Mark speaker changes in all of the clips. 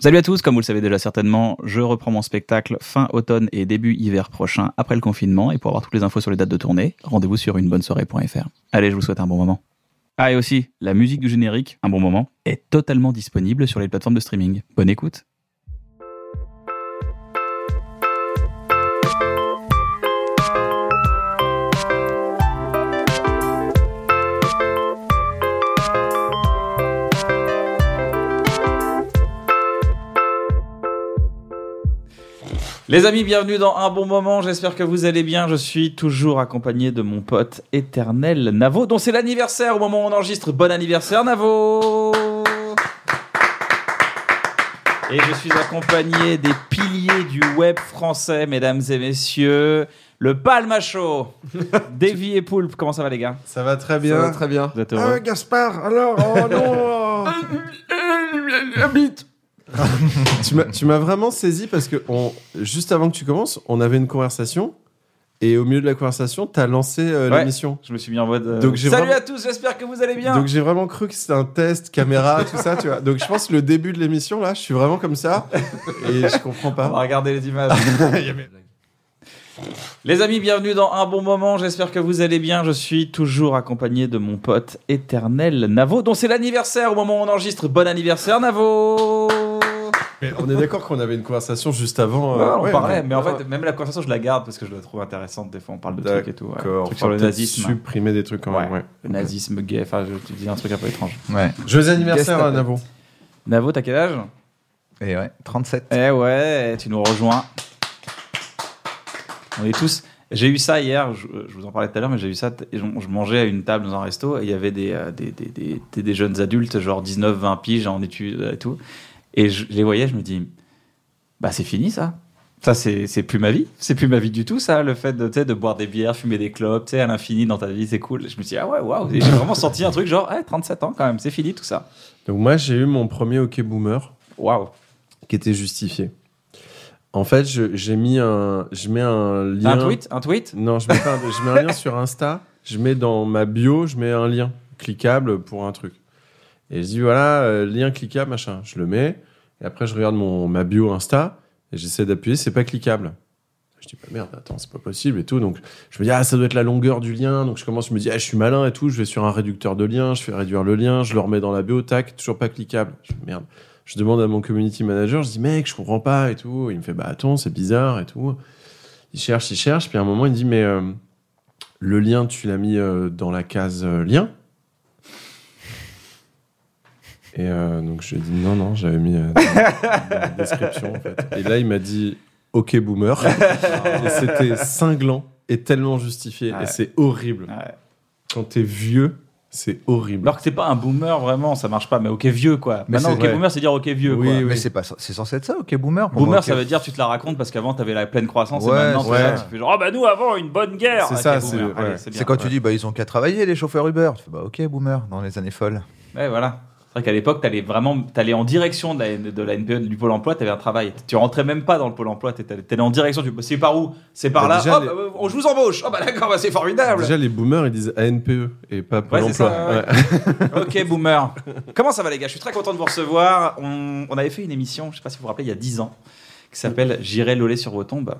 Speaker 1: Salut à tous, comme vous le savez déjà certainement, je reprends mon spectacle fin automne et début hiver prochain après le confinement et pour avoir toutes les infos sur les dates de tournée, rendez-vous sur unebonnesoirée.fr. Allez, je vous souhaite un bon moment. Ah et aussi, la musique du générique, un bon moment, est totalement disponible sur les plateformes de streaming. Bonne écoute. Les amis, bienvenue dans Un bon moment, j'espère que vous allez bien. Je suis toujours accompagné de mon pote éternel Navo, dont c'est l'anniversaire au moment où on enregistre. Bon anniversaire Navo Et je suis accompagné des piliers du web français, mesdames et messieurs. Le Palmacho Davy et Poulpe, comment ça va les gars
Speaker 2: Ça va très
Speaker 3: Ça va
Speaker 2: bien.
Speaker 3: très bien.
Speaker 1: Vous êtes
Speaker 2: Ah,
Speaker 1: heureux
Speaker 2: Gaspard, alors, oh non
Speaker 3: tu m'as- tu m'as vraiment saisi parce que on- juste avant que tu commences, on avait une conversation et au milieu de la conversation, t'as lancé euh,
Speaker 1: Ouais.
Speaker 3: l'émission.
Speaker 1: Je me suis mis en mode... euh,
Speaker 3: Donc j'ai
Speaker 1: Salut
Speaker 3: vraiment-
Speaker 1: à tous, j'espère que vous allez bien
Speaker 3: Donc j'ai vraiment cru que c'était un test, caméra, tout ça, tu vois. Donc je pense que le début de l'émission, là, je suis vraiment comme ça et je comprends
Speaker 1: On va
Speaker 3: pas.
Speaker 1: regarder les images. les amis, bienvenue dans Un bon moment. J'espère que vous allez bien. Je suis toujours accompagné de mon pote éternel Navo, dont c'est l'anniversaire au moment où on enregistre. Bon anniversaire Navo
Speaker 3: On est d'accord qu'on avait une conversation juste avant.
Speaker 1: Ouais,
Speaker 3: euh,
Speaker 1: On
Speaker 3: ouais,
Speaker 1: parlait, mais en
Speaker 3: ouais.
Speaker 1: fait, même la conversation, je la garde parce que je la trouve intéressante. Des fois, on parle de
Speaker 3: D'accord.
Speaker 1: trucs et tout. ouais.
Speaker 3: D'accord,
Speaker 1: Trucs
Speaker 3: on
Speaker 1: sur
Speaker 3: va
Speaker 1: le
Speaker 3: peut-être
Speaker 1: nazisme.
Speaker 3: Supprimer des trucs quand même.
Speaker 1: Ouais.
Speaker 3: Ouais.
Speaker 1: Le nazisme gay, enfin, je tu dis un truc un peu étrange.
Speaker 2: Ouais,
Speaker 3: Joyeux anniversaire,
Speaker 2: Gestapo.
Speaker 3: euh, Navo.
Speaker 1: Navo, t'as quel âge
Speaker 2: et ouais, 37.
Speaker 1: Eh ouais, tu nous rejoins. On est tous. J'ai eu ça hier, je, je vous en parlais tout à l'heure, mais j'ai eu ça. t- et Je, je mangeais à une table dans un resto et il y avait des, euh, des, des, des- des- des jeunes adultes, genre 19, 20 piges en études et tout. Et je, je les voyais, je me dis, bah c'est fini ça. Ça, c'est c'est plus ma vie. C'est plus ma vie du tout, ça, le fait de, tu sais, de boire des bières, fumer des clopes, tu sais, à l'infini dans ta vie, c'est cool. Je me suis dit, ah ouais, waouh. Et J'ai vraiment senti un truc genre, eh, 37 ans quand même, c'est fini tout ça.
Speaker 3: Donc moi, j'ai eu mon premier hockey boomer.
Speaker 1: Waouh.
Speaker 3: qui était justifié. En fait, je- j'ai mis un, je mets un lien.
Speaker 1: Un tweet Un tweet
Speaker 3: Non, je mets, pas un- je mets un lien sur Insta. Je mets dans ma bio, je mets un lien cliquable pour un truc. Et je dis voilà, euh, lien cliquable, machin. Je le mets. Et après, je regarde mon ma bio Insta et j'essaie d'appuyer, c'est pas cliquable. Je dis bah merde, attends, c'est pas possible et tout. Donc je me dis ah ça doit être la longueur du lien. Donc je commence, je me dis ah je suis malin et tout. Je vais sur un réducteur de lien, je fais réduire le lien, je le remets dans la bio, tac, toujours pas cliquable. Je fais, merde. Je demande à mon community manager, je dis mec, je comprends pas et tout. Il me fait bah attends, c'est bizarre et tout. Il cherche, il cherche, puis à un moment il dit mais euh, le lien tu l'as mis euh, dans la case euh, lien. Et euh, donc je lui ai dit non non, j'avais mis euh, dans, dans la description en fait. Et là il m'a dit ok boomer. et c'était cinglant et tellement justifié
Speaker 1: Ah ouais.
Speaker 3: et c'est horrible.
Speaker 1: Ouais.
Speaker 3: Quand t'es vieux, c'est horrible.
Speaker 1: Alors que t'es pas un boomer vraiment, ça marche pas, mais ok vieux quoi.
Speaker 2: Mais
Speaker 1: Maintenant,
Speaker 2: c'est
Speaker 1: ok
Speaker 3: vrai.
Speaker 1: boomer, c'est dire ok vieux
Speaker 3: Oui,
Speaker 1: quoi.
Speaker 3: oui.
Speaker 2: Mais c'est pas, c'est censé être ça, ok, boomer. pour
Speaker 1: Boomer,
Speaker 2: moi,
Speaker 1: ça
Speaker 2: ok.
Speaker 1: veut dire tu te la racontes parce qu'avant t'avais la pleine croissance et
Speaker 2: Ouais,
Speaker 1: maintenant
Speaker 3: ouais.
Speaker 1: t'es là, tu fais genre ah bah nous avant une bonne guerre.
Speaker 3: C'est
Speaker 1: Ok,
Speaker 3: ça,
Speaker 1: boomer.
Speaker 3: c'est-
Speaker 1: Allez, bien.
Speaker 3: ouais.
Speaker 2: C'est quand tu
Speaker 1: Ouais.
Speaker 2: dis, bah ils ont qu'à travailler les chauffeurs Uber. Tu fais, bah ok, boomer, dans les années folles.
Speaker 1: Ouais voilà. C'est vrai qu'à l'époque t'allais vraiment, t'allais en direction de la, E, de la NPE du pôle emploi, t'avais un travail. Tu rentrais même pas dans le pôle emploi, t'étais t'allais en direction. Tu c'est par où C'est par
Speaker 3: Bah,
Speaker 1: là.
Speaker 3: déjà,
Speaker 1: Hop,
Speaker 3: les-
Speaker 1: euh, on je vous embauche. Oh bah d'accord, bah, c'est formidable.
Speaker 3: Déjà, les boomers, ils disent ANPE E et pas Pôle
Speaker 1: Ouais, c'est
Speaker 3: emploi.
Speaker 1: ça, ouais. Ok, boomer. Comment ça va, les gars Je suis très content de vous recevoir. On, on avait fait une émission, je sais pas si vous vous rappelez, il y a 10 ans, qui s'appelle J'irai loler sur vos tombes.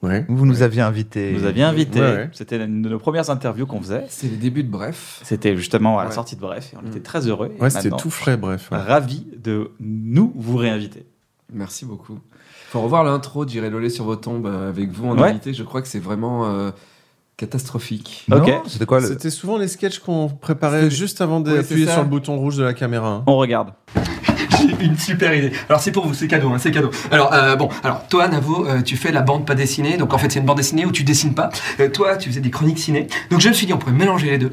Speaker 3: Ouais.
Speaker 2: Vous nous aviez invités.
Speaker 1: Vous aviez invité.
Speaker 3: Ouais, ouais.
Speaker 1: C'était une de nos premières interviews qu'on faisait.
Speaker 4: C'est les débuts de Bref.
Speaker 1: C'était justement à la
Speaker 4: Ouais. Mm.
Speaker 1: sortie de Bref. Et on était très heureux. Et
Speaker 3: Ouais, c'était
Speaker 1: maintenant,
Speaker 3: tout frais, bref. ouais.
Speaker 1: Ravi de nous vous réinviter.
Speaker 4: Merci beaucoup. Faut revoir l'intro d'Irai Lolé sur vos tombes euh, avec vous en
Speaker 1: Ouais.
Speaker 4: invité. Je crois que c'est vraiment euh, catastrophique.
Speaker 2: Non,
Speaker 1: Ok.
Speaker 2: C'était quoi le.
Speaker 3: C'était souvent les sketchs qu'on préparait
Speaker 4: C'était-
Speaker 3: juste avant
Speaker 4: Ouais,
Speaker 3: d'appuyer
Speaker 4: c'est ça.
Speaker 3: sur le bouton rouge de la caméra. hein.
Speaker 1: On regarde.
Speaker 5: J'ai une super idée. Alors c'est pour vous, c'est cadeau, hein, c'est cadeau. Alors euh, bon, alors toi Navo, euh, tu fais la bande pas dessinée, donc en fait c'est une bande dessinée où tu dessines pas. Euh, toi tu faisais des chroniques ciné. Donc je me suis dit on pourrait mélanger les deux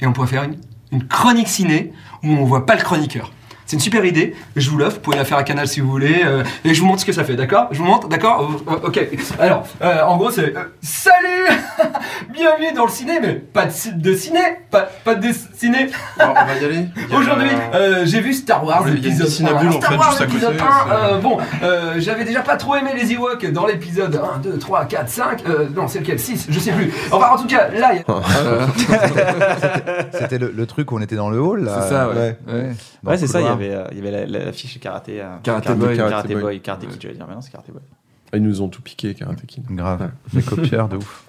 Speaker 5: et on pourrait faire une une chronique ciné où on voit pas le chroniqueur. C'est une super idée, je vous l'offre, vous pouvez la faire à Canal si vous voulez, euh, et je vous montre ce que ça fait, d'accord Je vous montre, d'accord Euh, euh, Ok. Alors, euh, en gros, c'est euh, Salut Bienvenue dans le ciné, mais pas de, ci- de ciné, pas, pas de ciné
Speaker 6: Bon, on va y aller. Il y a-
Speaker 5: Aujourd'hui, euh, j'ai vu Star Wars
Speaker 6: Oui, il y a une
Speaker 5: épisode
Speaker 6: piscine à
Speaker 5: 1.
Speaker 6: bulles,
Speaker 5: Alors,
Speaker 6: en
Speaker 5: Star
Speaker 6: fait,
Speaker 5: Wars
Speaker 6: juste à côté,
Speaker 5: épisode
Speaker 6: c'est-
Speaker 5: 1, euh, bon, euh, j'avais déjà pas trop aimé les Ewoks dans l'épisode 1, 2, 3, 4, 5, euh, non, c'est lequel 6, je sais plus. Enfin, en tout cas, là, il y
Speaker 3: Ah,
Speaker 5: a- Euh,
Speaker 2: C'était le, le truc où on était dans le hall, là.
Speaker 4: C'est ça, ouais. Ouais.
Speaker 2: dans
Speaker 1: ouais,
Speaker 2: le
Speaker 1: c'est ça, il y
Speaker 2: couloir.
Speaker 1: avait, euh, il y avait la- la- l'affiche karaté. euh,
Speaker 4: Karaté Boy,
Speaker 1: Karaté,
Speaker 3: Karaté
Speaker 1: Boy,
Speaker 3: Boy.
Speaker 1: Karaté Kid, j'allais dire, mais non, c'est Karaté Boy.
Speaker 3: Ils nous ont tout piqué, Karate Kid.
Speaker 2: Grave. Les copieurs de ouf.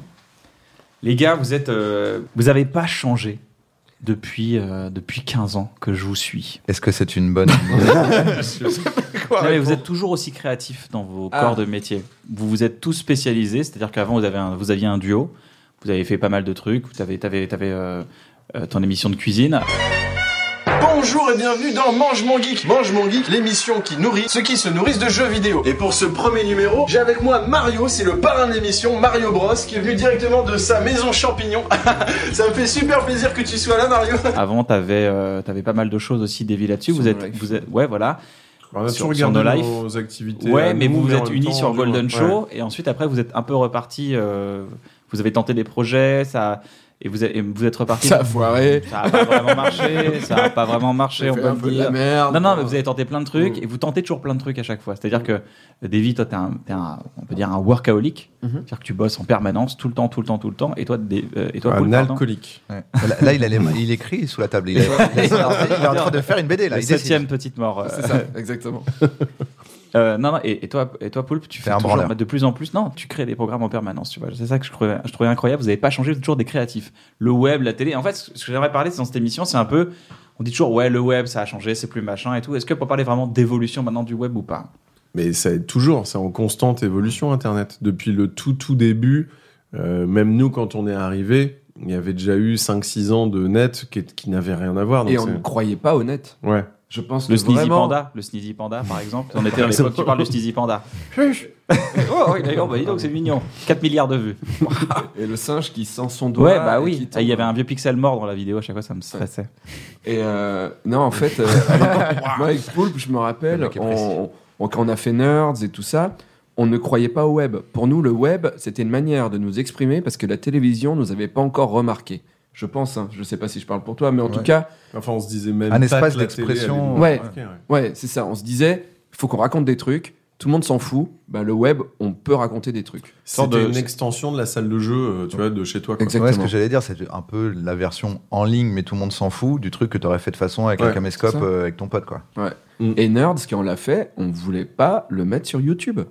Speaker 1: Les gars, vous êtes, euh, vous avez pas changé depuis, euh, depuis 15 ans que je vous suis.
Speaker 2: Est-ce que c'est une bonne.
Speaker 1: Non, mais vous êtes toujours aussi créatifs dans vos
Speaker 4: Ah.
Speaker 1: corps de métier. Vous vous êtes tous spécialisés, c'est-à-dire qu'avant vous, avez un- vous aviez un duo, vous avez fait pas mal de trucs, vous avez, t'avais, t'avais, euh, euh, ton émission de cuisine.
Speaker 6: Bonjour et bienvenue dans Mange mon geek. Mange mon geek, l'émission qui nourrit ceux qui se nourrissent de jeux vidéo. Et pour ce premier numéro, j'ai avec moi Mario, c'est le parrain de l'émission Mario Bros qui est venu directement de sa maison champignon. Ça me fait super plaisir que tu sois là Mario.
Speaker 1: Avant, t'avais, euh, t'avais pas mal de choses aussi déviées là-dessus.
Speaker 4: Sur
Speaker 1: Vous
Speaker 4: No
Speaker 1: êtes,
Speaker 4: Life.
Speaker 1: vous êtes, ouais, voilà.
Speaker 3: On a
Speaker 1: Sur-
Speaker 3: toujours regardé
Speaker 1: sur No Life.
Speaker 3: nos activités.
Speaker 1: Ouais,
Speaker 3: à
Speaker 1: mais
Speaker 3: nous,
Speaker 1: vous vous
Speaker 3: en
Speaker 1: êtes
Speaker 3: même
Speaker 1: unis
Speaker 3: temps,
Speaker 1: sur
Speaker 3: du moins.
Speaker 1: Golden
Speaker 3: Ouais.
Speaker 1: Show et ensuite après vous êtes un peu reparti. euh, vous avez tenté des projets, ça, et vous, êtes- et vous êtes reparti.
Speaker 6: Ça a
Speaker 1: foiré. Ça a pas vraiment marché. Ça a pas vraiment marché. On
Speaker 6: fait
Speaker 1: peut
Speaker 6: un
Speaker 1: le
Speaker 6: peu de la
Speaker 1: dire.
Speaker 6: merde.
Speaker 1: Non,
Speaker 2: Euh,
Speaker 1: non, mais vous avez tenté plein de trucs
Speaker 6: Mm.
Speaker 1: et vous tentez toujours plein de trucs à chaque fois. C'est-à-dire que, euh, Davy, toi, t'es un, t'es un- on peut dire un workaholic.
Speaker 2: Mhm.
Speaker 1: C'est-à-dire que tu bosses en permanence, tout le temps, tout le temps, tout le temps. Et toi, des, euh, et toi Paul,
Speaker 3: Un
Speaker 1: pardon.
Speaker 3: alcoolique.
Speaker 2: Ouais. Là, là, il, a les- il écrit sous la table. Il est, il est en train de faire une BD,
Speaker 1: La
Speaker 2: là. Il dessine.
Speaker 1: septième petite mort. euh,
Speaker 4: C'est ça, exactement.
Speaker 1: euh, non, non, et, et toi, et toi, Poulpe, tu
Speaker 2: T'es
Speaker 1: fais
Speaker 2: un
Speaker 1: toujours,
Speaker 2: branleur.
Speaker 1: de plus en plus. Non, tu crées des programmes en permanence. Tu vois, c'est ça que je trouvais, je trouvais incroyable. Vous n'avez pas changé, vous êtes toujours des créatifs. Le web, la télé. En fait, ce ce que j'aimerais parler dans cette émission, c'est un peu. On dit toujours ouais, le web, ça a changé, c'est plus machin et tout. Est-ce que pour parler vraiment d'évolution maintenant du web ou pas
Speaker 3: Mais ça est toujours, c'est en constante évolution Internet. Depuis le tout tout début, euh, même nous quand on est arrivé, il y avait déjà eu 5-6 ans de net qui, qui n'avait rien à voir. donc
Speaker 4: Et on
Speaker 3: c'est-
Speaker 4: ne croyait pas au net.
Speaker 3: Ouais.
Speaker 4: Je pense
Speaker 1: Le
Speaker 4: que
Speaker 1: Sneezy
Speaker 4: vraiment...
Speaker 1: Panda, le Sneezy Panda par exemple. On était dans l'époque qui parle du Sneezy Panda. oh oui, d'ailleurs, bah dis donc, c'est mignon. 4 milliards de vues.
Speaker 3: Ah.
Speaker 4: Et le singe qui sent son doigt.
Speaker 1: Ouais, bah
Speaker 4: et qui
Speaker 1: oui. Ah,
Speaker 4: tombe.
Speaker 1: Il y avait un vieux pixel mort dans la vidéo, à chaque fois ça me stressait.
Speaker 4: Et euh, non, en fait, euh, à l'époque, moi avec Poulpe, je me
Speaker 2: Le
Speaker 4: rappelle,
Speaker 2: mec est précis.
Speaker 4: on, on- quand on a fait Nerds et tout ça, on ne croyait pas au web. Pour nous, le web, c'était une manière de nous exprimer parce que la télévision nous avait pas encore remarqué. Je pense, hein, je sais pas si je parle pour toi, mais en tout
Speaker 2: Ouais.
Speaker 4: cas,
Speaker 3: Enfin, on se disait même.
Speaker 2: Un
Speaker 3: pas
Speaker 2: espace
Speaker 3: que la télé
Speaker 2: d'expression.
Speaker 3: allait nous
Speaker 4: Ouais.
Speaker 3: marquer,
Speaker 4: ouais, c'est ça. On se disait, faut qu'on raconte des trucs. Tout le monde s'en fout. Bah, le web, on peut raconter des trucs.
Speaker 3: C'était
Speaker 1: Sorte de-
Speaker 3: une extension de la salle de jeu, euh, tu vois, de chez toi. quoi.
Speaker 4: Exactement.
Speaker 2: Ouais, ce que j'allais dire, c'est un peu la version en ligne, mais tout le monde s'en fout, du truc que t'aurais fait de façon avec un
Speaker 3: Ouais,
Speaker 2: caméscope
Speaker 4: c'est ça.
Speaker 2: euh, avec ton pote, quoi.
Speaker 3: Mm.
Speaker 4: Et Nerds, quand on l'a fait, on voulait pas le mettre sur YouTube.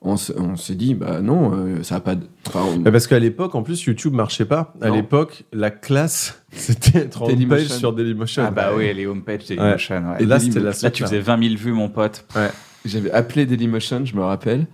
Speaker 4: On s- on s'est dit, bah non, euh, ça a pas. de- enfin, on-
Speaker 3: Mais parce qu'à l'époque, en plus, YouTube marchait pas. À
Speaker 4: Non.
Speaker 3: l'époque, la classe, c'était être en
Speaker 4: Dailymotion.
Speaker 3: page sur Dailymotion.
Speaker 1: oui, les homepages, c'est
Speaker 3: Ouais. Et là, c'était la
Speaker 1: Là, tu faisais 20 000 vues, mon pote.
Speaker 4: J'avais appelé Dailymotion, je me rappelle,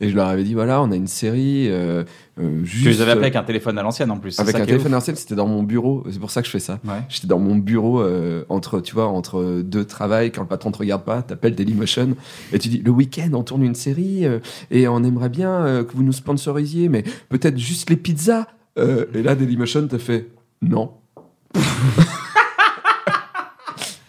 Speaker 4: et je leur avais dit voilà, on a une série. Euh, euh,
Speaker 1: Tu les
Speaker 4: juste,
Speaker 1: avais appelés avec
Speaker 4: euh,
Speaker 1: un téléphone à l'ancienne en plus. c'est
Speaker 4: avec
Speaker 1: ça
Speaker 4: un
Speaker 1: qui est ouf.
Speaker 4: téléphone ancien, c'était dans mon bureau. C'est pour ça que je fais ça.
Speaker 1: Ouais.
Speaker 4: J'étais dans mon bureau euh, entre, tu vois, entre deux travails. Quand le patron te regarde pas, t'appelles Dailymotion et tu dis le week-end, on tourne une série euh, et on aimerait bien euh, que vous nous sponsorisiez, mais peut-être juste les pizzas. Euh, et là, Dailymotion te fait non.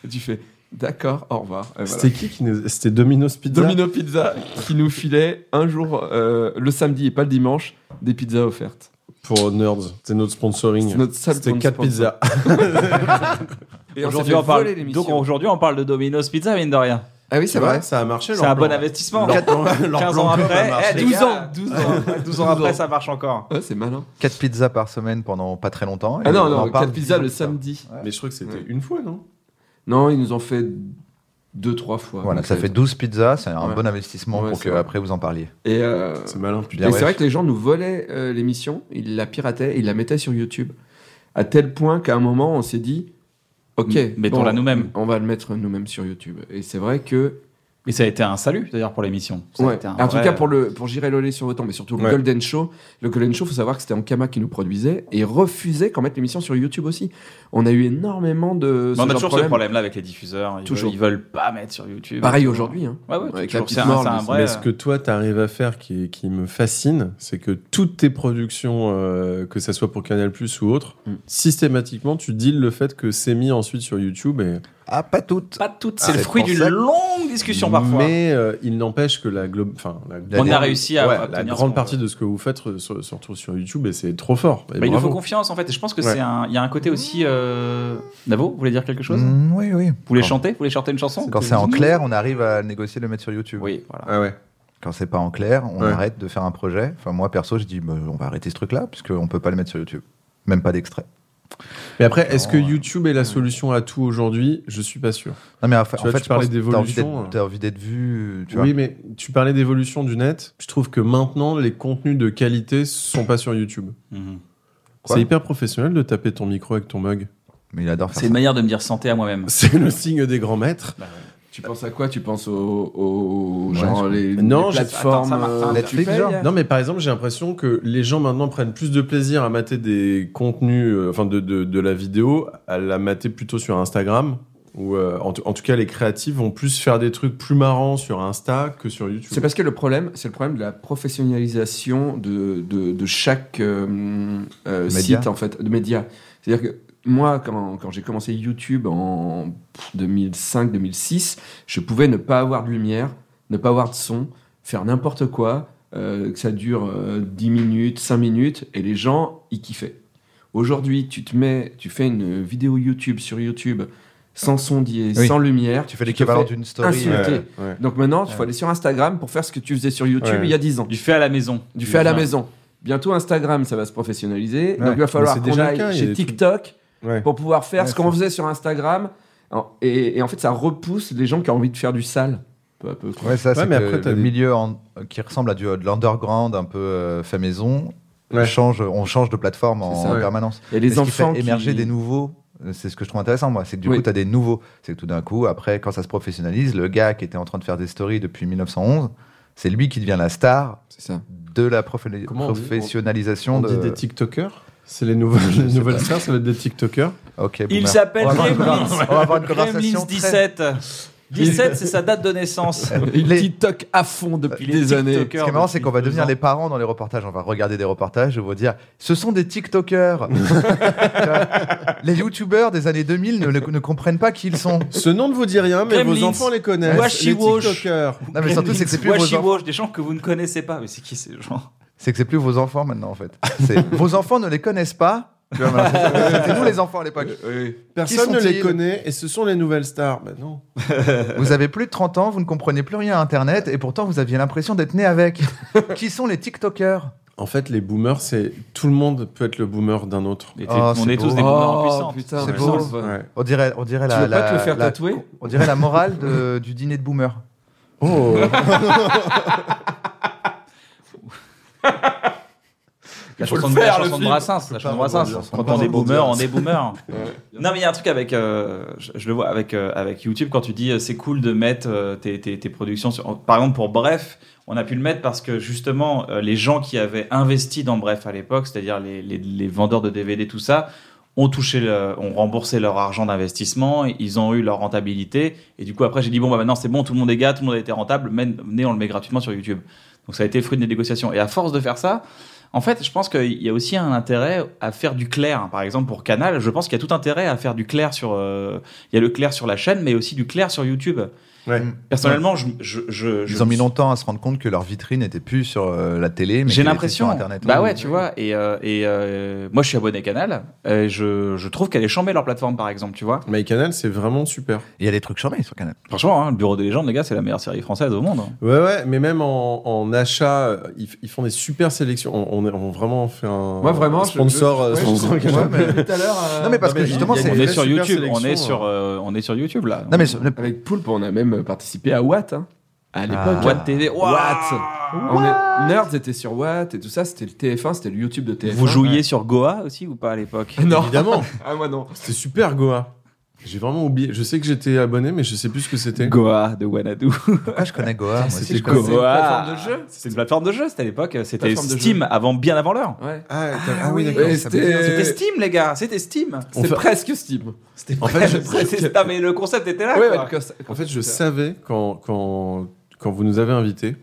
Speaker 4: et tu fais d'accord, au revoir. Et voilà.
Speaker 3: C'était qui qui nous- C'était Domino's Pizza.
Speaker 4: Domino Pizza qui nous filait un jour, euh, le samedi et pas le dimanche, des pizzas offertes.
Speaker 3: Pour Nerds. C'était notre sponsoring.
Speaker 4: C'est notre seul
Speaker 3: C'était
Speaker 4: point de
Speaker 3: 4 pizzas.
Speaker 4: sponsor. Et
Speaker 1: Aujourd'hui, on parle. Donc aujourd'hui, on parle de Domino's Pizza, mine de rien.
Speaker 4: Ah oui, c'est vrai.
Speaker 3: Ça a marché.
Speaker 1: C'est
Speaker 3: leur
Speaker 1: un bon
Speaker 3: plan.
Speaker 1: investissement.
Speaker 3: Leur plan- leur
Speaker 1: 15
Speaker 3: plan
Speaker 1: ans
Speaker 3: com a
Speaker 1: après,
Speaker 3: marché.
Speaker 1: eh, 12 ans, 12 ans, 12 ans après, ça marche encore.
Speaker 4: Ouais, c'est malin.
Speaker 2: 4 pizzas par semaine pendant pas très longtemps. et
Speaker 4: Ah non,
Speaker 2: on en
Speaker 4: non,
Speaker 2: parle
Speaker 4: 4 pizzas le
Speaker 2: dix ans plus
Speaker 4: samedi.
Speaker 3: Mais je crois que c'était une fois, non
Speaker 4: Non, ils nous ont fait deux, trois fois.
Speaker 2: tard. Voilà,
Speaker 4: Donc,
Speaker 2: ça
Speaker 4: euh,
Speaker 2: fait 12 pizzas, c'est un
Speaker 4: Ouais.
Speaker 2: bon investissement
Speaker 4: Ouais,
Speaker 2: pour
Speaker 4: c'est
Speaker 2: que
Speaker 4: vrai.
Speaker 2: après vous en parliez.
Speaker 4: Et, euh,
Speaker 3: C'est malin,
Speaker 4: et
Speaker 3: putain.
Speaker 4: c'est
Speaker 2: ouais.
Speaker 4: vrai que les gens nous volaient euh, l'émission, ils la pirataient, et ils la mettaient sur YouTube. À tel point qu'à un moment, on s'est dit, ok,
Speaker 1: M- mettons-la nous-mêmes.
Speaker 4: On va le mettre nous-mêmes sur YouTube. Et c'est vrai que
Speaker 1: Mais ça a été un salut d'ailleurs pour l'émission. Ça a
Speaker 4: Ouais.
Speaker 1: été un
Speaker 4: en tout
Speaker 1: vrai-
Speaker 4: cas, pour, le, pour J'irai Lolé sur autant, mais surtout le
Speaker 3: Ouais.
Speaker 4: Golden Show. Le Golden Show, faut savoir que c'était Ankama qui nous produisait et refusait qu'on mette l'émission sur YouTube aussi. On a eu énormément de.
Speaker 1: Mais on a
Speaker 4: ce genre de
Speaker 1: toujours ce
Speaker 4: problèmes.
Speaker 1: problème-là avec les diffuseurs. Ils,
Speaker 4: Toujours.
Speaker 1: Veulent, ils veulent pas mettre sur YouTube.
Speaker 4: Pareil aujourd'hui. hein.
Speaker 1: Ouais, ouais,
Speaker 4: Avec
Speaker 1: toujours.
Speaker 4: la petite
Speaker 1: C'est un-
Speaker 4: morle,
Speaker 1: c'est un
Speaker 4: mais-
Speaker 1: vrai.
Speaker 3: Mais ce que toi, t'arrives à faire qui, qui me fascine, c'est que toutes tes productions, euh, que ça soit pour Canal Plus ou autre,
Speaker 4: Mm.
Speaker 3: systématiquement, tu deals le fait que c'est mis ensuite sur YouTube. Et...
Speaker 2: Ah, pas toutes.
Speaker 1: Pas toutes. C'est
Speaker 2: Ah,
Speaker 1: le
Speaker 2: c'est
Speaker 1: fruit
Speaker 2: pour
Speaker 1: d'une
Speaker 2: ça que-
Speaker 1: longue discussion parfois.
Speaker 3: Mais euh, il n'empêche que la globe. Enfin, la
Speaker 2: On a
Speaker 3: grande-
Speaker 1: réussi à
Speaker 3: ouais, La
Speaker 1: obtenir ce
Speaker 3: grande
Speaker 1: qu'on
Speaker 3: partie
Speaker 1: veut.
Speaker 3: de ce que vous faites re- se, se retrouve sur YouTube et c'est trop fort. Et
Speaker 1: Bah, il nous
Speaker 3: bravo.
Speaker 1: faut confiance en fait. Et je pense que
Speaker 3: Ouais.
Speaker 1: c'est un. Il y a un côté aussi. euh, Navo, vous voulez dire quelque chose Vous
Speaker 2: Mm, oui, oui.
Speaker 1: voulez
Speaker 2: Quand-
Speaker 1: chanter Vous voulez chanter une chanson
Speaker 2: Quand c'est en clair, on arrive à le négocier, le mettre sur YouTube.
Speaker 1: Oui, voilà.
Speaker 3: Ah ouais.
Speaker 2: Quand c'est pas en clair, on
Speaker 3: Ouais.
Speaker 2: arrête de faire un projet. Enfin, moi, perso, je dis, bah, on va arrêter ce truc-là, puisqu'on peut pas le mettre sur YouTube. Même pas d'extrait.
Speaker 3: Mais après, est-ce que
Speaker 2: Non, ouais. Mm.
Speaker 3: YouTube est la solution à tout aujourd'hui Je suis pas sûr.
Speaker 2: Non, mais en fait,
Speaker 3: Tu vois,
Speaker 2: en fait,
Speaker 3: tu
Speaker 2: je
Speaker 3: parlais
Speaker 2: pense que t'as envie
Speaker 3: d'évolution,
Speaker 2: d'être-
Speaker 3: hein.
Speaker 2: t'as envie d'être vu, tu vois.
Speaker 3: oui, mais tu parlais d'évolution du net. Je trouve que maintenant, les contenus de qualité sont pas sur YouTube.
Speaker 1: Mhm.
Speaker 2: Quoi
Speaker 3: C'est hyper professionnel de taper ton micro avec ton mug.
Speaker 2: Mais il adore faire
Speaker 1: C'est
Speaker 2: ça.
Speaker 1: une manière de me dire santé à moi-même. Bah
Speaker 3: C'est le signe des grands maîtres.
Speaker 4: Tu penses à quoi Tu penses aux, aux
Speaker 2: Ouais,
Speaker 4: genre, les,
Speaker 3: Non,
Speaker 4: les
Speaker 3: je-
Speaker 4: plateformes
Speaker 1: Attends, ça marche, ça
Speaker 4: euh,
Speaker 1: marche.
Speaker 4: tu
Speaker 2: Netflix,
Speaker 4: payes,
Speaker 2: genre
Speaker 4: hein
Speaker 3: Non, mais par exemple, j'ai l'impression que les gens maintenant prennent plus de plaisir à mater des contenus, euh, enfin de, de, de la vidéo, à la mater plutôt sur Instagram. Ou euh, en, tout- en tout cas, les créatifs vont plus faire des trucs plus marrants sur Insta que sur YouTube.
Speaker 4: C'est parce que le problème, c'est le problème de la professionnalisation de, de, de chaque euh, euh,
Speaker 2: Média.
Speaker 4: site, en fait, de médias. C'est-à-dire que moi, quand, quand j'ai commencé YouTube en 2005-2006, je pouvais ne pas avoir de lumière, ne pas avoir de son, faire n'importe quoi, euh, que ça dure euh, 10 minutes, 5 minutes, et les gens, ils kiffaient. Aujourd'hui, tu te mets, tu fais une vidéo YouTube sur YouTube sans sondier,
Speaker 2: Oui.
Speaker 4: sans lumière.
Speaker 2: Tu fais
Speaker 4: te
Speaker 2: l'équivalent
Speaker 4: fais
Speaker 2: d'une story.
Speaker 4: insulter.
Speaker 2: euh,
Speaker 3: Ouais, ouais.
Speaker 4: donc maintenant, il faut
Speaker 2: Ouais.
Speaker 4: aller sur Instagram pour faire ce que tu faisais sur YouTube
Speaker 3: Ouais.
Speaker 4: il y a 10 ans.
Speaker 1: Du fait à la maison.
Speaker 4: Du fait à la
Speaker 1: maison.
Speaker 4: maison. Bientôt Instagram, ça va se professionnaliser.
Speaker 2: Ouais.
Speaker 4: Donc il va falloir
Speaker 3: c'est
Speaker 4: qu'on
Speaker 3: déjà le
Speaker 4: aille
Speaker 3: cas, il y a
Speaker 4: chez
Speaker 3: des trucs-
Speaker 4: TikTok
Speaker 3: Ouais.
Speaker 4: pour pouvoir faire
Speaker 2: Ouais,
Speaker 4: ce qu'on faisait sur Instagram. En- Et, et en fait, ça repousse les gens qui ont envie de faire du sale. Peu à peu, quoi.
Speaker 2: Ouais, ça, c'est
Speaker 3: mais
Speaker 2: que
Speaker 3: après, t'as
Speaker 2: le
Speaker 3: des-
Speaker 2: milieu en- qui ressemble à du, de l'underground un peu euh, fait maison.
Speaker 3: Ouais.
Speaker 2: Change, on change de plateforme en,
Speaker 4: C'est ça,
Speaker 3: ouais.
Speaker 2: permanence.
Speaker 4: Et les
Speaker 2: Mais ce qui
Speaker 4: enfants
Speaker 2: fait
Speaker 4: qui
Speaker 2: émerger des nouveaux. euh, C'est ce que je trouve intéressant, moi. C'est que du
Speaker 4: Oui.
Speaker 2: coup, tu as des nouveaux. C'est que tout d'un coup, après, quand ça se professionnalise, le gars qui était en train de faire des stories depuis 1911, c'est lui qui devient la star
Speaker 4: C'est ça.
Speaker 2: de la profe-
Speaker 3: Comment on dit
Speaker 2: professionnalisation
Speaker 3: On dit
Speaker 2: de.
Speaker 3: des TikTokers C'est les, nouvelles- les nouvelles stars, ça va être des TikTokers.
Speaker 2: Ok,
Speaker 1: Il
Speaker 2: boomer.
Speaker 1: s'appelle
Speaker 2: On va avoir une
Speaker 1: Gremlins.
Speaker 2: conversation- on va avoir une
Speaker 1: Gremlins
Speaker 2: conversation
Speaker 1: 17. 17, c'est sa date de naissance.
Speaker 4: Il
Speaker 2: Les-
Speaker 4: TikTok à fond depuis
Speaker 1: Il est
Speaker 4: des années.
Speaker 1: TikToker
Speaker 2: Ce qui est marrant, c'est
Speaker 1: depuis
Speaker 2: qu'on va
Speaker 1: deux
Speaker 2: devenir
Speaker 1: ans.
Speaker 2: les parents dans les reportages. On va regarder des reportages et vous dire ce sont des TikTokers. Tu vois, les YouTubers des années 2000 ne, ne comprennent pas qui ils sont.
Speaker 3: Ce nom ne vous dit rien, mais
Speaker 1: Gremlins.
Speaker 3: vos enfants les connaissent.
Speaker 1: Washi
Speaker 3: les
Speaker 1: Wash.
Speaker 3: TikTokers.
Speaker 2: Non, mais surtout, c'est que c'est plus vos
Speaker 1: Washi
Speaker 2: enfants.
Speaker 1: Wash, des gens que vous ne connaissez pas. Mais c'est qui ces gens
Speaker 2: C'est que c'est plus vos enfants maintenant, en fait. C'est- vos enfants ne les connaissent pas. Tu vois, maintenant, c'est- C'était nous les enfants à l'époque.
Speaker 3: Personne ne
Speaker 2: sont-ils
Speaker 3: les connaît et ce sont les nouvelles stars. Bah non.
Speaker 2: Vous avez plus de 30 ans, vous ne comprenez plus rien à Internet et pourtant vous aviez l'impression d'être né avec. qui sont les TikTokers
Speaker 3: En fait, les boomers, c'est tout le monde peut être le boomer d'un autre.
Speaker 1: Mais t'es-
Speaker 2: Oh,
Speaker 1: On
Speaker 2: c'est
Speaker 1: est tous
Speaker 2: beau.
Speaker 1: des boomers en
Speaker 4: Oh,
Speaker 1: puissance.
Speaker 4: putain,
Speaker 2: C'est
Speaker 4: ouais.
Speaker 2: beau.
Speaker 4: Ouais.
Speaker 3: Ouais.
Speaker 2: On dirait, on dirait
Speaker 4: Tu
Speaker 2: la.
Speaker 4: veux pas
Speaker 2: la-
Speaker 4: te le faire
Speaker 2: la-
Speaker 4: tatouer
Speaker 2: On dirait la morale de- du dîner de boomer.
Speaker 3: Oh.
Speaker 1: La
Speaker 4: faut
Speaker 1: chanson
Speaker 4: le
Speaker 1: de la
Speaker 4: faire, le
Speaker 1: chanson de
Speaker 4: film.
Speaker 1: Brassens. La chanson de
Speaker 2: rebondir.
Speaker 1: Brassens.
Speaker 2: Faut
Speaker 1: Quand
Speaker 2: pas
Speaker 1: on est
Speaker 2: rebondir.
Speaker 1: boomer, on est hein. boomer. Non, mais il y a un truc avec. euh, je, je le vois avec, euh, avec YouTube quand tu dis euh, c'est cool de mettre euh, tes, tes- tes productions. Sur, par exemple, pour Bref, on a pu le mettre parce que justement, euh, les gens qui avaient investi dans Bref à l'époque, c'est-à-dire les, les- les vendeurs de DVD, tout ça, ont touché, le- ont remboursé leur argent d'investissement, ils ont eu leur rentabilité. Et du coup, après, j'ai dit bon, bah maintenant c'est bon, tout le monde est gars, tout le monde a été rentable, men- venez, on le met gratuitement sur YouTube. Donc ça a été le fruit de négociations. Et à force de faire ça, en fait, je pense qu'il y a aussi un intérêt à faire du clair. Par exemple, pour Canal, je pense qu'il y a tout intérêt à faire du clair sur. euh, il y a le clair sur la chaîne, mais aussi du clair sur YouTube.
Speaker 3: Ouais.
Speaker 2: Mm.
Speaker 1: Personnellement, je, je, je-
Speaker 2: Ils
Speaker 1: je-
Speaker 2: ont mis longtemps à se rendre compte que leur vitrine n'était plus sur euh, la télé, mais
Speaker 1: J'ai
Speaker 2: qu'elle était
Speaker 1: l'impression.
Speaker 2: sur Internet.
Speaker 1: Bah ouais, tu vois. Et, euh, et euh, moi, je suis abonné à Canal. Et je, je trouve qu'elle est chambée leur plateforme, par exemple, tu vois.
Speaker 3: My Canal, c'est vraiment super.
Speaker 2: Il y a des trucs charmés sur Canal.
Speaker 1: Franchement, hein, le Bureau des légendes, les gars, c'est la meilleure série française au monde. hein.
Speaker 3: Ouais, ouais, mais même en, en achat, euh, ils, f- ils font des super sélections. On, on, est- on vraiment fait un
Speaker 4: Moi, vraiment, je-
Speaker 3: sponsor. euh,
Speaker 4: ouais, je
Speaker 3: sponsor
Speaker 4: trouve que-
Speaker 3: Canal.
Speaker 4: ouais, mais tout à l'heure, euh,
Speaker 2: non mais parce
Speaker 3: non,
Speaker 2: que
Speaker 3: mais
Speaker 2: justement,
Speaker 3: il y a-
Speaker 2: c'est.
Speaker 1: on
Speaker 3: une
Speaker 1: est
Speaker 3: vraie
Speaker 1: sur
Speaker 3: super
Speaker 1: YouTube. On est
Speaker 3: sélection,
Speaker 1: sur, euh, on est sur YouTube là.
Speaker 2: hein. Non mais sur-
Speaker 4: avec Poulpe, on a même participé à Watt. hein, à l'époque.
Speaker 2: Ah.
Speaker 1: What TV.
Speaker 4: What On est- Nerds étaient sur Watt et tout ça, c'était le TF1, c'était le YouTube de TF1.
Speaker 1: Vous jouiez sur Goa aussi ou pas à l'époque
Speaker 4: Non.
Speaker 3: Évidemment,
Speaker 4: Ah, moi non.
Speaker 3: c'était super Goa. J'ai vraiment oublié. Je sais que j'étais abonné, mais je sais plus ce que c'était.
Speaker 1: Goa de Wanadu.
Speaker 2: Pourquoi je connais Goa moi
Speaker 1: C'était
Speaker 2: aussi, je
Speaker 1: Goa.
Speaker 2: connais-
Speaker 1: C'était une plateforme de jeu. C'était une plateforme de jeu, c'était à l'époque. C'était
Speaker 4: plateforme de
Speaker 1: Steam, avant, bien avant l'heure.
Speaker 4: Ouais.
Speaker 3: Ah, t'as-
Speaker 2: Ah oui, d'accord.
Speaker 4: Ouais,
Speaker 2: ça me dit-
Speaker 4: c'était-
Speaker 1: C'était Steam, les gars. C'était Steam.
Speaker 3: On
Speaker 4: C'est
Speaker 3: fait-
Speaker 4: presque Steam.
Speaker 1: C'était
Speaker 3: En fait,
Speaker 1: presque-
Speaker 3: je-
Speaker 1: c'était- non, mais le concept était là.
Speaker 4: Ouais,
Speaker 1: quoi.
Speaker 4: ouais, le
Speaker 3: En fait, je savais quand, quand, quand vous nous avez invités,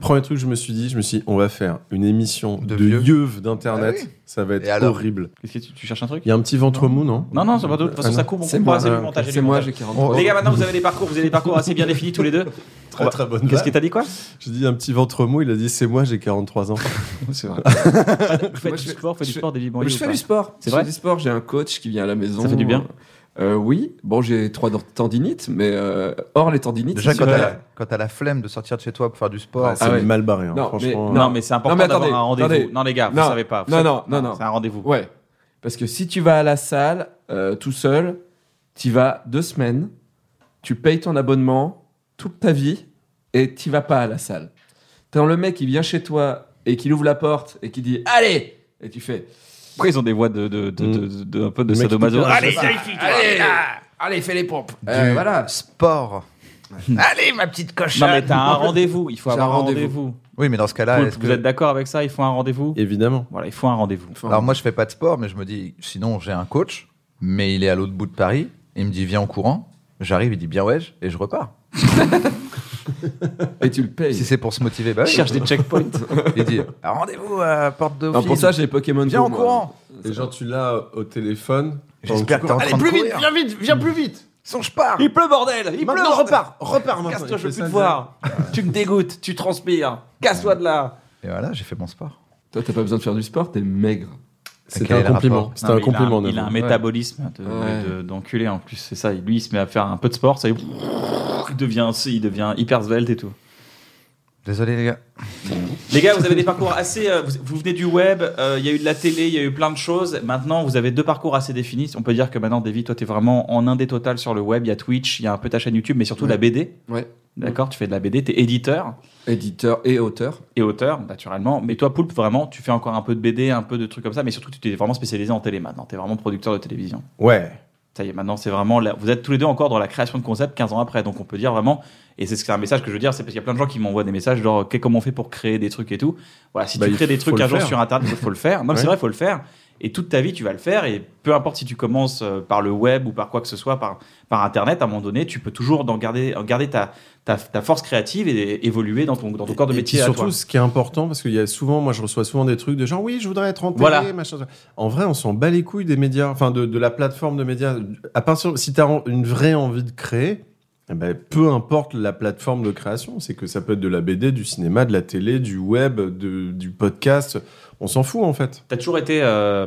Speaker 3: premier truc que je me suis dit, je me suis dit, on va faire une émission
Speaker 2: De
Speaker 3: de,
Speaker 2: vieux.
Speaker 3: yeuves d'Internet.
Speaker 2: Ah oui.
Speaker 3: Ça va être
Speaker 2: Et alors
Speaker 3: horrible.
Speaker 1: Qu'est-ce que tu, tu cherches un truc
Speaker 3: Il y a un petit ventre mou, non
Speaker 1: Non, non, c'est pas d'autre. De toute façon,
Speaker 3: Ah,
Speaker 1: ça
Speaker 3: non.
Speaker 1: coupe. On
Speaker 4: C'est
Speaker 1: coupe
Speaker 4: moi,
Speaker 1: pas. C'est
Speaker 2: euh,
Speaker 4: hein.
Speaker 1: du montage. j'ai
Speaker 4: C'est
Speaker 1: du
Speaker 4: moi,
Speaker 1: montage.
Speaker 4: j'ai 40
Speaker 2: Oh,
Speaker 1: Les gars, maintenant, vous avez des parcours. Vous avez des parcours assez bien définis tous les deux.
Speaker 3: Très très bonne
Speaker 1: Qu'est-ce que
Speaker 3: vanne.
Speaker 1: t'as dit quoi
Speaker 3: Je dis un petit ventre mou, il a dit, c'est moi, j'ai 43 ans.
Speaker 1: C'est vrai.
Speaker 4: Moi,
Speaker 1: Faites
Speaker 4: je
Speaker 1: du
Speaker 4: fais-
Speaker 1: sport, faites du
Speaker 4: je fais-
Speaker 1: sport, David
Speaker 4: Mais
Speaker 1: Bowie.
Speaker 4: je
Speaker 1: ou
Speaker 4: fais
Speaker 1: pas
Speaker 4: du sport.
Speaker 1: C'est
Speaker 4: Je
Speaker 1: vrai
Speaker 4: fais du sport. J'ai un coach qui vient à la maison.
Speaker 1: Ça fait du bien
Speaker 4: Euh, Oui. Bon, j'ai trois dor- tendinites, mais euh, hors les tendinites.
Speaker 2: Déjà,
Speaker 4: c'est
Speaker 2: quand
Speaker 4: super.
Speaker 2: t'as la, quand t'as la flemme de sortir de chez toi pour faire du sport,
Speaker 3: c'est
Speaker 4: Ah ouais.
Speaker 3: mal barré, hein,
Speaker 4: Non, mais-
Speaker 3: franchement.
Speaker 1: Non,
Speaker 4: Non.
Speaker 1: mais c'est important
Speaker 4: Non, mais
Speaker 1: d'avoir
Speaker 4: attendez,
Speaker 1: un rendez-vous.
Speaker 4: attendez.
Speaker 1: Non, les gars, vous
Speaker 4: Non.
Speaker 1: savez pas. vous
Speaker 4: Non,
Speaker 1: savez-
Speaker 4: non, non, non.
Speaker 1: C'est un rendez-vous.
Speaker 4: Ouais. Parce que si tu vas à la salle euh, tout seul, tu vas deux semaines, tu payes ton abonnement toute ta vie et tu vas pas à la salle. Quand le mec il vient chez toi et qu'il ouvre la porte et qu'il dit allez et tu fais
Speaker 1: Après, ils ont des voix de, de, de, de, de- de- un peu de
Speaker 3: Le mec qui
Speaker 1: sadomaso.
Speaker 3: te parle,
Speaker 1: Allez,
Speaker 3: je sais
Speaker 1: allez,
Speaker 4: allez allez fais les pompes
Speaker 2: Du-
Speaker 4: Euh, voilà
Speaker 2: sport.
Speaker 1: Non, mais t'as un rendez-vous. Il faut
Speaker 4: J'ai
Speaker 1: avoir
Speaker 4: un
Speaker 1: un
Speaker 4: rendez-vous.
Speaker 1: rendez-vous.
Speaker 2: Oui, mais dans ce cas-là,
Speaker 1: Poulpe,
Speaker 2: est-ce
Speaker 1: Vous
Speaker 2: que-
Speaker 1: êtes d'accord avec ça Il faut un rendez-vous
Speaker 3: Évidemment.
Speaker 1: Voilà, il faut un rendez-vous.
Speaker 4: Enfin,
Speaker 2: Alors moi, je fais pas de sport, mais je me dis, sinon j'ai un coach, mais il est à l'autre bout de Paris. Il me dit, viens en courant. J'arrive, il dit, bien ouais, et je repars.
Speaker 4: et tu le payes
Speaker 2: Si c'est pour se motiver, bah
Speaker 1: Je
Speaker 2: oui.
Speaker 1: cherche des checkpoints.
Speaker 2: Il dit, Ah, rendez-vous à Porte de
Speaker 4: Non, pour ça j'ai les Pokémon
Speaker 2: viens
Speaker 4: Go,
Speaker 2: en
Speaker 4: moi.
Speaker 2: courant.
Speaker 3: Et genre, tu l'as euh, au téléphone.
Speaker 2: J'espère que t'es en train de courir. Mm.
Speaker 3: vite, viens plus vite.
Speaker 2: Sinon, je pars.
Speaker 1: Il pleut, bordel Il pleut
Speaker 3: repars, repars
Speaker 1: Casse-toi, je veux plus te voir. Tu me dégoûtes, tu transpires. Casse-toi de là.
Speaker 2: Et voilà, j'ai fait mon sport.
Speaker 4: toi t'as pas besoin de faire du sport t'es maigre
Speaker 3: C'était
Speaker 2: Quel est
Speaker 3: un
Speaker 2: le
Speaker 3: compliment.
Speaker 2: rapport
Speaker 3: C'était
Speaker 1: Non,
Speaker 3: un
Speaker 1: mais il a-
Speaker 3: compliment.
Speaker 1: Il a,
Speaker 3: Nathan.
Speaker 1: un métabolisme de-
Speaker 4: Ouais.
Speaker 1: de- d'enculé en plus, c'est ça. Lui, il se met à faire un peu de sport, ça y est, il devient, il devient hyper svelte et tout.
Speaker 2: Désolé, les gars.
Speaker 1: Les gars, vous avez des parcours assez. euh, vous, vous venez du web, euh, il y a eu de la télé, il y a eu plein de choses. Maintenant, vous avez deux parcours assez définis. On peut dire que maintenant, David, toi, t'es vraiment en indé total sur le web. Il y a Twitch, il y a un peu ta chaîne YouTube, mais surtout
Speaker 4: Ouais.
Speaker 1: la BD.
Speaker 4: ouais
Speaker 1: D'accord, tu fais de la BD, t'es éditeur
Speaker 4: éditeur et auteur
Speaker 1: et auteur, naturellement. Mais toi, Poulpe, vraiment, tu fais encore un peu de BD, un peu de trucs comme ça, mais surtout, tu t'es vraiment spécialisé en télé maintenant. T'es vraiment producteur de télévision.
Speaker 3: Ouais.
Speaker 1: Ça y est, maintenant, c'est vraiment. la- Vous êtes tous les deux encore dans la création de concept 15 ans après. Donc, on peut dire vraiment. Et c'est ce que- c'est un message que je veux dire, c'est parce qu'il y a plein de gens qui m'envoient des messages, genre, Ok, comment on fait pour créer des trucs et tout. Voilà, si
Speaker 3: Bah,
Speaker 1: tu
Speaker 3: il
Speaker 1: crées des
Speaker 3: faut
Speaker 1: trucs
Speaker 3: le
Speaker 1: un jour
Speaker 3: faire.
Speaker 1: sur Internet, il faut le faire. Non, mais c'est
Speaker 3: Ouais.
Speaker 1: vrai, il faut le faire. Et toute ta vie, tu vas le faire. Et peu importe si tu commences euh, par le web ou par quoi que ce soit, par, par Internet, à un moment donné, tu peux toujours d'en garder, en garder ta, ta, ta force créative et évoluer dans ton, dans ton corps de
Speaker 3: Et
Speaker 1: métier.
Speaker 3: puis
Speaker 1: à
Speaker 3: surtout,
Speaker 1: toi.
Speaker 3: ce qui est important, parce qu'il y a souvent, moi je reçois souvent des trucs de genre oui, je voudrais être en télé,
Speaker 1: Voilà.
Speaker 3: machin. machin. En vrai, on s'en bat les couilles des médias, enfin de, de la plateforme de médias. À partir, si tu as une vraie envie de créer, eh ben, peu importe la plateforme de création, c'est que ça peut être de la BD, du cinéma, de la télé, du web, de- du podcast. On s'en fout en fait.
Speaker 1: T'as toujours été, euh,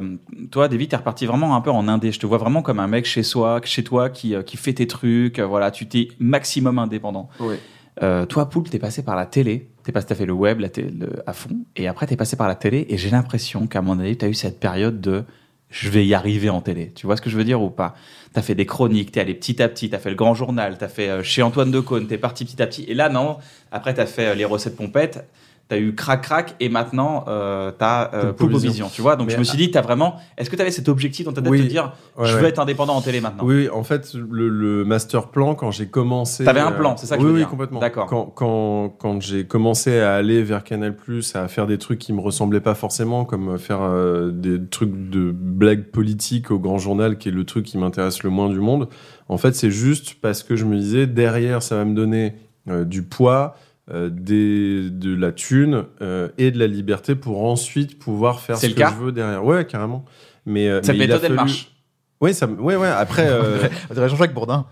Speaker 1: toi, David, t'es reparti vraiment un peu en indé. Je te vois vraiment comme un mec chez soi, chez toi, qui, euh, qui fait tes trucs. euh, Voilà, tu t'es maximum indépendant.
Speaker 4: ouais
Speaker 1: Euh, toi, Poulpe, t'es passé par la télé. T'es passé, t'as fait le web, la télé le- à fond, et après t'es passé par la télé. Et j'ai l'impression qu'à mon avis, t'as eu cette période de je vais y arriver en télé. Tu vois ce que je veux dire ou pas T'as fait des chroniques, t'es allé petit à petit, t'as fait le grand journal, t'as fait euh, chez Antoine Decaune, t'es parti petit à petit. Et là, non. Après, t'as fait euh, les recettes pompettes. T'as eu crac crac et maintenant euh, t'as euh,
Speaker 3: Poulpe
Speaker 1: Poulpe
Speaker 3: Vision.
Speaker 1: Vision, tu vois. Donc
Speaker 3: Mais
Speaker 1: je me suis dit, t'as vraiment. Est-ce que t'avais cet objectif dans ta tête
Speaker 3: Oui.
Speaker 1: de dire,
Speaker 3: Ouais,
Speaker 1: je
Speaker 3: ouais.
Speaker 1: veux être indépendant en télé maintenant
Speaker 3: Oui, oui, en fait, le, le master plan, quand j'ai commencé.
Speaker 1: T'avais un plan, c'est ça que
Speaker 3: oui,
Speaker 1: je veux
Speaker 3: oui,
Speaker 1: dire.
Speaker 3: complètement.
Speaker 1: D'accord.
Speaker 3: Quand, quand, quand j'ai commencé à aller vers Canal, à faire des trucs qui me ressemblaient pas forcément, comme faire euh, des trucs de blagues politiques au grand journal, qui est le truc qui m'intéresse le moins du monde, en fait, c'est juste parce que je me disais, derrière, ça va me donner euh, du poids. euh, des, de la thune euh, et de la liberté pour ensuite pouvoir faire
Speaker 1: C'est
Speaker 3: ce
Speaker 1: le
Speaker 3: que
Speaker 1: cas
Speaker 3: je veux derrière. Ouais, carrément. Mais, euh,
Speaker 1: Cette
Speaker 3: mais il a
Speaker 1: méthode, elle
Speaker 3: fallu-
Speaker 1: marche.
Speaker 3: Ouais, ça, me- ouais, ouais. Après, euh,
Speaker 2: On dirait Jean-Jacques Bourdin.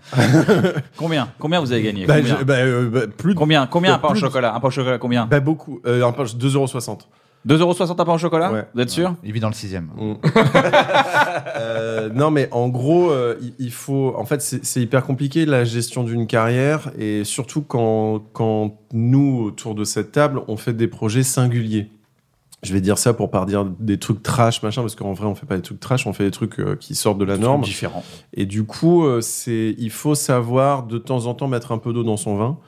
Speaker 1: Combien Combien vous avez gagné
Speaker 3: Bah,
Speaker 1: Combien
Speaker 3: je- bah, euh, bah, plus de-
Speaker 1: Combien Combien un pain au
Speaker 3: Plus de-
Speaker 1: chocolat Un pain au chocolat, combien
Speaker 3: bah, beaucoup. Euh, un pain- 2,60€.
Speaker 1: 2,60€ un pain au chocolat
Speaker 3: Ouais.
Speaker 1: Vous êtes sûr
Speaker 2: Il vit dans le sixième.
Speaker 3: Mm. Euh, non, mais en gros, euh, il, il faut. En fait, c'est c'est hyper compliqué la gestion d'une carrière et surtout quand, quand nous, autour de cette table, on fait des projets singuliers. Je vais dire ça pour pas dire des trucs trash, machin, parce qu'en vrai, on fait pas des trucs trash, on fait des trucs euh, qui sortent de la norme.
Speaker 1: Différent.
Speaker 3: Et du coup, euh, c'est il faut savoir de temps en temps mettre un peu d'eau dans son vin.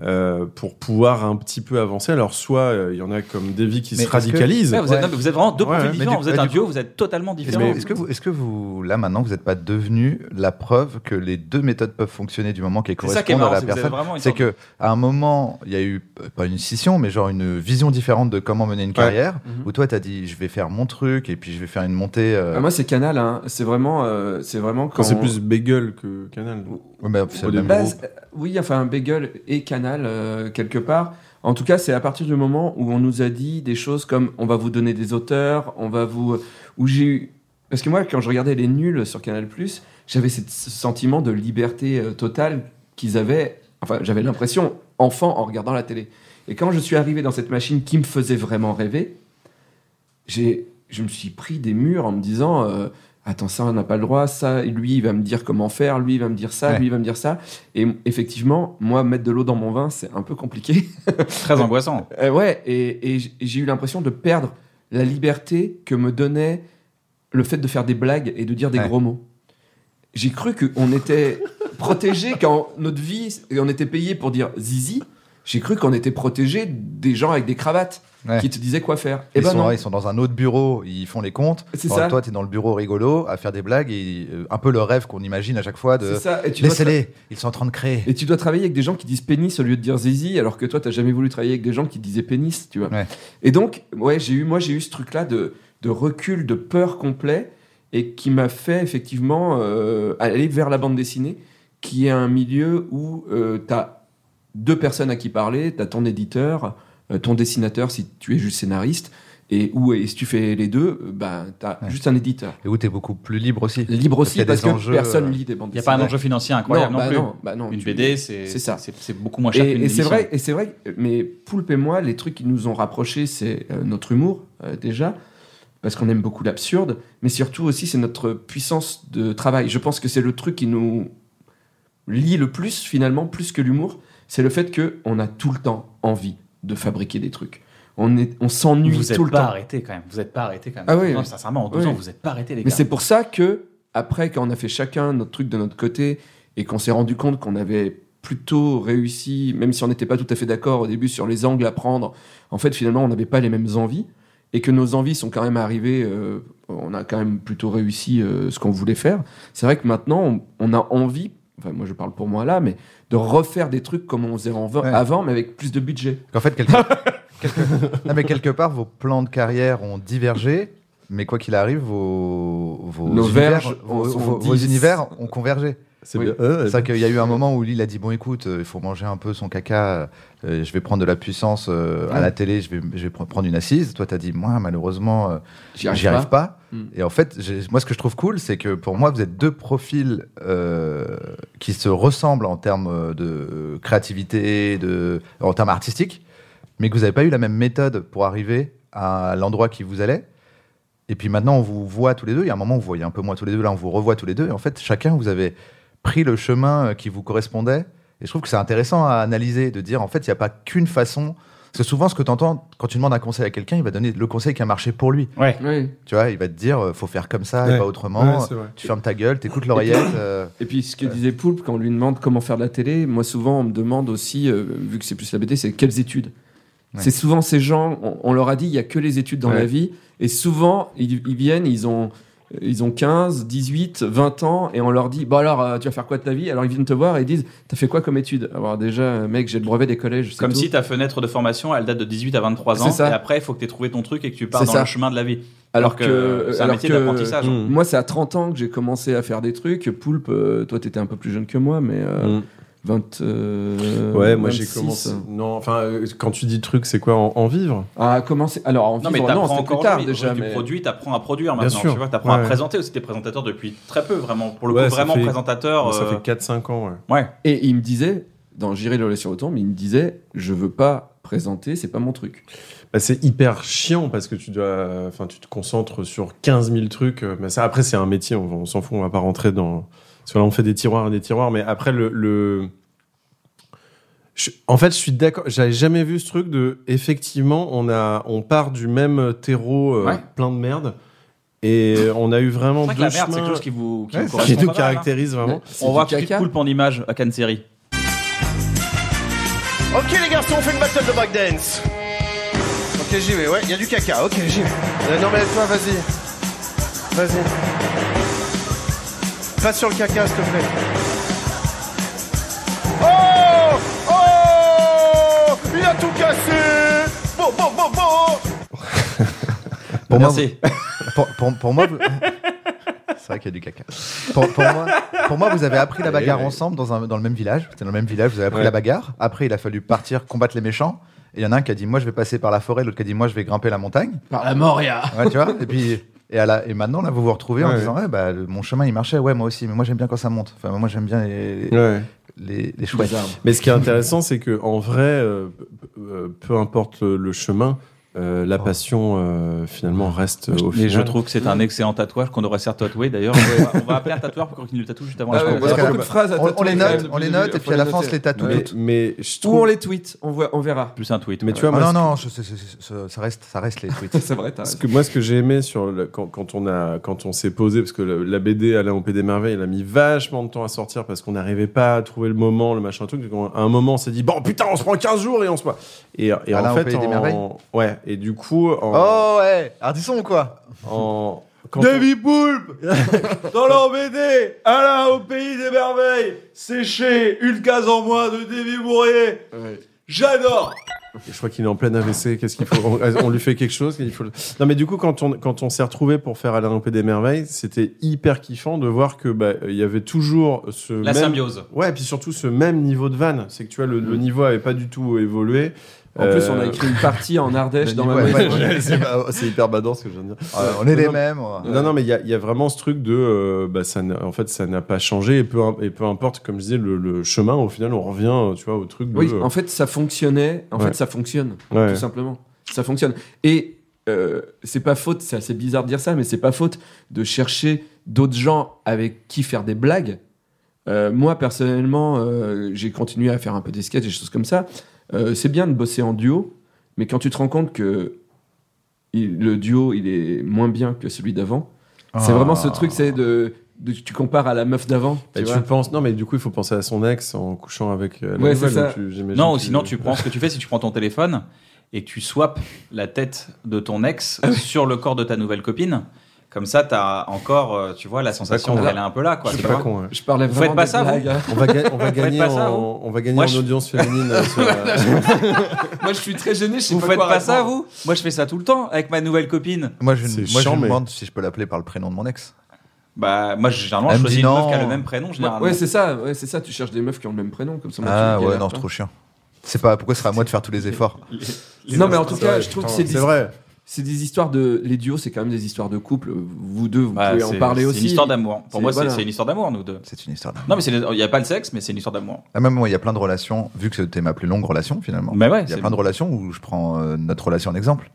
Speaker 3: euh, pour pouvoir un petit peu avancer. Alors, soit euh, il y en a comme Davy qui
Speaker 2: Mais
Speaker 3: se
Speaker 2: parce que-
Speaker 3: radicalise.
Speaker 1: Ouais, vous, êtes, non, mais vous êtes vraiment deux
Speaker 3: Ouais,
Speaker 1: profils
Speaker 3: mais
Speaker 1: différents.
Speaker 2: du-
Speaker 1: vous êtes
Speaker 2: bah,
Speaker 1: un
Speaker 2: du
Speaker 1: duo, vous êtes totalement
Speaker 2: Est-ce
Speaker 1: différents.
Speaker 2: que,
Speaker 3: Mais-
Speaker 2: est-ce que vous, est-ce que vous, là maintenant, vous n'êtes pas devenu la preuve que les deux méthodes peuvent fonctionner du moment qu'elles
Speaker 1: C'est ça qui est
Speaker 2: correspondent à
Speaker 1: marrant,
Speaker 2: la
Speaker 1: c'est que vous avez vraiment une sorte de-
Speaker 2: personne C'est que à un moment, il y a eu euh, pas une scission, mais genre une vision différente de comment mener une carrière.
Speaker 3: Mhm.
Speaker 2: Où toi, t'as dit, je vais faire mon truc et puis je vais faire une montée. euh,
Speaker 4: Ah, moi, c'est Canal. hein. C'est vraiment, euh, c'est vraiment
Speaker 3: Quand
Speaker 4: quand.
Speaker 3: c'est plus bagel que Canal.
Speaker 2: ouais, mais c'est
Speaker 3: au
Speaker 2: le même
Speaker 3: début.
Speaker 4: Bah,
Speaker 3: groupe.
Speaker 4: c'est- euh, oui, enfin, Bagel et Canal, euh, quelque part. En tout cas, c'est à partir du moment où on nous a dit des choses comme on va vous donner des auteurs, on va vous. Où j'ai eu. Parce que moi, quand je regardais les nuls sur Canal, j'avais cette- ce sentiment de liberté euh, totale qu'ils avaient. Enfin, j'avais l'impression, enfant, en regardant la télé. Et quand je suis arrivé dans cette machine qui me faisait vraiment rêver, j'ai, je me suis pris des murs en me disant euh, Attends, ça, on n'a pas le droit, ça, lui, il va me dire comment faire, lui, il va me dire ça,
Speaker 2: Ouais.
Speaker 4: lui, il va me dire ça. Et m- effectivement, moi, mettre de l'eau dans mon vin, c'est un peu compliqué.
Speaker 1: Très angoissant.
Speaker 4: Euh, ouais, et, et j- j'ai eu l'impression de perdre la liberté que me donnait le fait de faire des blagues et de dire des
Speaker 2: Ouais.
Speaker 4: gros mots. J'ai cru qu'on était protégé quand notre vie, et on était payé pour dire zizi. J'ai cru qu'on était protégé des gens avec des cravates
Speaker 2: Ouais.
Speaker 4: qui te disaient quoi faire.
Speaker 2: Ils,
Speaker 4: Eh ben
Speaker 2: sont,
Speaker 4: non.
Speaker 2: ils sont dans un autre bureau, ils font les comptes.
Speaker 4: C'est
Speaker 2: Alors,
Speaker 4: ça.
Speaker 2: Toi, t'es dans le bureau rigolo à faire des blagues et euh, un peu le rêve qu'on imagine à chaque fois
Speaker 4: C'est
Speaker 2: de
Speaker 4: ça. Et tu dois tra-
Speaker 2: laissez-les, ils sont en train de créer.
Speaker 4: et tu dois travailler avec des gens qui disent pénis au lieu de dire zizi, alors que toi, t'as jamais voulu travailler avec des gens qui disaient pénis, tu vois.
Speaker 2: Ouais.
Speaker 4: Et donc, ouais, j'ai eu, moi, j'ai eu ce truc-là de, de recul, de peur complet, et qui m'a fait effectivement euh, aller vers la bande dessinée, qui est un milieu où euh, t'as deux personnes à qui parler, t'as ton éditeur, euh, ton dessinateur si tu es juste scénariste, et où, et si tu fais les deux, euh, bah, t'as
Speaker 2: Ouais.
Speaker 4: juste un éditeur.
Speaker 2: Et où t'es beaucoup plus libre aussi.
Speaker 4: Libre
Speaker 2: Parce qu'il
Speaker 4: aussi,
Speaker 2: y a
Speaker 4: parce
Speaker 2: des
Speaker 4: que
Speaker 2: enjeux, euh,
Speaker 4: personne lit des bandes
Speaker 1: Il n'y a
Speaker 4: dessinées.
Speaker 1: pas un enjeu financier incroyable non,
Speaker 4: bah
Speaker 1: plus.
Speaker 4: non, bah non,
Speaker 1: Une
Speaker 4: tu-
Speaker 1: BD, c'est
Speaker 4: c'est ça.
Speaker 1: c'est- c'est beaucoup moins cher qu'une
Speaker 4: et, et c'est
Speaker 1: émission.
Speaker 4: vrai, et c'est vrai, que- mais Poulpe et moi, les trucs qui nous ont rapprochés, c'est euh, notre humour euh, déjà, parce qu'on aime beaucoup l'absurde, mais surtout aussi c'est notre puissance de travail. Je pense que c'est le truc qui nous lie le plus finalement, plus que l'humour, c'est le fait que on a tout le temps envie de fabriquer des trucs. On est, on s'ennuie
Speaker 1: Vous
Speaker 4: tout
Speaker 1: n'êtes
Speaker 4: le
Speaker 1: pas
Speaker 4: temps.
Speaker 1: arrêté quand même. Vous n'êtes pas arrêté quand même.
Speaker 4: Ah oui,
Speaker 1: bah, Non,
Speaker 4: oui.
Speaker 1: Sincèrement, en deux
Speaker 4: Oui.
Speaker 1: ans, vous n'êtes pas arrêté, les
Speaker 4: Mais
Speaker 1: gars.
Speaker 4: c'est pour ça que, après, quand on a fait chacun notre truc de notre côté et qu'on s'est rendu compte qu'on avait plutôt réussi, même si on n'était pas tout à fait d'accord au début sur les angles à prendre, en fait, finalement, on n'avait pas les mêmes envies et que nos envies sont quand même arrivées, euh, on a quand même plutôt réussi euh, ce qu'on voulait faire. C'est vrai que maintenant, on, on a envie, enfin, moi je parle pour moi là, mais de refaire des trucs comme on faisait en-
Speaker 2: Ouais.
Speaker 4: avant, mais avec plus de budget.
Speaker 2: Qu'en fait, quelque... quelque- Non, mais quelque part, vos plans de carrière ont divergé, mais quoi qu'il arrive, vos, vos,
Speaker 4: Nos
Speaker 2: univers,
Speaker 4: verges
Speaker 2: vos,
Speaker 4: sont
Speaker 2: vos- vos
Speaker 4: dix.
Speaker 2: univers ont convergé.
Speaker 3: C'est
Speaker 4: Oui.
Speaker 3: bien. Euh,
Speaker 2: C'est vrai qu'il y a eu un moment où Lille a dit Bon, écoute, euh, il faut manger un peu son caca, euh, je vais prendre de la puissance euh, à
Speaker 4: Ouais.
Speaker 2: la télé, je vais, je vais pre- prendre une assise. Toi, t'as dit Moi, malheureusement, euh,
Speaker 4: J'y arrive,
Speaker 2: j'y arrive
Speaker 4: pas.
Speaker 2: pas.
Speaker 4: Mm.
Speaker 2: Et en fait, j'ai- moi, ce que je trouve cool, c'est que pour moi, vous êtes deux profils euh, qui se ressemblent en termes de créativité, de, en termes artistiques, mais que vous n'avez pas eu la même méthode pour arriver à l'endroit qui vous allait. Et puis maintenant, on vous voit tous les deux. Il y a un moment, où vous voyez un peu moins tous les deux. Là, on vous revoit tous les deux. Et en fait, chacun, vous avez pris le chemin euh, qui vous correspondait. Et je trouve que c'est intéressant à analyser, de dire, en fait, il n'y a pas qu'une façon. Parce que souvent, ce que tu entends, quand tu demandes un conseil à quelqu'un, il va donner le conseil qui a marché pour lui.
Speaker 4: Oui.
Speaker 2: Tu vois, il va te dire, euh, faut faire comme ça et
Speaker 3: Ouais.
Speaker 2: pas autrement.
Speaker 3: Ouais, c'est vrai.
Speaker 2: tu fermes ta gueule, t'écoutes l'oreillette. euh,
Speaker 4: Et puis ce que disait Poulpe quand on lui demande comment faire de la télé, moi souvent on me demande aussi, euh, vu que c'est plus la BD, c'est quelles études
Speaker 2: Ouais.
Speaker 4: C'est souvent ces gens, on, on leur a dit il y a que les études dans
Speaker 3: Ouais.
Speaker 4: la vie, et souvent ils, ils viennent, ils ont, ils ont 15, 18, 20 ans, et on leur dit, bon alors euh, tu vas faire quoi de ta vie Alors ils viennent te voir et ils disent, t'as fait quoi comme études Alors déjà, euh, mec, j'ai le brevet des collèges, c'est
Speaker 1: Comme
Speaker 4: tout.
Speaker 1: si ta fenêtre de formation, elle date de 18 à 23 ans.
Speaker 4: C'est ça.
Speaker 1: Et après, il faut que tu aies trouvé ton truc et que tu pars
Speaker 4: C'est
Speaker 1: dans
Speaker 4: ça.
Speaker 1: le chemin de la vie. euh,
Speaker 4: alors que, euh,
Speaker 1: c'est un
Speaker 4: alors
Speaker 1: métier
Speaker 4: que- Mmh.
Speaker 1: d'apprentissage. hein.
Speaker 3: Mm.
Speaker 4: Moi, c'est à 30 ans que j'ai commencé à faire des trucs. Poulpe, euh, toi, t'étais un peu plus jeune que moi, mais euh,
Speaker 3: Mm.
Speaker 4: 20. euh,
Speaker 3: Ouais, moi j'ai
Speaker 4: 26.
Speaker 3: commencé. Non, enfin, euh, quand tu dis truc, c'est quoi en, en vivre
Speaker 4: Ah, commencer. Alors, en
Speaker 1: Non, mais
Speaker 4: vivre, non,
Speaker 1: t'apprends
Speaker 4: c'était
Speaker 1: encore
Speaker 4: plus tard
Speaker 1: aujourd'hui.
Speaker 4: déjà.
Speaker 1: Aujourd'hui,
Speaker 4: mais-
Speaker 1: Tu produis, t'apprends à produire
Speaker 3: Bien
Speaker 1: maintenant.
Speaker 3: sûr.
Speaker 1: Tu vois, t'apprends
Speaker 3: Ouais.
Speaker 1: à présenter aussi. T'es présentateur depuis très peu, vraiment. Pour le
Speaker 3: Ouais,
Speaker 1: coup,
Speaker 3: ça
Speaker 1: vraiment
Speaker 3: fait-
Speaker 1: présentateur.
Speaker 3: Ça
Speaker 1: euh,
Speaker 3: fait 4-5 ans, ouais.
Speaker 1: Ouais.
Speaker 4: Et il me disait, dans J'irai le lait sur le tombe, il me disait, je veux pas présenter, c'est pas mon truc.
Speaker 3: Bah, c'est hyper chiant parce que tu dois, enfin, tu te concentres sur 15 000 trucs. euh, Mais ça, après, c'est un métier. On, va- on s'en fout. On va pas rentrer dans. Parce que là, on fait des tiroirs et des tiroirs. Mais après, le, le- Je- en fait, je suis d'accord. J'avais jamais vu ce truc de. Effectivement, on a, on part du même terreau euh,
Speaker 1: Ouais.
Speaker 3: plein de merde. Et on a eu vraiment
Speaker 1: C'est vrai
Speaker 3: deux
Speaker 1: que la merde, c'est
Speaker 3: chemins
Speaker 1: quelque chose qui vous qui
Speaker 3: Ouais,
Speaker 1: vous
Speaker 3: qui
Speaker 1: correspond pas
Speaker 3: nous
Speaker 1: mal, hein.
Speaker 3: caractérise vraiment.
Speaker 4: C'est
Speaker 1: On
Speaker 4: du
Speaker 1: voit que tu
Speaker 4: caca.
Speaker 1: coupes en image à Cannes série.
Speaker 6: Ok les garçons, on fait une battle de breakdance. Ok j'y vais, ouais, il y a du caca, ok j'y vais. Euh, non mais toi vas-y. Vas-y. Passe sur le caca s'il te plaît. Oh Oh Il a tout cassé Bon, bon, bon, bon
Speaker 2: Pour moi,
Speaker 1: Merci.
Speaker 2: Pour, pour- pour moi, vous- c'est vrai qu'il y a du caca. Pour, pour moi, pour moi, vous avez appris la bagarre
Speaker 3: Ouais, ouais.
Speaker 2: ensemble dans, un, dans le même village. C'était dans le même village, vous avez appris
Speaker 3: Ouais.
Speaker 2: la bagarre. Après, il a fallu partir combattre les méchants. Et il y en a un qui a dit Moi, je vais passer par la forêt. L'autre qui a dit Moi, je vais grimper la montagne.
Speaker 4: Par la Moria.
Speaker 2: Ouais, tu vois Et puis. Et, à la- et maintenant, là, vous vous retrouvez en
Speaker 3: Ouais,
Speaker 2: disant Ouais, bah, le- Mon chemin, il marchait. Ouais, moi aussi. Mais moi, j'aime bien quand ça monte. Enfin, moi, j'aime bien les, les,
Speaker 3: Ouais.
Speaker 2: les, les chouettes.
Speaker 4: Les arbres.
Speaker 3: Mais ce qui est intéressant, c'est que en vrai, euh, p- euh, peu importe le, le chemin, euh, la passion euh, finalement reste euh, au
Speaker 1: Mais
Speaker 3: final.
Speaker 1: Oh. je trouve que c'est un excellent tatouage qu'on devrait se faire tatouer d'ailleurs. On va- on va appeler un tatoueur pour qu'il nous le tatoue juste avant la
Speaker 4: Ah ouais,
Speaker 1: soirée.
Speaker 4: on a
Speaker 2: Parce que-
Speaker 4: beaucoup de phrases à
Speaker 2: On, on
Speaker 4: tatouer,
Speaker 2: les
Speaker 4: quand même,
Speaker 2: note,
Speaker 4: depuis
Speaker 2: on les
Speaker 4: le
Speaker 2: note,
Speaker 4: début.
Speaker 2: et
Speaker 4: Faut
Speaker 2: puis à la fin, on
Speaker 4: noter.
Speaker 2: se les tatoue
Speaker 3: Mais,
Speaker 2: toutes.
Speaker 3: mais je
Speaker 4: Ou on
Speaker 3: trouve.
Speaker 4: les tweet, on, voit, on verra.
Speaker 1: Plus un tweet.
Speaker 3: Mais tu vois,
Speaker 2: Ah
Speaker 3: moi,
Speaker 2: non,
Speaker 3: ce-
Speaker 2: non, je- c'est- c'est- c'est- ça, reste, ça reste les tweets.
Speaker 4: C'est vrai, t'as
Speaker 3: ce
Speaker 4: raison.
Speaker 3: que, moi, ce que j'ai aimé sur le- quand, quand on a quand on s'est posé, parce que le- la BD Alain au Pays des Merveilles, elle a mis vachement de temps à sortir parce qu'on n'arrivait pas à trouver le moment, le machin truc. Donc, on- à un moment, on s'est dit bon putain, on se prend 15 jours et on se voit. Et, et
Speaker 2: Alain
Speaker 3: en
Speaker 2: au
Speaker 3: fait,
Speaker 2: Pays des
Speaker 3: en-
Speaker 2: Merveilles
Speaker 3: ouais. Et du coup, en,
Speaker 2: Oh ouais, Ardisson ou quoi
Speaker 3: en- quand on-
Speaker 2: Demi Poulpe
Speaker 3: Dans leur BD, Alain au pays des merveilles, séché, une case en moins de Davy Bourrier. J'adore Je crois qu'il est en pleine AVC, qu'est-ce qu'il faut on, euh, on lui fait quelque chose il faut... le- Non mais du coup, quand on, quand on s'est retrouvé pour faire Alain au pays des merveilles, c'était hyper kiffant de voir que bah, il y avait toujours ce
Speaker 1: La
Speaker 3: même...
Speaker 1: symbiose. Mm.
Speaker 3: Ouais, et puis surtout ce même niveau de vanne. C'est que tu vois, le, le niveau avait pas du tout évolué.
Speaker 4: En plus, on a
Speaker 3: Euh,
Speaker 4: écrit une partie en Ardèche dans ma
Speaker 2: Ouais,
Speaker 4: maison.
Speaker 2: ouais, ouais.
Speaker 3: C'est hyper badant ce que je viens de dire.
Speaker 2: Ah, On est les
Speaker 3: Non,
Speaker 2: mêmes.
Speaker 3: Non, non, mais il y, a- il y a vraiment ce truc de, euh, bah, ça n'a- en fait, ça n'a pas changé et peu, im- et peu importe, comme je disais, le, le chemin, au final, on revient, euh, tu vois, au truc de.
Speaker 4: Oui,
Speaker 3: euh,
Speaker 4: en fait, ça fonctionnait. En
Speaker 3: Ouais.
Speaker 4: fait, ça fonctionne,
Speaker 3: ouais.
Speaker 4: tout simplement. Ça fonctionne. Et euh, c'est pas faute, c'est assez bizarre de dire ça, mais c'est pas faute de chercher d'autres gens avec qui faire des blagues. Euh, moi, personnellement, euh, j'ai continué à faire un peu des sketchs, des choses comme ça. Euh, c'est bien de bosser en duo, mais quand tu te rends compte que il- le duo, il est moins bien que celui d'avant, c'est vraiment
Speaker 1: Ah.
Speaker 4: ce truc, c'est de, de- Tu compares à la meuf d'avant.
Speaker 3: Bah,
Speaker 4: tu
Speaker 3: Ah. tu
Speaker 4: vois.
Speaker 3: penses, non, mais du coup, il faut penser à son ex en couchant avec. euh, la
Speaker 4: Ouais, c'est
Speaker 3: nouvelle,
Speaker 4: ça.
Speaker 3: donc tu- j'imagine
Speaker 1: Non, ou
Speaker 3: que-
Speaker 1: sinon tu prends ce que tu fais, si tu prends ton téléphone et que tu swaps la tête de ton ex
Speaker 3: Ah
Speaker 1: sur le corps de ta nouvelle copine, comme ça t'as encore, euh, tu vois, la sensation
Speaker 4: con.
Speaker 1: qu'elle est un peu là, quoi.
Speaker 3: hein. C'est
Speaker 1: tu
Speaker 3: pas
Speaker 1: vois.
Speaker 3: con, ouais.
Speaker 4: Je parlais
Speaker 1: Vous
Speaker 4: vraiment
Speaker 1: faites pas
Speaker 4: des
Speaker 1: ça, vous
Speaker 4: blagues, hein.
Speaker 3: On va, ga- on va gagner,
Speaker 1: pas ça,
Speaker 3: en, on va gagner
Speaker 1: Moi,
Speaker 3: en
Speaker 1: je-
Speaker 3: audience féminine. euh, sur la-
Speaker 4: Moi, je suis très gêné. Je sais
Speaker 1: Vous
Speaker 4: pas
Speaker 1: faites
Speaker 4: quoi
Speaker 1: pas ça,
Speaker 4: répondre.
Speaker 1: vous Moi, je fais ça tout le temps avec ma nouvelle copine.
Speaker 2: Moi, je,
Speaker 3: C'est
Speaker 2: moi, je
Speaker 3: chiant,
Speaker 2: me
Speaker 3: mais-
Speaker 2: demande si je peux l'appeler par le prénom de mon ex.
Speaker 1: Bah, moi, généralement,
Speaker 2: Elle
Speaker 1: je
Speaker 2: me
Speaker 1: choisis
Speaker 2: dit
Speaker 1: une meuf
Speaker 2: non.
Speaker 1: qui a le même prénom, généralement.
Speaker 4: Ouais, c'est ça, ouais, c'est ça. Tu cherches des meufs qui ont le même prénom, comme ça. moi,
Speaker 2: Ah
Speaker 4: tu
Speaker 2: ouais,
Speaker 4: galères
Speaker 2: non,
Speaker 4: pas.
Speaker 2: c'est trop chiant. C'est pas pourquoi ce sera à moi de faire tous les efforts.
Speaker 4: Non, mais en tout cas, je trouve que c'est
Speaker 3: C'est
Speaker 4: des,
Speaker 3: vrai.
Speaker 4: c'est des histoires de. Les duos, c'est quand même des histoires de couple. Vous deux, vous
Speaker 1: Bah,
Speaker 4: pouvez en
Speaker 1: c'est-
Speaker 4: parler
Speaker 1: C'est
Speaker 4: aussi.
Speaker 1: une histoire d'amour. Pour
Speaker 4: C'est-
Speaker 1: moi, c'est-
Speaker 4: voilà.
Speaker 1: c'est une histoire d'amour, nous deux.
Speaker 2: C'est une histoire. d'amour.
Speaker 1: Non, mais c'est- il n'y a pas le sexe, mais c'est une histoire d'amour.
Speaker 2: Ah, même moi, il y a plein de relations. Vu que c'était ma plus longue relation finalement,
Speaker 1: Mais ouais,
Speaker 2: il y a
Speaker 1: c'est-
Speaker 2: plein de relations où je prends euh, notre relation en exemple.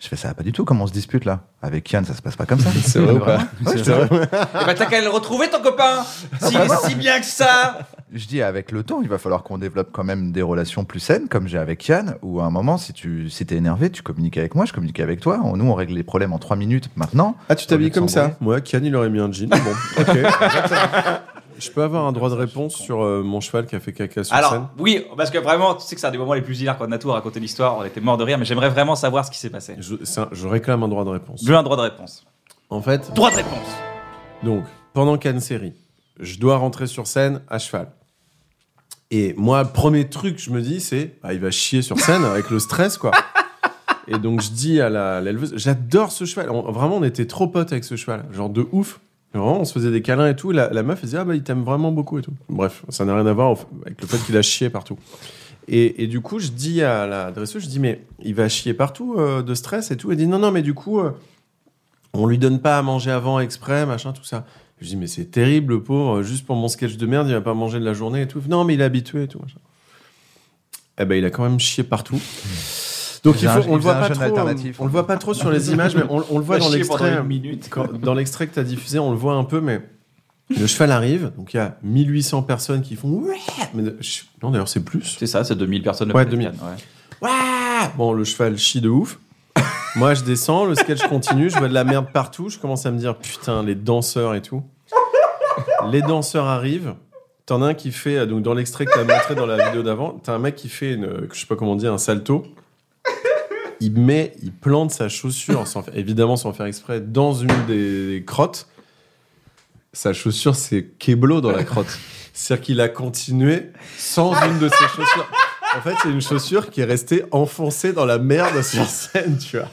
Speaker 2: Je fais ça va pas du tout comme on se dispute là. Avec Kian, ça se passe pas comme ça.
Speaker 3: C'est vrai ou pas
Speaker 2: Vraiment. Ouais, je te
Speaker 3: C'est vrai.
Speaker 1: Eh ben, t'as qu'à le retrouver, ton copain
Speaker 3: Ah,
Speaker 1: S'il est si bien que ça
Speaker 2: Je dis avec le temps, il va falloir qu'on développe quand même des relations plus saines, comme j'ai avec Yann, où à un moment, si tu si t'es énervé, tu communiques avec moi, je communique avec toi. On- Nous, on règle les problèmes en trois minutes maintenant.
Speaker 3: Ah, tu
Speaker 2: Au
Speaker 3: t'habilles
Speaker 2: lieu de
Speaker 3: comme ça
Speaker 2: s'embrouiller.
Speaker 3: Moi, Kian, il aurait mis un jean. Bon, ok. Je peux avoir un droit de réponse sur euh, mon cheval qui a fait caca sur scène
Speaker 1: Alors, oui, parce que vraiment, tu sais que c'est un des moments les plus hilaires qu'on a tout raconter l'histoire. On était mort de rire, mais j'aimerais vraiment savoir ce qui s'est passé.
Speaker 3: Je, c'est un- je réclame un droit de réponse.
Speaker 1: Je veux un droit de réponse.
Speaker 3: En fait,
Speaker 1: Droit de réponse
Speaker 3: donc, pendant Cannes série, je dois rentrer sur scène à cheval. Et moi, premier truc, que je me dis, c'est bah, il va chier sur scène avec le stress, quoi. Et donc, je dis à la- à l'éleveuse j'adore ce cheval. On- vraiment, on était trop potes avec ce cheval. Genre de ouf. Vraiment, on se faisait des câlins et tout. La, la meuf, elle disait ah bah, il t'aime vraiment beaucoup et tout. Bref, ça n'a rien à voir au- avec le fait qu'il a chié partout. Et, et du coup, je dis à la dresseuse je dis, mais il va chier partout euh, de stress et tout. Elle dit, non, non, mais du coup, euh, on lui donne pas à manger avant exprès, machin, tout ça. Je dis, mais c'est terrible, le pauvre, juste pour mon sketch de merde, il va pas manger de la journée et tout. Non, mais il est habitué et tout, machin. Eh ben, il a quand même chié partout. Donc,
Speaker 2: Il
Speaker 3: il faut,
Speaker 2: faisait un-
Speaker 3: on
Speaker 2: il
Speaker 3: le voit
Speaker 2: faisait un
Speaker 3: pas
Speaker 2: jeune
Speaker 3: trop.
Speaker 2: alternatif.
Speaker 3: on- On le voit pas trop sur les images, mais on, on le voit dans
Speaker 1: Chier pendant
Speaker 3: l'extrait.
Speaker 1: une minute.
Speaker 3: Quand- dans l'extrait que tu as diffusé, on le voit un peu, mais le cheval arrive. Donc il y a 1800 personnes qui font ouais. Mais je- non, d'ailleurs, c'est plus.
Speaker 1: C'est ça, c'est 2000 personnes.
Speaker 3: Ouais,
Speaker 1: peut-être,
Speaker 3: 2000.
Speaker 1: Yann, ouais.
Speaker 3: Ouais. Bon, le cheval chie de ouf. Moi, je descends, le sketch continue, je vois de la merde partout. Je commence à me dire putain, les danseurs et tout. Les danseurs arrivent. T'en as un qui fait, euh, donc dans l'extrait que t'as montré dans la vidéo d'avant, t'as un mec qui fait, une, euh, je sais pas comment dire, un salto. Il met, il plante sa chaussure, sans, fa- évidemment sans faire exprès, dans une des, crottes. Sa chaussure, c'est keblo dans la crotte. C'est-à-dire qu'il a continué sans une de ses chaussures. En fait, c'est une chaussure qui est restée enfoncée dans la merde sur scène, tu vois.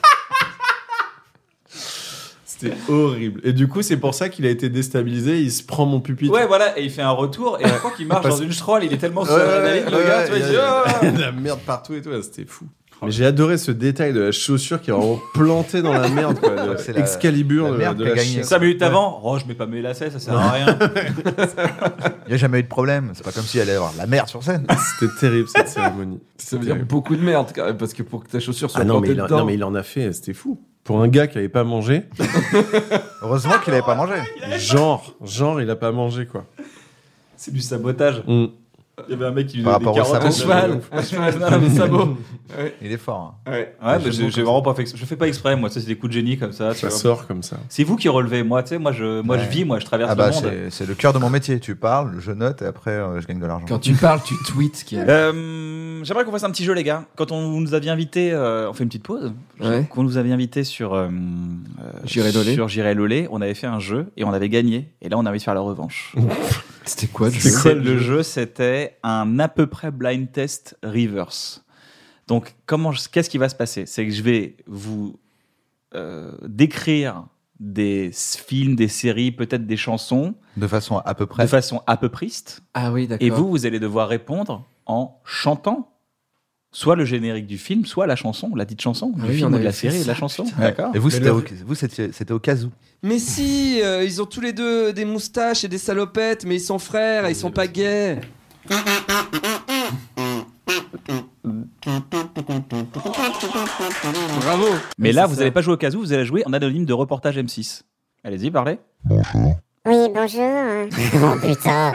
Speaker 3: C'était horrible. Et du coup, c'est pour ça qu'il a été déstabilisé. Il se prend mon pupitre.
Speaker 1: Ouais, voilà, et il fait un retour, et je crois qu'il marche
Speaker 3: Parce-
Speaker 1: dans une stroll, il est tellement sur
Speaker 3: Ouais, ouais,
Speaker 1: le
Speaker 3: ouais,
Speaker 1: gars, tu vois, il
Speaker 3: ouais, il
Speaker 1: dit,
Speaker 3: y a-
Speaker 1: Ah
Speaker 3: il y a de la merde partout et tout, ouais, c'était fou.
Speaker 2: Oh.
Speaker 3: Mais j'ai adoré ce détail de la chaussure qui est vraiment plantée dans la merde, quoi. de-
Speaker 2: Donc c'est la-
Speaker 3: Excalibur
Speaker 2: la
Speaker 3: de-
Speaker 2: merde
Speaker 3: de
Speaker 2: qui a
Speaker 3: la
Speaker 2: gagné.
Speaker 3: chienne.
Speaker 1: Cinq minutes avant, oh, je mets pas mes lacets, ça sert à rien.
Speaker 2: Il n'y a jamais eu de problème. C'est pas comme s'il allait y avoir de la merde sur scène.
Speaker 3: C'était terrible cette cérémonie.
Speaker 4: Ça
Speaker 3: C'était
Speaker 4: veut dire
Speaker 3: terrible.
Speaker 4: beaucoup de merde, quand même, parce que pour que ta chaussure soit
Speaker 3: Ah non, mais
Speaker 4: plantée
Speaker 3: il en-
Speaker 4: dedans.
Speaker 3: non, mais il en a fait, c'était fou. Pour un gars qui avait pas mangé,
Speaker 2: Heureusement qu'il n'avait pas mangé.
Speaker 3: genre, genre, il a pas mangé, quoi.
Speaker 1: C'est du sabotage.
Speaker 3: Mm.
Speaker 1: Il y avait un mec qui lui
Speaker 2: Par
Speaker 1: donnait des
Speaker 2: rapport au
Speaker 1: carottes à
Speaker 2: sabot.
Speaker 1: cheval. À cheval, non, le sabot.
Speaker 2: Il est fort. hein.
Speaker 4: Ouais.
Speaker 1: Ouais, mais j'ai j'ai vraiment pas fait. ex- Je fais pas exprès, moi. Ça, c'est des coups de génie comme ça. tu
Speaker 3: Ça
Speaker 1: vois.
Speaker 3: sort comme ça.
Speaker 1: C'est vous qui relevez. Moi, tu sais, moi, je, moi, je
Speaker 2: Ouais.
Speaker 1: vis, moi, je traverse
Speaker 2: Ah bah
Speaker 1: le monde.
Speaker 2: c'est c'est le cœur de mon métier. Tu parles, je note et après euh, je gagne de l'argent.
Speaker 4: Quand tu parles, tu tweets. Qui
Speaker 1: Euh, J'aimerais qu'on fasse un petit jeu, les gars. Quand on vous nous avait invité, on fait une petite pause.
Speaker 4: Ouais.
Speaker 1: Quand on nous avait invité sur euh, euh,
Speaker 4: J'irai Lolé.
Speaker 1: sur J'irai Lolé, on avait fait un jeu et on avait gagné. Et là, on a envie de faire la revanche.
Speaker 4: C'était quoi le
Speaker 1: C'est
Speaker 4: jeu
Speaker 1: le, jeu, c'était un à peu près blind test reverse. Donc, comment, je- qu'est-ce qui va se passer C'est que je vais vous euh, décrire des s- films, des séries, peut-être des chansons,
Speaker 2: De façon à peu
Speaker 1: de
Speaker 2: près.
Speaker 1: façon à peu priste.
Speaker 4: Ah oui, d'accord.
Speaker 1: Et vous, vous allez devoir répondre en chantant soit le générique du film, soit la chanson, la petite chanson, du
Speaker 4: Ah oui, on
Speaker 1: film, ou de
Speaker 4: avait
Speaker 1: la
Speaker 4: fait
Speaker 1: série, et de la
Speaker 4: ça,
Speaker 1: chanson.
Speaker 4: putain.
Speaker 1: D'accord
Speaker 2: Et vous,
Speaker 4: Mais
Speaker 2: c'était
Speaker 4: le-
Speaker 2: au, vous, c'était c'était au cas où.
Speaker 7: Mais si, euh, ils ont tous les deux des moustaches et des salopettes, mais ils sont frères et ils sont pas gays. Bravo.
Speaker 1: Mais là,
Speaker 4: c'est
Speaker 1: vous
Speaker 4: ça.
Speaker 1: n'allez pas jouer au casou, vous allez jouer en anonyme de reportage M6. Allez-y, parlez.
Speaker 8: Oui, bonjour. oh putain.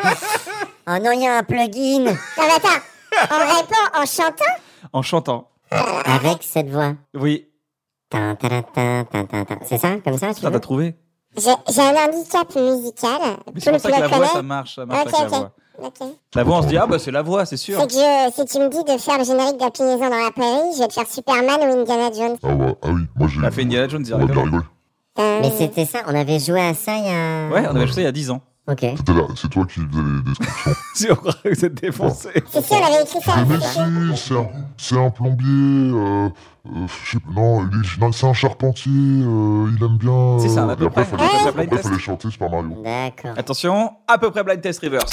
Speaker 8: Oh non, il y a un plugin. Non, mais attends. On répond en chantant
Speaker 1: En chantant.
Speaker 8: Avec cette voix.
Speaker 1: Oui.
Speaker 8: Tin, tin, tin, tin, tin, tin. C'est ça Comme ça, tu
Speaker 1: Ça, t'as
Speaker 8: veux
Speaker 1: trouvé
Speaker 8: J'ai j'ai un handicap musical.
Speaker 1: Mais
Speaker 8: Tout
Speaker 1: c'est
Speaker 8: le
Speaker 1: pour ça que la
Speaker 8: monde
Speaker 1: voix, ça
Speaker 8: connaît.
Speaker 1: marche, ça marche
Speaker 8: Ok,
Speaker 1: avec
Speaker 8: ok.
Speaker 1: la voix.
Speaker 8: Ok.
Speaker 1: La voix, on se dit, ah bah c'est la voix, c'est sûr.
Speaker 8: C'est que je- si tu me dis de faire le générique de Pinaison dans la prairie, je vais te faire Superman ou Indiana Jones.
Speaker 9: Ah, bah, ah oui, moi j'ai.
Speaker 1: On a fait Indiana Jones
Speaker 9: On a bien
Speaker 1: directement.
Speaker 9: rigolé.
Speaker 8: Mais c'était ça, on avait joué à ça il y a...
Speaker 1: Ouais, on avait fait ça il y a 10 ans.
Speaker 8: Ok.
Speaker 9: C'était là, C'est toi qui faisais les, les
Speaker 1: Si on croit que vous êtes défoncé.
Speaker 8: C'est sûr, on avait écrit ça.
Speaker 9: Mais
Speaker 8: c'est sûr.
Speaker 9: si, c'est un, c'est un plombier. Euh, euh, je sais pas, non, il est- non, c'est un charpentier. euh, il aime bien.
Speaker 1: C'est ça, à
Speaker 9: euh,
Speaker 1: peu
Speaker 9: et après,
Speaker 1: près.
Speaker 9: fallait,
Speaker 1: Ouais.
Speaker 9: après,
Speaker 1: Blind test.
Speaker 9: fallait chanter Super Mario.
Speaker 8: D'accord.
Speaker 1: Attention, à peu près blind test reverse.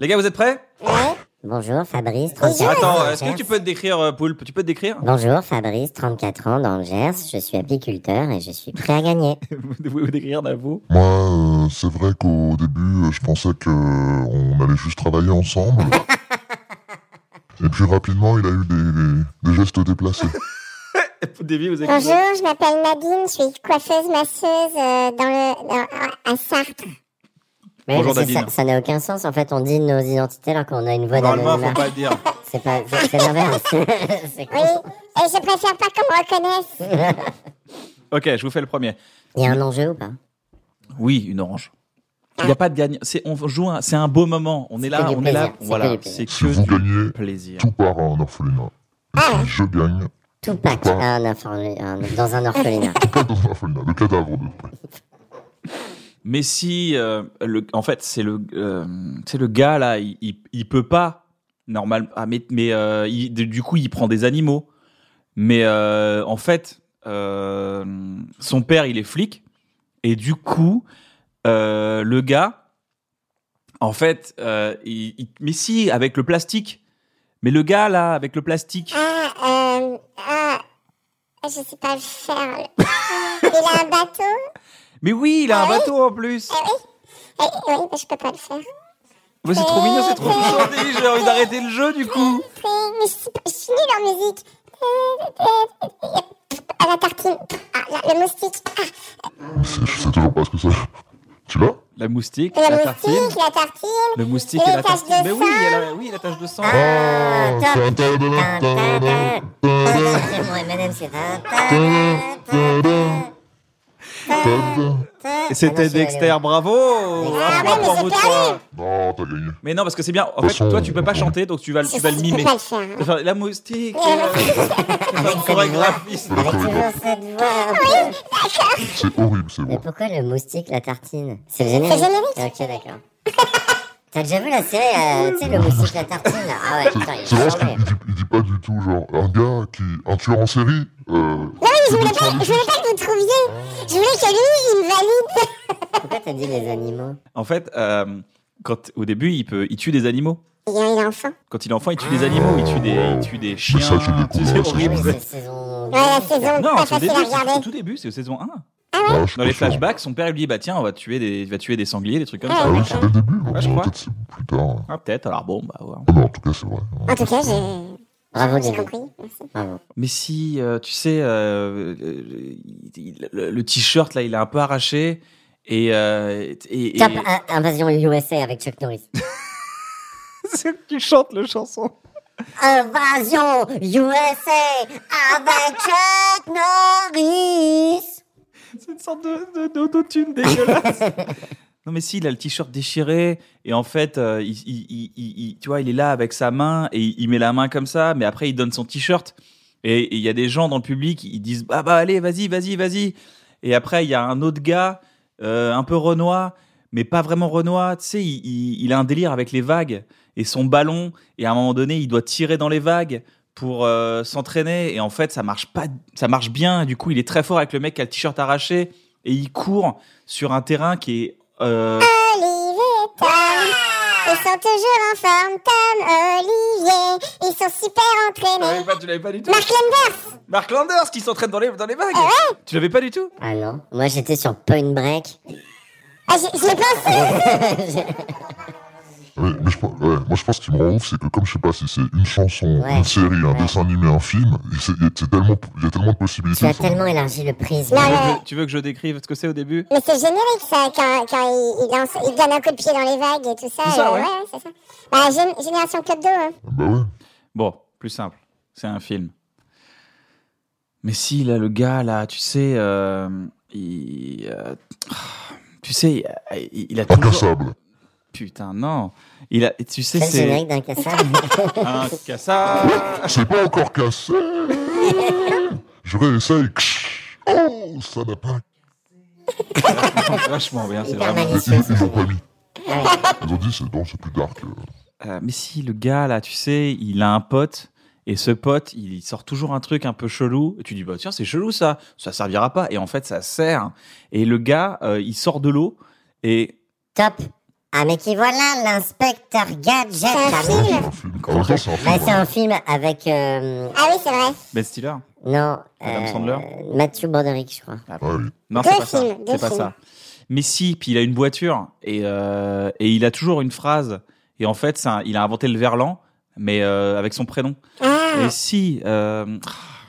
Speaker 1: Les gars, vous êtes prêts
Speaker 8: Ouais. Bonjour, Fabrice, 34 ans.
Speaker 1: Attends,
Speaker 8: dans
Speaker 1: est-ce
Speaker 8: le
Speaker 1: que tu
Speaker 8: Gers.
Speaker 1: peux te décrire, euh, Poulpe Tu peux te décrire
Speaker 8: Bonjour, Fabrice, 34 ans, dans le Gers. Je suis apiculteur et je suis prêt à gagner.
Speaker 1: Vous pouvez vous décrire d'un vous
Speaker 9: Moi, euh, c'est vrai qu'au début, euh, je pensais que euh, on allait juste travailler ensemble. Et puis rapidement, il a eu des- des- des gestes déplacés.
Speaker 1: Davy, vous
Speaker 8: Bonjour,
Speaker 1: écrivez
Speaker 8: je m'appelle Nadine, je suis coiffeuse masseuse euh, dans le dans- à Sartre. Mais
Speaker 1: Bonjour,
Speaker 8: c'est
Speaker 1: Nadine.
Speaker 8: ça- ça n'a aucun sens en fait, on dit nos identités alors qu'on a une voix
Speaker 1: Normalement,
Speaker 8: d'anonymat.
Speaker 1: faut pas le dire.
Speaker 8: C'est pas c'est c'est l'inverse. C'est con.
Speaker 7: Oui, et je préfère pas qu'on me reconnaisse.
Speaker 1: Ok, je vous fais le premier.
Speaker 8: Il y a un enjeu ou pas
Speaker 1: Oui, une orange. Il n'y a pas de gagne. C'est on joue. un- C'est un beau moment. On est
Speaker 8: que
Speaker 1: là.
Speaker 8: du
Speaker 1: On est là.
Speaker 8: plaisir, c'est que
Speaker 1: Voilà.
Speaker 8: du
Speaker 1: C'est
Speaker 8: plaisir.
Speaker 9: Si vous
Speaker 1: que du
Speaker 9: gagnez,
Speaker 1: plaisir.
Speaker 9: tout part à un orphelinat.
Speaker 8: Ah
Speaker 9: Et si je gagne,
Speaker 8: Tupac
Speaker 9: Bon.
Speaker 8: a un orphel- un- dans un orphelinat.
Speaker 9: tout part dans un orphelinat. Le cadavre de
Speaker 1: Mais si, euh, le, en fait, c'est le, euh, c'est le gars là, il, il, il peut pas normal. Ah, mais mais euh, il- du coup, il prend des animaux. Mais euh, en fait, euh, son père, il est flic, et du coup, euh, le gars, en fait, euh, il, il- mais si, avec le plastique. Mais le gars là, avec le plastique.
Speaker 7: Ah, euh, ah, je sais pas le faire. Il a un bateau.
Speaker 1: Mais oui, il a
Speaker 7: Ah
Speaker 1: un bateau en plus.
Speaker 7: Eh, oui, mais je peux pas le faire.
Speaker 1: Mais c'est trop mignon, c'est
Speaker 7: Oh.
Speaker 1: trop mignon. J'ai envie d'arrêter le jeu du coup.
Speaker 7: Mais je suis, pas- je suis nulle en musique. Euh, euh, euh, À la tartine. Ah, la- le moustique. Ah,
Speaker 9: Mais c'est- Je sais toujours pas ce que c'est. Tu l'as
Speaker 1: La moustique,
Speaker 7: le
Speaker 1: la
Speaker 7: moustique,
Speaker 1: tartine.
Speaker 7: la tartine.
Speaker 1: Le moustique et
Speaker 7: Et les
Speaker 1: la
Speaker 7: taches
Speaker 1: tartine.
Speaker 7: de
Speaker 1: Mais oui, il y a la, oui, la tache de sang. Oh.
Speaker 8: Ah, top.
Speaker 9: Ta-da-da-da-da-da.
Speaker 8: C'est mon M&M, c'est un- Ah, non,
Speaker 1: C'était
Speaker 8: c'est-
Speaker 1: Dexter, bravo
Speaker 8: Ah,
Speaker 1: Bravo
Speaker 8: ouais, mais
Speaker 1: pour
Speaker 8: c'est
Speaker 1: vous
Speaker 8: pas
Speaker 1: trois.
Speaker 9: Non, t'as gagné.
Speaker 1: Mais non, parce que c'est bien. En fait,
Speaker 9: Façon,
Speaker 1: toi, tu peux pas
Speaker 9: on-
Speaker 1: chanter, donc tu vas, le-
Speaker 8: Je
Speaker 1: tu vas le
Speaker 8: sais
Speaker 1: mimer.
Speaker 8: pas le faire.
Speaker 1: Enfin, La moustique
Speaker 8: Ouais, ouais.
Speaker 1: La chorégraphie
Speaker 9: Voilà,
Speaker 8: Avec toujours
Speaker 9: chorégraphe.
Speaker 8: Oh, cette voix. un peu-
Speaker 9: C'est horrible, c'est
Speaker 10: Mais
Speaker 9: vrai.
Speaker 10: pourquoi le moustique, la tartine C'est le générique
Speaker 7: C'est le générique.
Speaker 10: Ok, d'accord. T'as déjà vu la série, euh, tu sais, le moustique, la tartine là Ah ouais, putain, il est
Speaker 9: C'est vrai, ce qu'il
Speaker 10: charmé.
Speaker 9: il dit, il dit pas du tout, genre, un gars qui. un tueur en série. Euh, non,
Speaker 7: Je voulais pas, je voulais pas que vous trouviez. Je voulais que lui, il me valide.
Speaker 10: Pourquoi t'as dit les animaux
Speaker 1: En fait, euh, quand, au début, il, peut, il tue des animaux.
Speaker 7: Il y a un enfant.
Speaker 1: Quand il est enfant, il tue des animaux, il tue des, il tue des chiens.
Speaker 9: ça, c'est
Speaker 1: tu
Speaker 9: des
Speaker 1: sais, c'est horrible.
Speaker 9: combats, ça,
Speaker 10: Ah oui, c'est
Speaker 7: Ouais,
Speaker 10: saison.
Speaker 7: la saison,
Speaker 1: Non,
Speaker 7: pas
Speaker 1: c'est au
Speaker 7: facile
Speaker 1: début,
Speaker 7: à
Speaker 1: c'est au
Speaker 7: regarder.
Speaker 1: tout début, c'est au saison 1.
Speaker 9: Ah, je suis
Speaker 1: Dans
Speaker 9: pas
Speaker 1: les
Speaker 9: sûr.
Speaker 1: flashbacks, son père lui dit Bah tiens, on va tuer des, il va tuer des sangliers, des trucs comme
Speaker 9: Ah
Speaker 1: ça.
Speaker 9: oui, c'est dès le début,
Speaker 1: Ouais, je
Speaker 9: euh,
Speaker 1: crois.
Speaker 9: peut-être c'est plus tard. ouais.
Speaker 1: Ah, peut-être, alors bon, bah ouais.
Speaker 9: Ah, mais en tout cas, c'est vrai.
Speaker 7: En tout cas, j'ai
Speaker 10: Bravo,
Speaker 7: j'ai
Speaker 10: Diego.
Speaker 7: compris. Merci.
Speaker 10: Bravo.
Speaker 1: Mais si, euh, tu sais, euh, euh, il- il- le, le t-shirt là, il est un peu arraché. Et. euh, et- et-
Speaker 10: Cap in- Invasion USA avec Chuck Norris.
Speaker 1: tu chantes le chanson.
Speaker 10: Invasion USA avec Chuck Norris
Speaker 1: C'est une sorte de, de, d'autotune dégueulasse. non, mais si, il a le t-shirt déchiré. Et en fait, euh, il, il- il- il- il- tu vois, il est là avec sa main et il, il met la main comme ça. Mais après, il donne son t-shirt. Et et il y a des gens dans le public, ils disent Ah bah allez, vas-y, vas-y, vas-y. Et après, il y a un autre gars, euh, un peu Renoir, mais pas vraiment Renoir. Tu sais, il, il- il a un délire avec les vagues et son ballon. Et à un moment donné, il doit tirer dans les vagues pour euh, s'entraîner. Et en fait, ça marche pas, ça marche bien. Et du coup, il est très fort avec le mec qui a le t-shirt arraché et il court sur un terrain qui est. euh,
Speaker 7: Olivier Tom.
Speaker 10: Ah
Speaker 7: Ils sont toujours en forme, Tom, Olivier. Ils sont super entraînés.
Speaker 1: pas- Ah, tu l'avais pas du tout.
Speaker 7: Mark Lenders.
Speaker 1: Mark Landers qui s'entraîne dans les, dans les vagues.
Speaker 7: Ah
Speaker 1: Tu l'avais pas du tout.
Speaker 10: Ah non, moi j'étais sur Point Break.
Speaker 7: Ah, j'y j'y ai pensé.
Speaker 9: Ouais, mais je, pense- ouais, moi je pense qu'il me rend ouf, c'est que comme je sais pas si c'est une chanson,
Speaker 10: Ouais.
Speaker 9: une série, un dessin animé, un film, il c'est- il y a c'est tellement, il y a tellement de
Speaker 10: Tu
Speaker 9: possibilités.
Speaker 10: as
Speaker 9: ça.
Speaker 10: tellement élargi le prisme.
Speaker 7: Non,
Speaker 1: Tu veux
Speaker 7: mais-
Speaker 1: que je- tu veux que je décrive ce que c'est au début
Speaker 7: Mais c'est générique ça, quand, quand il, il lance, il donne un coup de pied dans les vagues et tout ça.
Speaker 1: C'est ça,
Speaker 7: et,
Speaker 1: ouais.
Speaker 7: ouais, c'est ça. Bah, gén- Génération Club d'eau. Hein.
Speaker 9: Bah ouais.
Speaker 1: Bon, plus simple. C'est un film. Mais si, là, le gars, là, tu sais, euh, il, euh, tu sais, il, il a toujours...
Speaker 9: Incassable.
Speaker 1: Putain, non. Il a, tu sais,
Speaker 10: C'est le
Speaker 1: c'est...
Speaker 10: générique d'un cassable.
Speaker 1: Un cassable.
Speaker 9: C'est pas encore cassé Je réessaye. Ksh. Oh, ça n'a pas.
Speaker 1: Vachement bien, c'est
Speaker 10: Hyper
Speaker 1: vraiment...
Speaker 9: Ils,
Speaker 10: malicieux.
Speaker 9: ils l'ont pas mis.
Speaker 10: Ah
Speaker 9: Ils ont dit, c'est non, c'est plus dark. euh.
Speaker 1: Euh, mais si, le gars, là, tu sais, il a un pote, et ce pote, il sort toujours un truc un peu chelou, et tu dis, bah tiens, c'est chelou ça, ça servira pas, et en fait, ça sert. Et le gars, euh, il sort de l'eau, et
Speaker 10: Top. Ah mais qui voilà l'inspecteur Gadget.
Speaker 7: un
Speaker 10: là.
Speaker 9: C'est
Speaker 7: film.
Speaker 9: un film. En même temps, c'est un film.
Speaker 10: Bah, c'est
Speaker 9: ouais.
Speaker 10: un film avec euh,
Speaker 7: Ah oui, c'est vrai.
Speaker 1: Ben Stiller
Speaker 10: non
Speaker 1: Adam Sandler
Speaker 10: Mathieu Broderick je crois.
Speaker 9: Ouais, Ah oui.
Speaker 1: Ah, Non,
Speaker 7: Deux
Speaker 1: c'est pas ça.
Speaker 7: films, deux
Speaker 1: C'est pas
Speaker 7: films.
Speaker 1: ça. Mais si, puis il a une voiture et, euh, et il a toujours une phrase. Et en fait, ça, il a inventé le verlan, mais euh, avec son prénom.
Speaker 7: Ah,
Speaker 1: Et si, euh,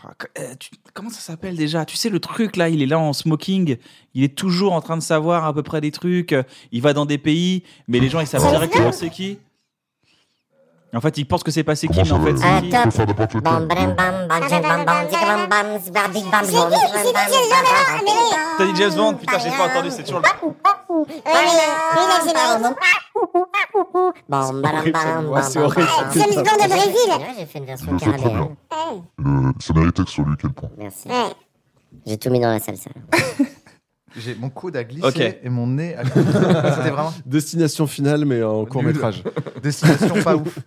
Speaker 1: ah, euh, tu- comment ça s'appelle déjà Tu sais le truc là, il est là en smoking, il est toujours en train de savoir à peu près des trucs. Il va dans des pays, mais les gens ils savent
Speaker 7: Forrest
Speaker 1: directement
Speaker 7: Gump
Speaker 1: c'est qui. En fait, ils pensent que c'est pas c'est qui,
Speaker 9: Comment
Speaker 1: mais
Speaker 9: ça
Speaker 1: en fait c'est qui.
Speaker 9: va
Speaker 10: Ah,
Speaker 9: On peut faire n'importe quoi.
Speaker 10: Bam bam bam bam jing, bam bam zig, bam bam zig, bam big, bam
Speaker 7: J'ai dit,
Speaker 10: bam,
Speaker 7: j'ai
Speaker 10: bam,
Speaker 7: dit
Speaker 1: T'as
Speaker 7: James Bond, ah, mais oui.
Speaker 10: bam, bam, bam, bam, bam.
Speaker 1: dit James Bond, putain, j'ai pas entendu, c'est toujours le.
Speaker 7: ouais, mais lui, il a le générique.
Speaker 10: Bam bam
Speaker 3: horrible, cette
Speaker 10: bam
Speaker 3: voix,
Speaker 10: bam,
Speaker 3: c'est
Speaker 10: bam,
Speaker 3: horrible,
Speaker 10: bam.
Speaker 7: James Bond au Brésil. Eh.
Speaker 10: Ouais, J'ai fait une
Speaker 9: Je
Speaker 10: version
Speaker 9: le fais très
Speaker 10: carabée.
Speaker 9: bien. Le- ça méritait que ce soit lui quel point.
Speaker 10: Merci.
Speaker 7: Ouais.
Speaker 10: J'ai tout mis dans la salsa.
Speaker 2: J'ai mon coude à glisser
Speaker 1: Ok.
Speaker 2: et mon nez à glisser. C'était vraiment
Speaker 3: Destination finale, mais en court métrage.
Speaker 2: destination pas ouf.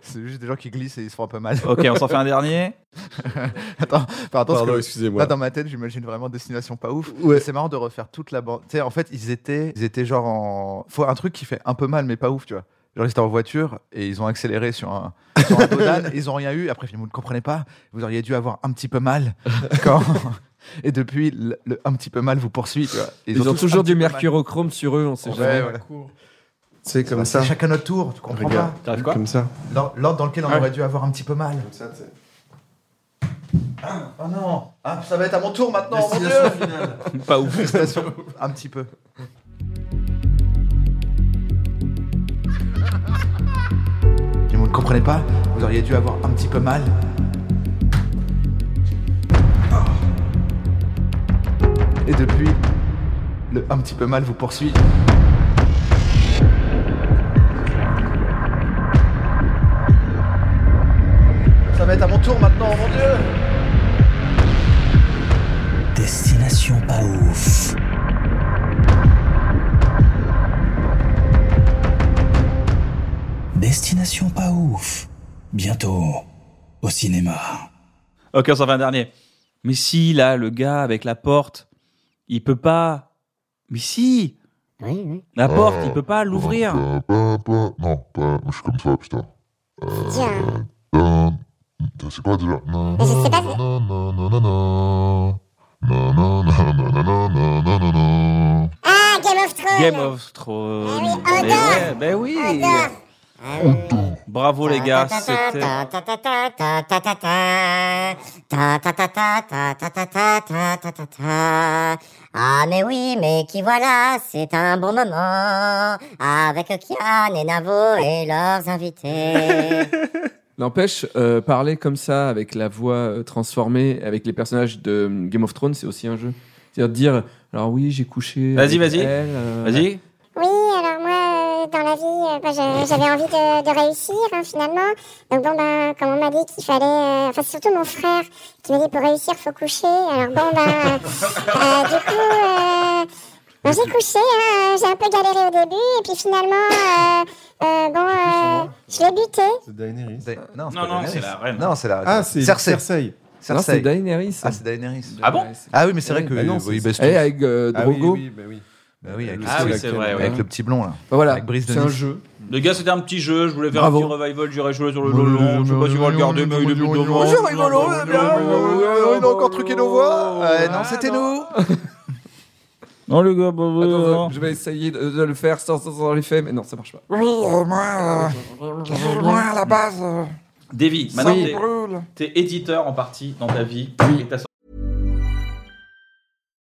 Speaker 2: C'est juste des gens qui glissent et ils se font un peu mal.
Speaker 1: Ok, on s'en fait un dernier.
Speaker 2: Attends, enfin, attends, parce
Speaker 3: Pardon,
Speaker 2: que
Speaker 3: excusez-moi.
Speaker 2: Là, dans ma tête, j'imagine vraiment destination pas ouf.
Speaker 3: Ouais.
Speaker 2: Et C'est marrant de refaire toute la bande. Tu sais, en fait, ils étaient, ils étaient genre en. Faut un truc qui fait un peu mal, mais pas ouf, tu vois. Genre, ils étaient en voiture et ils ont accéléré sur un, sur un dos d'âne, ils ont rien eu. Après, finalement, vous ne comprenez pas. Vous auriez dû avoir un petit peu mal. Quand... et depuis, le, le un petit peu mal vous poursuit, tu vois. Et
Speaker 4: Ils, ont,
Speaker 2: tous un
Speaker 4: toujours
Speaker 2: petit
Speaker 4: du
Speaker 2: peu mal.
Speaker 4: mercurochrome sur eux, on sait
Speaker 2: Ouais,
Speaker 4: jamais.
Speaker 2: voilà.
Speaker 3: C'est comme
Speaker 2: C'est
Speaker 3: ça.
Speaker 2: chacun notre tour, tu comprends
Speaker 3: Regarde.
Speaker 1: T'arrives
Speaker 3: Comme ça.
Speaker 2: pas L'or- L'ordre dans lequel on aurait dû avoir un petit peu mal. Oh non Ah, ça va être à mon tour maintenant, mon Dieu
Speaker 1: Pas ouf.
Speaker 2: Destination, un petit peu. Et vous ne comprenez pas Vous auriez dû avoir un petit peu mal. Oh. Et depuis, le un petit peu mal vous poursuit. Ça va être à mon tour maintenant, mon dieu
Speaker 11: Destination pas ouf. Destination pas ouf. Bientôt au cinéma.
Speaker 1: Ok, on s'en fait un dernier. Mais si, là, le gars avec la porte, il peut pas. Mais si La
Speaker 9: Euh,
Speaker 1: porte,
Speaker 9: Oh.
Speaker 1: il peut pas l'ouvrir.
Speaker 9: Pa, pa, pa. Non, pas. Je suis comme ça, putain. Euh, dun, dun, c'est quoi déjà Non,
Speaker 7: Je sais pas.
Speaker 9: non, non, non, non, non, non, non, non, non.
Speaker 7: Ah, Game of Thrones
Speaker 1: Game of Thrones.
Speaker 7: Ah oui,
Speaker 1: Mais
Speaker 7: Andorre.
Speaker 1: ouais, ben oui.
Speaker 7: Andorre.
Speaker 4: Ah
Speaker 1: Bravo les gars, c'était.
Speaker 10: Ah mais oui, mais qui voilà, c'est un bon moment avec Kian et Navo et leurs invités.
Speaker 4: N'empêche, euh, parler comme ça, avec la voix euh, transformée, avec les personnages de euh, Game of Thrones, c'est aussi un jeu. C'est-à-dire dire, alors oui, j'ai couché.
Speaker 1: Vas-y,
Speaker 4: avec
Speaker 1: vas-y.
Speaker 4: elle, euh,
Speaker 1: Vas-y.
Speaker 7: Oui, alors moi, euh, dans la vie, euh, bah, je- j'avais envie de, de réussir hein, finalement. Donc bon, ben, comme on m'a dit qu'il fallait, euh, enfin c'est surtout mon frère qui m'a dit pour réussir faut coucher. Alors bon, ben, euh, euh, du coup, euh, bon, j'ai couché, hein, j'ai un peu galéré au début et puis finalement, euh, euh, bon, euh, je l'ai buté.
Speaker 3: C'est Daenerys.
Speaker 2: Non,
Speaker 1: Non, non, c'est la reine.
Speaker 2: Non, c'est la.
Speaker 3: Ah, c'est
Speaker 2: Cersei.
Speaker 3: Cersei.
Speaker 4: Non, c'est
Speaker 2: Cersei.
Speaker 4: Daenerys.
Speaker 2: Ah, c'est Daenerys.
Speaker 1: Ah bon
Speaker 2: Ah oui, mais c'est vrai que.
Speaker 4: bah non,
Speaker 2: oui,
Speaker 4: c'est-
Speaker 2: il baisse
Speaker 4: Eh,
Speaker 2: tous.
Speaker 4: avec euh,
Speaker 3: Ah oui,
Speaker 4: Drogo.
Speaker 3: oui, bah oui.
Speaker 2: Bah oui, avec,
Speaker 3: Le
Speaker 1: Ah oui,
Speaker 3: style
Speaker 1: c'est
Speaker 3: actuel.
Speaker 1: vrai, ouais.
Speaker 2: avec le petit blond là.
Speaker 4: Bah voilà,
Speaker 2: Avec Brice de
Speaker 4: c'est un
Speaker 2: Nice.
Speaker 4: jeu.
Speaker 1: Les gars, c'était un petit jeu. Je voulais faire
Speaker 4: Bravo.
Speaker 1: un petit revival du réjouir sur le long. Je sais pas si vous regardez, mais il est plus devant.
Speaker 2: Bonjour rigolo, vous allez bien Il a encore truqué nos voix Ouais, Non, Bah,
Speaker 4: Ah,
Speaker 2: c'était nous
Speaker 4: non.
Speaker 1: Non, les gars,
Speaker 4: Attends, attends, je vais essayer de, de le faire sans, sans, sans l'effet, mais non, ça marche pas.
Speaker 1: Davy, maintenant,
Speaker 4: Oui.
Speaker 1: t'es- t'es éditeur en partie dans ta vie. Et t'as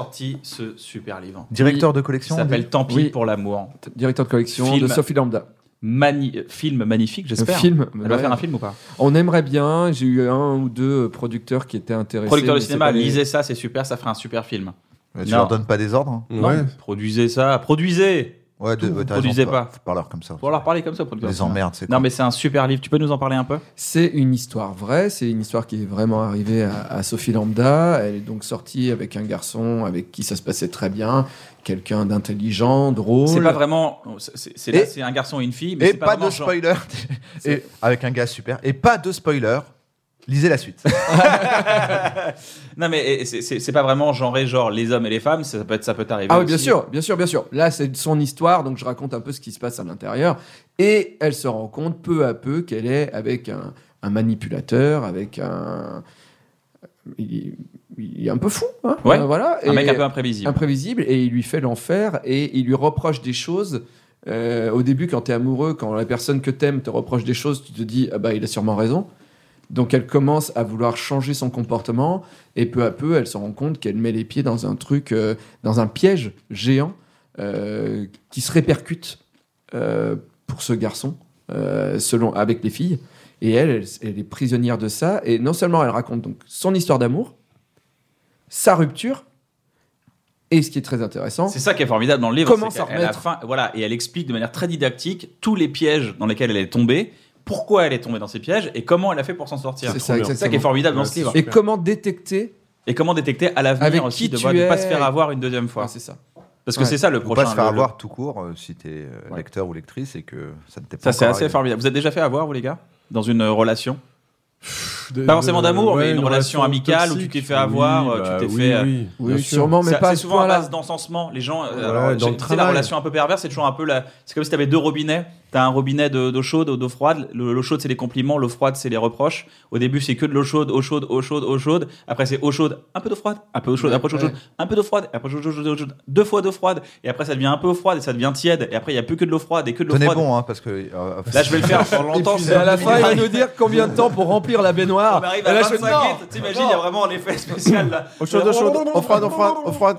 Speaker 1: sorti ce super livre.
Speaker 2: Directeur de
Speaker 1: qui
Speaker 2: collection on dit
Speaker 1: s'appelle Tant pis
Speaker 4: Oui.
Speaker 1: pour l'amour.
Speaker 4: Directeur de collection de
Speaker 1: Film.
Speaker 4: Sophie Lambda.
Speaker 1: Mani- euh, film magnifique, j'espère.
Speaker 4: film,
Speaker 1: Elle
Speaker 4: bah
Speaker 1: va
Speaker 4: ouais.
Speaker 1: faire un film ou pas
Speaker 4: On aimerait bien, j'ai eu un ou deux producteurs qui étaient intéressés.
Speaker 1: Producteur de
Speaker 4: mais c'est
Speaker 1: cinéma,
Speaker 4: pas les-
Speaker 1: lisez ça, c'est super, ça ferait un super film.
Speaker 2: Mais Tu
Speaker 1: Non.
Speaker 2: leur donnes pas des ordres hein.
Speaker 3: Ouais.
Speaker 1: Non, produisez ça, produisez
Speaker 2: Ouais, de, ouais, t'as raison,
Speaker 1: Produisez
Speaker 2: faut
Speaker 1: pas.
Speaker 2: Faut pas leur comme ça.
Speaker 1: Pour leur parler comme ça, producteur. de
Speaker 2: Les
Speaker 1: cinéma.
Speaker 2: emmerdes, c'est
Speaker 1: Non,
Speaker 2: con.
Speaker 1: mais c'est un super livre. Tu peux nous en parler un peu
Speaker 4: C'est une histoire vraie, c'est une histoire qui est vraiment arrivée à, à Sophie Lambda. Elle est donc sortie avec un garçon avec qui ça se passait très bien, quelqu'un d'intelligent, drôle.
Speaker 1: C'est pas vraiment. C'est c'est-
Speaker 2: Et-
Speaker 1: là, c'est un garçon et une fille, mais
Speaker 2: Et
Speaker 1: c'est
Speaker 2: pas,
Speaker 1: pas,
Speaker 2: de spoiler. et avec un gars super. Et pas de spoiler. Lisez la suite.
Speaker 1: Non, mais et- et c'est- c'est c'est pas vraiment genré, genre les hommes et les femmes. Ça peut être- ça peut t'arriver.
Speaker 4: Ah oui, bien
Speaker 1: aussi.
Speaker 4: sûr, bien sûr, bien sûr. Là, c'est son histoire, donc je raconte un peu ce qui se passe à l'intérieur. Et elle se rend compte peu à peu qu'elle est avec un, un manipulateur, avec un. Il, il est un peu fou, hein
Speaker 1: Ouais,
Speaker 4: Euh, voilà.
Speaker 1: Un
Speaker 4: Et-
Speaker 1: mec un peu imprévisible.
Speaker 4: imprévisible et il lui fait l'enfer et il lui reproche des choses. Euh, au début, quand t'es amoureux, quand la personne que t'aimes te reproche des choses, tu te dis ah bah il a sûrement raison. Donc elle commence à vouloir changer son comportement et peu à peu elle se rend compte qu'elle met les pieds dans un truc, euh, dans un piège géant euh, qui se répercute euh, pour ce garçon euh, selon avec les filles. Et elle, elle, elle est prisonnière de ça. Et non seulement elle raconte donc son histoire d'amour, sa rupture, et ce qui est très intéressant,
Speaker 1: C'est ça qui est formidable dans le livre.
Speaker 4: Comment
Speaker 1: c'est
Speaker 4: s'en
Speaker 1: qu'elle- elle a
Speaker 4: remettre
Speaker 1: faim- voilà, et elle explique de manière très didactique tous les pièges dans lesquels elle est tombée, pourquoi elle est tombée dans ces pièges et comment elle a fait pour s'en sortir.
Speaker 4: C'est ça,
Speaker 1: C'est ça qui est
Speaker 4: exactement.
Speaker 1: formidable dans
Speaker 3: Ouais,
Speaker 1: ce
Speaker 3: c'est
Speaker 1: livre.
Speaker 4: et comment détecter.
Speaker 1: Et comment détecter à
Speaker 4: Avec
Speaker 1: l'avenir aussi
Speaker 4: qui
Speaker 1: de
Speaker 4: tu
Speaker 1: ne pas se
Speaker 4: es.
Speaker 1: faire avoir une deuxième fois.
Speaker 4: Ouais, c'est ça.
Speaker 1: Parce que
Speaker 4: Ouais.
Speaker 1: c'est ça le
Speaker 2: Faut
Speaker 1: prochain.
Speaker 2: pas se faire
Speaker 1: le-
Speaker 2: avoir tout court euh, si t'es euh,
Speaker 1: Ouais.
Speaker 2: lecteur ou lectrice et que ça ne t'est pas.
Speaker 1: Ça, c'est
Speaker 2: encore
Speaker 1: assez
Speaker 2: arrivé.
Speaker 1: formidable. Vous êtes déjà fait avoir, vous, les gars Dans une euh, relation Pas forcément d'amour, mais une relation amicale où tu t'es fait avoir,
Speaker 3: Oui,
Speaker 1: euh, tu
Speaker 3: bah
Speaker 1: t'es
Speaker 3: oui,
Speaker 1: fait, euh,
Speaker 3: oui.
Speaker 4: Oui,
Speaker 3: Bien sûr.
Speaker 4: sûrement, mais
Speaker 1: C'est-
Speaker 4: pas à
Speaker 1: C'est
Speaker 4: ce
Speaker 1: souvent à
Speaker 4: point-là.
Speaker 1: base d'encensement. Les gens. euh,
Speaker 3: Voilà,
Speaker 1: alors,
Speaker 3: dans le
Speaker 1: c'est la
Speaker 3: travail.
Speaker 1: relation un peu perverse, c'est toujours un peu la. C'est comme si t'avais deux robinets. T'as un robinet de- d'eau chaude, d'eau froide. Le- L'eau chaude, c'est les compliments. L'eau froide, c'est les reproches. Au début, c'est que de l'eau chaude, eau chaude, eau chaude, eau chaude. Après, c'est eau chaude, un peu d'eau froide, un peu d'eau chaude,
Speaker 4: Ouais,
Speaker 1: après eau chaude,
Speaker 4: ouais.
Speaker 1: un peu d'eau froide, après eau chaude, eau chaude, deux fois d'eau froide. Et après, ça devient un peu eau froide et ça devient tiède. Et après, il n'y a plus que de l'eau froide et que de l'eau
Speaker 2: Tenez
Speaker 1: froide.
Speaker 2: bon, hein, parce que. euh,
Speaker 1: Là, je vais le faire pendant longtemps.
Speaker 2: Épuisé.
Speaker 1: c'est
Speaker 12: à la fin, il va
Speaker 1: minute.
Speaker 12: nous dire combien de temps pour remplir la baignoire.
Speaker 1: On arrive
Speaker 12: Et
Speaker 1: à
Speaker 12: là, je-
Speaker 1: 25
Speaker 12: non.
Speaker 1: litres. T'imagines, il y a vraiment un effet spécial là.
Speaker 2: Au chaud, au chaud, au froid, au froid, au froid.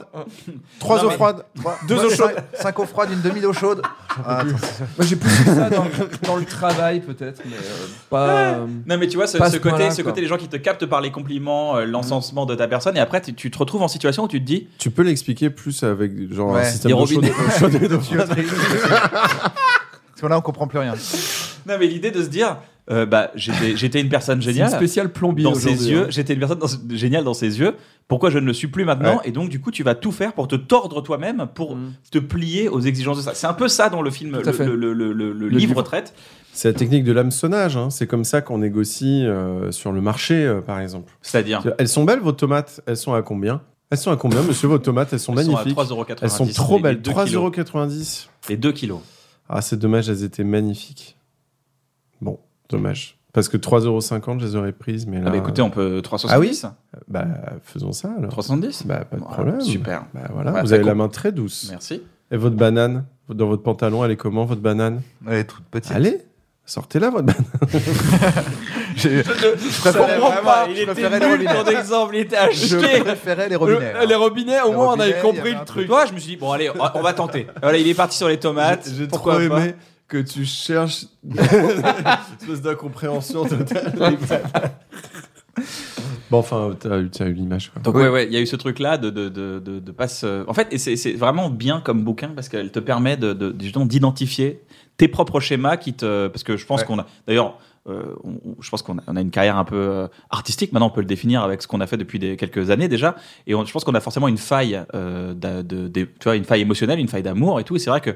Speaker 2: Trois
Speaker 1: Non,
Speaker 2: eaux
Speaker 1: mais-
Speaker 2: froides. Trois-
Speaker 12: Deux
Speaker 2: moi,
Speaker 12: eaux
Speaker 2: cinq-
Speaker 12: chaudes.
Speaker 2: Cinq eaux froides, une demi d'eau chaude. Ah, attends,
Speaker 12: Moi, j'ai poussé ça dans, dans le travail, peut-être, mais euh, pas. euh,
Speaker 1: Non mais tu vois ce,
Speaker 12: pas à
Speaker 1: ce
Speaker 12: point-là,
Speaker 1: côté, ce
Speaker 12: quoi.
Speaker 1: côté les gens qui te captent par les compliments, euh, l'encensement de ta personne et après tu, tu te retrouves en situation où tu te dis
Speaker 3: Tu peux l'expliquer plus avec genre un
Speaker 1: Ouais.
Speaker 3: système euh,
Speaker 1: Des
Speaker 3: d'eau chaude,
Speaker 1: robinets.
Speaker 3: d'eau chaude et d'eau
Speaker 1: Tu
Speaker 3: froide.
Speaker 2: Parce que là, on comprend plus rien.
Speaker 1: non mais l'idée de se dire euh, bah j'étais j'étais une personne géniale.
Speaker 12: une spéciale plombier
Speaker 1: dans ses
Speaker 12: aujourd'hui,
Speaker 1: yeux,
Speaker 12: hein.
Speaker 1: j'étais une personne dans- géniale dans ses yeux. Pourquoi je ne le suis plus maintenant Et donc du coup tu vas tout faire pour te tordre toi-même, pour
Speaker 12: Mm.
Speaker 1: te plier aux exigences de ça. C'est un peu ça dans le film,
Speaker 3: Tout à fait.
Speaker 1: le, le- le- le- le
Speaker 3: Le
Speaker 1: livre
Speaker 3: livre.
Speaker 1: traite.
Speaker 3: C'est la technique de l'hameçonnage. hein. C'est comme ça qu'on négocie euh, sur le marché, euh, par exemple.
Speaker 1: C'est-à-dire
Speaker 3: Elles sont belles, vos tomates Elles sont à combien Elles sont à combien, monsieur, vos tomates Elles sont
Speaker 1: Elles sont à
Speaker 3: magnifiques.
Speaker 1: 3,90.
Speaker 3: Elles sont trop
Speaker 1: Les
Speaker 3: belles.
Speaker 1: deux
Speaker 3: 3,90€.
Speaker 1: Et 2 kilos.
Speaker 3: Ah, c'est dommage, elles étaient magnifiques. Bon, dommage. Parce que 3,50€, je les aurais prises, mais là...
Speaker 1: Ah bah écoutez, on peut 370.
Speaker 3: Ah oui Bah, faisons ça, alors.
Speaker 1: 370
Speaker 3: Bah, pas de
Speaker 1: Voilà,
Speaker 3: problème.
Speaker 1: Ah, super.
Speaker 3: Bah, voilà,
Speaker 1: Bah,
Speaker 3: vous
Speaker 1: ça
Speaker 3: avez la
Speaker 1: compte.
Speaker 3: main très douce.
Speaker 1: Merci.
Speaker 3: Et votre banane, dans votre pantalon, elle est comment, votre banane
Speaker 2: Elle est toute petite.
Speaker 3: Allez, sortez-la, votre banane.
Speaker 2: J'ai-
Speaker 3: je
Speaker 2: préfère-
Speaker 12: vraiment pas,
Speaker 1: il
Speaker 12: je
Speaker 1: était
Speaker 12: préférais les
Speaker 1: nul
Speaker 12: robinets.
Speaker 1: ton exemple, il était à
Speaker 12: Je
Speaker 1: chier.
Speaker 12: préférais les robinets, hein. Les robinets, au
Speaker 1: Les
Speaker 12: moins, on avait
Speaker 1: robinets,
Speaker 12: compris
Speaker 1: il y
Speaker 12: le
Speaker 1: un
Speaker 12: truc.
Speaker 1: Toi, je me suis dit, bon, allez, on va- on va tenter. Voilà, il est parti sur les tomates.
Speaker 3: J'ai
Speaker 1: pourquoi
Speaker 3: trop aimé
Speaker 1: pas.
Speaker 3: que tu cherches espèce d'incompréhension totale. bon, enfin, t'as eu, t'as eu l'image. quoi.
Speaker 1: Donc, ouais, ouais, il y a eu ce truc-là de, de, de, de, de pas se- En fait, et c'est c'est vraiment bien comme bouquin parce qu'elle te permet de, de, justement d'identifier tes propres schémas qui te. Parce que je pense
Speaker 2: Ouais.
Speaker 1: qu'on a. D'ailleurs. euh, on- on- je pense qu'on a, on a une carrière un peu euh, artistique. Maintenant, on peut le définir avec ce qu'on a fait depuis des, quelques années déjà. Et on- je pense qu'on a forcément une faille, euh, d'a- de, des- tu vois, une faille émotionnelle, une faille d'amour et tout. Et c'est vrai que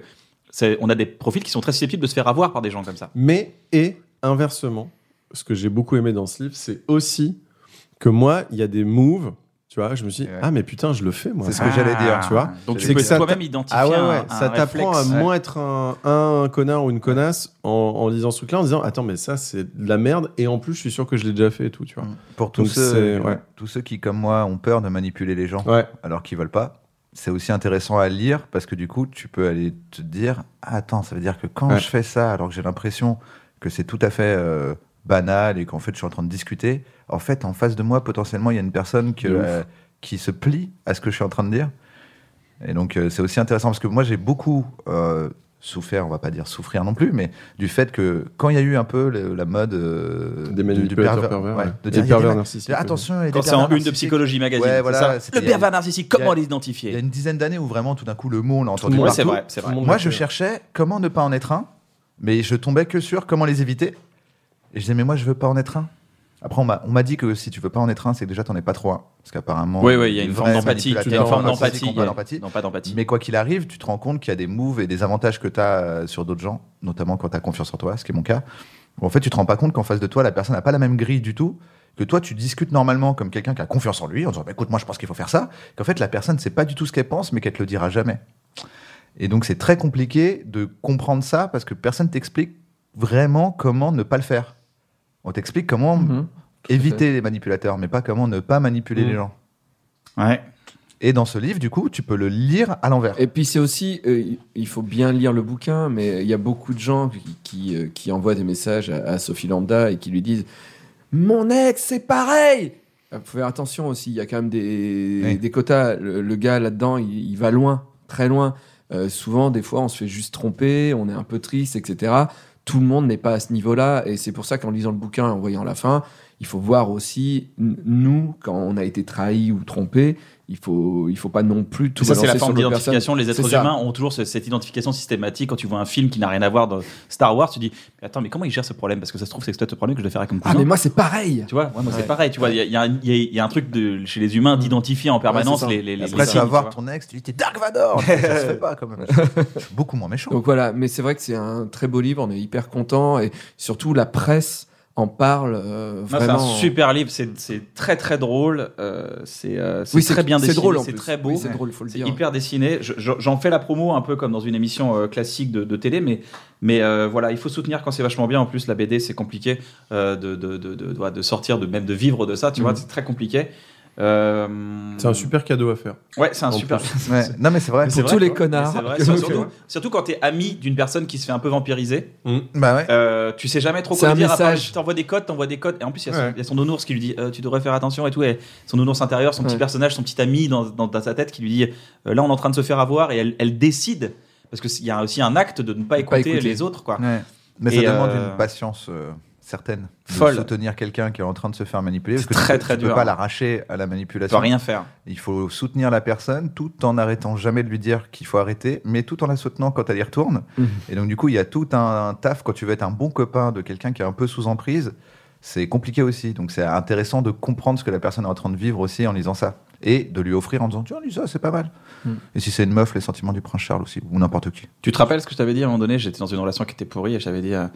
Speaker 1: c'est- on a des profils qui sont très susceptibles de se faire avoir par des gens comme ça.
Speaker 3: Mais, et inversement, ce que j'ai beaucoup aimé dans ce livre, c'est aussi que moi, il y a des moves. Tu vois, je me suis dit, ah, mais putain, je le fais, moi. Ah.
Speaker 2: C'est ce que j'allais dire.
Speaker 3: Tu vois,
Speaker 1: Donc, tu
Speaker 3: C'est
Speaker 1: peux
Speaker 3: que ça
Speaker 1: toi-même
Speaker 3: t'a-
Speaker 1: identifier
Speaker 3: Ah ouais,
Speaker 1: un-
Speaker 3: ouais.
Speaker 1: un
Speaker 3: ça t'apprend à
Speaker 1: réflexe.
Speaker 3: moins
Speaker 1: Ouais.
Speaker 3: être un, un connard ou une connasse en, en lisant ce truc-là, en disant, attends, mais ça, c'est de la merde. Et en plus, je suis sûr que je l'ai déjà fait et tout, tu vois.
Speaker 1: Mm.
Speaker 2: Pour tous
Speaker 3: Donc,
Speaker 2: ceux,
Speaker 3: c'est- ouais.
Speaker 2: tous ceux qui, comme moi, ont peur de manipuler les gens alors qu'ils veulent pas, c'est aussi intéressant à lire parce que du coup, tu peux aller te dire Ah, Attends, ça veut dire que quand
Speaker 3: Ouais.
Speaker 2: je fais ça, alors que j'ai l'impression que c'est tout à fait euh, banal et qu'en fait, je suis en train de discuter, en fait, en face de moi, potentiellement, il y a une personne que,
Speaker 3: De ouf.
Speaker 2: euh, qui se plie à ce que je suis en train de dire. Et donc, euh, c'est aussi intéressant parce que moi, j'ai beaucoup euh, souffert, on va pas dire souffrir non plus, mais du fait que quand il y a eu un peu le- la mode euh,
Speaker 3: Des manipulateurs
Speaker 2: pervers-
Speaker 3: pervers,
Speaker 2: ouais,
Speaker 3: ouais.
Speaker 2: de
Speaker 3: Et
Speaker 2: dire, il y a
Speaker 3: pervers
Speaker 2: des ma-
Speaker 3: narcissiques,
Speaker 2: de- Attention, il y a
Speaker 1: Quand
Speaker 2: des
Speaker 1: c'est en
Speaker 2: pervers
Speaker 1: une de Psychologie Magazine.
Speaker 2: Ouais,
Speaker 1: c'est
Speaker 2: voilà,
Speaker 1: ça
Speaker 2: c'était-
Speaker 1: le pervers narcissique,
Speaker 2: il y
Speaker 1: comment
Speaker 2: a-
Speaker 1: l'identifier
Speaker 2: Il y a une dizaine d'années où vraiment, tout d'un coup, le mot, on l'a entendu
Speaker 1: le monde-
Speaker 2: partout.
Speaker 1: c'est vrai, c'est vrai. Tout le monde
Speaker 2: Moi,
Speaker 1: l'a
Speaker 2: je
Speaker 1: fait.
Speaker 2: cherchais comment ne pas en être un, mais je tombais que sur comment les éviter. Et je disais, mais moi, je veux pas en être un. Après, on m'a on m'a dit que si tu veux pas en être un, c'est que déjà, t'en es pas trop un. Parce qu'apparemment.
Speaker 1: Oui, oui, il y a une forme
Speaker 2: vraie
Speaker 1: d'empathie. Il y a une
Speaker 2: manipulateur,
Speaker 1: forme
Speaker 2: narcissique,
Speaker 1: d'empathie.
Speaker 2: on parle d'empathie.
Speaker 1: Non, pas d'empathie.
Speaker 2: Mais quoi qu'il arrive, tu te rends compte qu'il y a des moves et des avantages que tu as sur d'autres gens, notamment quand tu as confiance en toi, ce qui est mon cas. Où en fait, tu te rends pas compte qu'en face de toi, la personne n'a pas la même grille du tout, que toi, tu discutes normalement comme quelqu'un qui a confiance en lui, en disant Bah, écoute, moi, je pense qu'il faut faire ça. Qu'en fait, la personne, c'est pas du tout ce qu'elle pense, mais qu'elle te le dira jamais. Et donc, c'est très compliqué de comprendre ça parce que personne t'explique vraiment comment ne pas le faire. On t'explique comment
Speaker 1: Mm-hmm.
Speaker 2: éviter les manipulateurs, mais pas comment ne pas manipuler
Speaker 4: Mhm.
Speaker 2: les gens.
Speaker 1: Mm. Ouais.
Speaker 2: Et dans ce livre, du coup, tu peux le lire à l'envers.
Speaker 4: Et puis c'est aussi, euh, il faut bien lire le bouquin, mais il y a beaucoup de gens qui, qui, euh, qui envoient des messages à, à Sophie Lambda et qui lui disent Mon ex, c'est pareil Il faut faire attention aussi, il y a quand même des, des quotas. Le, le gars là-dedans, il, il va loin, très loin. Euh, souvent, des fois, on se fait juste tromper, on est un peu triste, etc. Tout le monde n'est pas à ce niveau-là, et c'est pour ça qu'en lisant le bouquin et en voyant la fin, il faut voir aussi, n- nous, quand on a été trahi ou trompé, il faut, il faut pas non plus tout
Speaker 1: ça, c'est la
Speaker 4: balancer
Speaker 1: forme
Speaker 4: sur l'autre
Speaker 1: d'identification.
Speaker 4: personne.
Speaker 1: Les êtres
Speaker 4: C'est ça.
Speaker 1: humains ont toujours ce- cette identification systématique. Quand tu vois un film qui n'a rien à voir dans Star Wars, tu dis mais Attends, mais comment il gère ce problème Parce que ça se trouve, c'est peut-être ce problème que je dois faire avec mon cousin.
Speaker 4: Ah, mais moi, c'est pareil
Speaker 1: Tu vois, ouais, moi, c'est
Speaker 4: Ouais.
Speaker 1: pareil. Tu vois, il y a- il y, a un- il y a- il y a un truc de, chez les humains d'identifier en permanence
Speaker 4: Ouais, c'est
Speaker 1: les,
Speaker 4: ça.
Speaker 1: les, les.
Speaker 4: Après,
Speaker 1: les
Speaker 4: tu
Speaker 1: signes,
Speaker 4: vas voir
Speaker 1: tu vois.
Speaker 2: ton ex, tu lui dis t'es Dark Vador Ça se fait pas quand même. Je suis beaucoup moins méchant.
Speaker 4: Donc voilà, mais c'est vrai que c'est un très beau livre, on est hyper content et surtout la presse en parle euh,
Speaker 1: Non, c'est un
Speaker 4: vraiment.
Speaker 1: super livre, c'est- c'est très très drôle, euh, c'est euh, c'est
Speaker 4: Oui, c'est-
Speaker 1: très bien
Speaker 4: c'est
Speaker 1: dessiné,
Speaker 4: drôle en
Speaker 1: c'est
Speaker 4: plus.
Speaker 1: très beau,
Speaker 4: Oui, c'est drôle, faut le
Speaker 1: c'est
Speaker 4: dire.
Speaker 1: hyper dessiné. Je- je- J'en fais la promo un peu comme dans une émission euh, classique de, de télé, mais, mais euh, voilà, il faut soutenir quand c'est vachement bien. En plus, la BD, c'est compliqué euh, de, de, de, de- de- de sortir, de même de vivre de ça, tu
Speaker 4: Mm.
Speaker 3: Mhm.
Speaker 1: vois, c'est très compliqué. Euh,
Speaker 3: C'est un super cadeau à faire.
Speaker 1: Ouais, c'est un
Speaker 3: En
Speaker 1: super.
Speaker 3: plus.
Speaker 2: Ouais. Non, mais c'est vrai.
Speaker 1: Mais
Speaker 2: Pour
Speaker 1: c'est
Speaker 2: tous les
Speaker 1: quoi.
Speaker 2: connards.
Speaker 1: Mais c'est vrai,
Speaker 2: Que-
Speaker 1: surtout,
Speaker 2: que-
Speaker 1: surtout- surtout quand t'es ami d'une personne qui se fait un peu vampiriser.
Speaker 2: Bah ouais.
Speaker 1: Euh, tu sais jamais trop
Speaker 2: C'est
Speaker 1: quoi
Speaker 2: un
Speaker 1: lui dire. à part,
Speaker 2: message.
Speaker 1: je T'envoie des codes, t'envoie des codes. Et en plus, il y, a son-
Speaker 2: Ouais.
Speaker 1: il y a son nounours qui lui dit euh, Tu devrais faire attention et tout. Et son nounours intérieur, son petit
Speaker 2: Ouais.
Speaker 1: personnage, son petit ami dans, dans- dans sa tête qui lui dit euh, Là, on est en train de se faire avoir. Et elle, elle décide. Parce qu'il y a aussi un acte de ne pas écouter,
Speaker 2: écouter.
Speaker 1: les autres. Quoi.
Speaker 2: Ouais. Mais ça
Speaker 1: Et,
Speaker 2: demande
Speaker 1: euh,
Speaker 2: une patience euh, certaine. De
Speaker 1: Folle.
Speaker 2: Soutenir quelqu'un qui est en train de se faire manipuler. Parce que
Speaker 1: très,
Speaker 2: tu,
Speaker 1: très
Speaker 2: tu
Speaker 1: dur. hein.
Speaker 2: peux pas l'arracher à la manipulation.
Speaker 1: Tu peux rien faire.
Speaker 2: Il faut soutenir la personne tout en arrêtant jamais de lui dire qu'il faut arrêter, mais tout en la soutenant quand elle y retourne.
Speaker 4: Mhm.
Speaker 2: Et donc, du coup, il y a tout un, un taf quand tu veux être un bon copain de quelqu'un qui est un peu sous emprise. C'est compliqué aussi. Donc, c'est intéressant de comprendre ce que la personne est en train de vivre aussi en lisant ça. Et de lui offrir en disant Tiens, lis ça, c'est pas mal.
Speaker 1: Mhm.
Speaker 2: Et si c'est une meuf, les sentiments du prince Charles aussi, ou n'importe qui.
Speaker 1: Tu te rappelles ce que je t'avais dit à un moment donné J'étais dans une relation qui était pourrie et j'avais dit euh,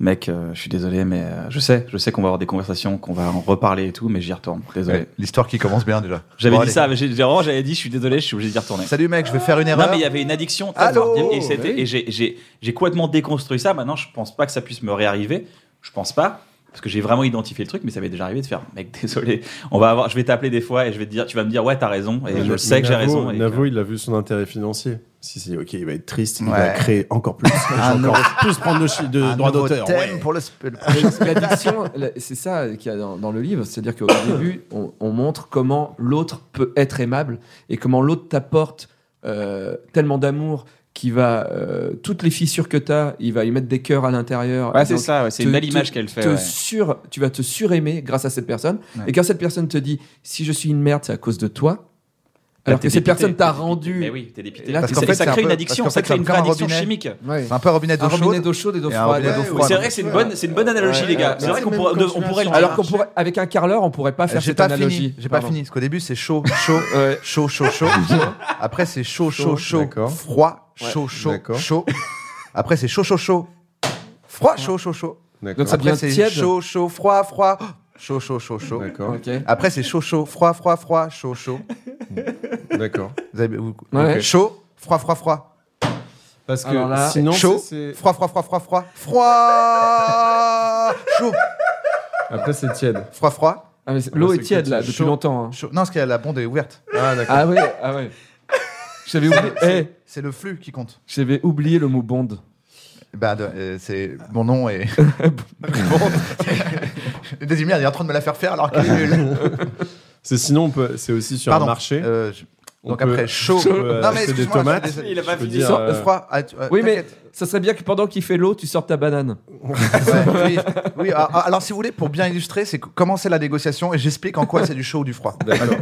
Speaker 1: Mec, euh, je suis désolé, mais euh, je sais, je sais qu'on va avoir des conversations, qu'on va en reparler et tout, mais j'y retourne. Désolé.
Speaker 2: Ouais, L'histoire qui commence bien déjà.
Speaker 1: J'avais
Speaker 2: Bon,
Speaker 1: dit
Speaker 2: allez.
Speaker 1: ça, mais j'ai- j'ai- vraiment, j'avais dit, je suis désolé, je suis obligé d'y retourner.
Speaker 2: Salut mec, je vais faire une
Speaker 1: Non,
Speaker 2: erreur.
Speaker 1: mais il y avait une addiction. très
Speaker 2: Allô
Speaker 1: forte, et c'était-
Speaker 2: Bah oui.
Speaker 1: et j'ai- j'ai j'ai complètement déconstruit ça. Maintenant, je pense pas que ça puisse me réarriver. Je pense pas. Parce que j'ai vraiment identifié le truc, mais ça m'est déjà arrivé de faire, mec, désolé, on va avoir, je vais t'appeler des fois et je vais te dire, tu vas me dire, ouais, t'as raison, et je
Speaker 3: Mais
Speaker 1: sais que j'ai
Speaker 3: Navo-
Speaker 1: raison. et que-
Speaker 3: Navo, il a vu son intérêt financier. Si, si, ok, il va être triste, il
Speaker 2: Ouais. Ah
Speaker 3: va créer encore plus. Je vais
Speaker 2: Un
Speaker 3: encore
Speaker 2: nouveau-
Speaker 3: plus prendre de, chi- de
Speaker 4: Ah,
Speaker 2: Un
Speaker 3: droits
Speaker 2: Ah, nouveau
Speaker 3: d'auteur.
Speaker 2: thème
Speaker 3: ouais.
Speaker 2: pour le, sp- le
Speaker 3: Mais-
Speaker 2: prochain
Speaker 3: mais-
Speaker 4: L'addiction, la- c'est ça qu'il y a dans, dans le livre, c'est-à-dire qu'au début, on, on montre comment l'autre peut être aimable et comment l'autre t'apporte euh, tellement d'amour qu'il va euh, toutes les fissures que t'as, il va y mettre des cœurs à l'intérieur.
Speaker 1: Ouais,
Speaker 4: Et
Speaker 1: c'est
Speaker 4: donc,
Speaker 1: ça, ouais, c'est
Speaker 4: te-
Speaker 1: une belle image
Speaker 4: te-
Speaker 1: qu'elle fait,
Speaker 4: te
Speaker 1: ouais.
Speaker 4: sur- tu vas te suraimer grâce à cette personne.
Speaker 1: Ouais.
Speaker 4: Et quand cette personne te dit si je suis une merde, c'est à cause de toi.
Speaker 1: Bah,
Speaker 4: Alors
Speaker 1: t'es
Speaker 4: que cette
Speaker 1: dépité,
Speaker 4: personne t'a
Speaker 1: t'es dépité.
Speaker 4: rendu.
Speaker 1: Mais oui, t'es dépité.
Speaker 4: Et là,
Speaker 1: Parce
Speaker 4: t'es-
Speaker 1: qu'en fait, ça
Speaker 4: c'est un
Speaker 1: crée une
Speaker 4: peu-
Speaker 1: addiction,
Speaker 4: parce qu'en
Speaker 1: ça
Speaker 4: fait,
Speaker 1: crée une
Speaker 4: c'est comme
Speaker 1: vraie addiction
Speaker 4: robinet.
Speaker 1: chimique.
Speaker 4: Ouais.
Speaker 2: C'est un peu un robinet d'eau
Speaker 4: Un robinet
Speaker 2: chaude
Speaker 4: d'eau chaude et d'eau
Speaker 2: et un
Speaker 4: froide.
Speaker 2: robinet d'eau
Speaker 4: Ouais,
Speaker 2: froide.
Speaker 1: C'est vrai que c'est une bonne, c'est une bonne analogie, les gars. C'est vrai qu'on pourrait, on pourrait le
Speaker 4: Alors qu'on pourrait, avec un carreleur, on pourrait pas faire
Speaker 2: J'ai
Speaker 4: cette
Speaker 2: pas
Speaker 4: analogie.
Speaker 2: fini. J'ai pas
Speaker 4: Pardon.
Speaker 2: fini. Parce qu'au début, c'est chaud, chaud, chaud, chaud, chaud. Après, c'est chaud,
Speaker 3: Chaud,
Speaker 2: chaud, chaud.
Speaker 3: d'accord.
Speaker 2: Froid,
Speaker 3: Ouais,
Speaker 2: chaud, chaud,
Speaker 3: d'accord.
Speaker 2: chaud. Après, c'est chaud, chaud, chaud. Froid, chaud, chaud, chaud.
Speaker 3: D'accord.
Speaker 4: Donc ça
Speaker 2: Après,
Speaker 4: devient
Speaker 2: c'est
Speaker 4: tiède.
Speaker 2: chaud, chaud, froid, froid. Chaud, chaud, chaud, chaud.
Speaker 3: D'accord.
Speaker 4: Ok.
Speaker 2: Après, c'est chaud, chaud, froid, froid, froid, chaud, chaud.
Speaker 3: D'accord.
Speaker 2: Vous avez- vous-
Speaker 4: Ouais.
Speaker 2: Ok. Chaud, froid, froid, froid.
Speaker 3: Parce que
Speaker 4: Alors là,
Speaker 3: sinon,
Speaker 2: chaud,
Speaker 3: c'est- c'est-
Speaker 2: froid, froid, froid, froid, froid. Froid, chaud,
Speaker 3: après c'est tiède.
Speaker 2: froid, froid.
Speaker 4: Ah, mais c'est- L'eau
Speaker 3: Ouais,
Speaker 4: est
Speaker 3: c'est
Speaker 4: tiède
Speaker 3: que-
Speaker 4: là
Speaker 3: c'est
Speaker 4: depuis
Speaker 3: chaud.
Speaker 4: longtemps. hein.
Speaker 2: Chaud. Non, parce que la bonde est ouverte.
Speaker 3: Ah d'accord.
Speaker 4: Ah ouais, ah ouais. J'avais oublié. eh,
Speaker 2: C'est le flux qui compte.
Speaker 4: j'avais oublié le mot bond.
Speaker 2: Bah, de- euh, c'est mon nom et. bon. Désimir, il est en train de me la faire faire alors qu'elle est nulle.
Speaker 3: C'est sinon, on peut- c'est aussi sur
Speaker 2: Pardon.
Speaker 3: un marché.
Speaker 2: Euh, je-
Speaker 3: on
Speaker 2: Donc
Speaker 3: peut-
Speaker 2: après, chaud.
Speaker 3: on peut
Speaker 2: Non, mais
Speaker 3: euh, acheter des
Speaker 2: excuse-moi,
Speaker 3: tomates.
Speaker 2: je suis désolé.
Speaker 1: Il a pas
Speaker 3: Je veux
Speaker 1: fini.
Speaker 3: dire,
Speaker 4: Sans-
Speaker 3: euh,
Speaker 2: Froid. ah, tu- euh,
Speaker 4: Oui, mais
Speaker 2: t'inquiète.
Speaker 4: ça serait bien que pendant qu'il fait l'eau, tu sortes ta banane.
Speaker 2: Ouais, oui, oui, ah, ah, alors si vous voulez, pour bien illustrer, c'est comment c'est la négociation et j'explique en quoi c'est du chaud ou du froid.
Speaker 3: D'accord.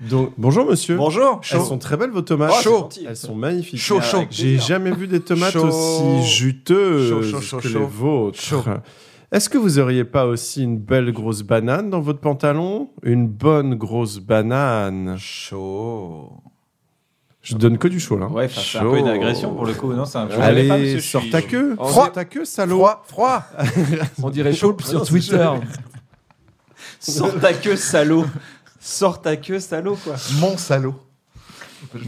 Speaker 3: Donc, bonjour monsieur.
Speaker 1: Bonjour.
Speaker 3: Elles sont très belles vos tomates.
Speaker 2: Oh, chaud.
Speaker 3: Elles sont magnifiques.
Speaker 2: Chaud, chaud.
Speaker 3: J'ai jamais vu des tomates
Speaker 2: Chaud.
Speaker 3: aussi juteuses
Speaker 2: Chaud, chaud, chaud,
Speaker 3: que
Speaker 2: chaud.
Speaker 3: les vôtres.
Speaker 2: Chaud.
Speaker 3: Est-ce que vous auriez pas aussi une belle grosse banane dans votre pantalon Une bonne grosse banane.
Speaker 2: Chaud.
Speaker 3: Je donne que du chaud là.
Speaker 1: Ouais, enfin, c'est un peu une agression pour le coup, non c'est un- je savais pas, parce que
Speaker 3: Allez,
Speaker 1: je
Speaker 3: sors
Speaker 1: suis-
Speaker 3: ta queue.
Speaker 4: Oh,
Speaker 3: Sors
Speaker 2: j'ai-
Speaker 3: ta queue, salaud.
Speaker 2: Froid, froid.
Speaker 4: On dirait Choulp sur Twitter.
Speaker 1: Sors ta queue, salaud. Sors ta queue, salaud, quoi.
Speaker 2: Mon salaud.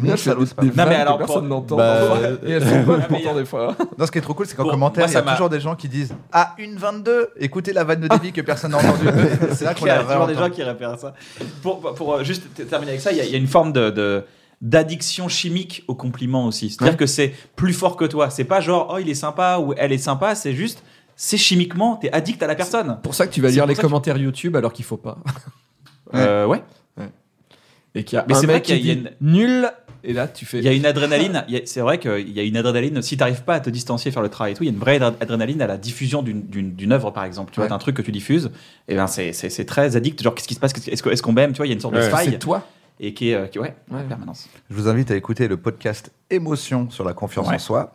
Speaker 2: Mon salaud, c'est pas mal.
Speaker 1: Non, mais alors,
Speaker 4: personne
Speaker 1: pour- ah,
Speaker 4: n'entend.
Speaker 3: Bah,
Speaker 4: parfois.
Speaker 3: euh,
Speaker 4: Et elles sont bonnes
Speaker 1: mais
Speaker 4: pourtant des fois.
Speaker 2: Non, ce qui est trop cool, c'est qu'en
Speaker 1: Bon,
Speaker 2: commentaire,
Speaker 1: moi,
Speaker 2: il y
Speaker 1: ça
Speaker 2: a
Speaker 1: m'a-
Speaker 2: toujours des gens qui disent Ah, une 22 Écoutez la vanne de Davy que personne n'a entendue. Et c'est là qu'on
Speaker 1: Il y a
Speaker 2: a
Speaker 1: toujours des gens qui réfèrent à ça. Pour, pour, pour, euh, juste t- terminer avec ça, il y a, il y a une forme de. de- d'addiction chimique au compliment aussi. C'est-à-dire que c'est plus fort que toi. C'est pas genre, oh, il est sympa ou elle est sympa. C'est juste, c'est chimiquement, t'es addict à la personne.
Speaker 4: Pour ça que tu vas
Speaker 1: C'est
Speaker 4: lire
Speaker 1: pour
Speaker 4: les
Speaker 1: ça que-
Speaker 4: commentaires YouTube alors qu'il faut pas.
Speaker 1: Euh, ouais.
Speaker 4: Et qu'il y a
Speaker 1: Mais
Speaker 4: un
Speaker 1: c'est vrai
Speaker 4: mec
Speaker 1: qu'il y a-
Speaker 4: qui
Speaker 1: il y a
Speaker 4: dit
Speaker 1: une-
Speaker 4: nul. Et là, tu fais.
Speaker 1: Il y a une adrénaline, il y a- c'est vrai qu'il y a une adrénaline, si t'arrives pas à te distancier, faire le travail et tout, il y a une vraie adr- adrénaline à la diffusion d'une- d'une d'une œuvre par exemple, tu vois,
Speaker 4: Ouais.
Speaker 1: d'un truc que tu diffuses, et ben c'est- c'est c'est très addict, genre qu'est-ce qui se passe, Qu'est-ce que- est-ce que- est-ce qu'on m'aime, tu vois, il y a une sorte de
Speaker 3: Ouais.
Speaker 1: faille,
Speaker 4: C'est toi.
Speaker 1: et qui est, euh, qui- ouais, en
Speaker 4: Ouais.
Speaker 1: permanence.
Speaker 2: Je vous invite à écouter le podcast Émotion sur la confiance
Speaker 1: Ouais.
Speaker 2: en soi,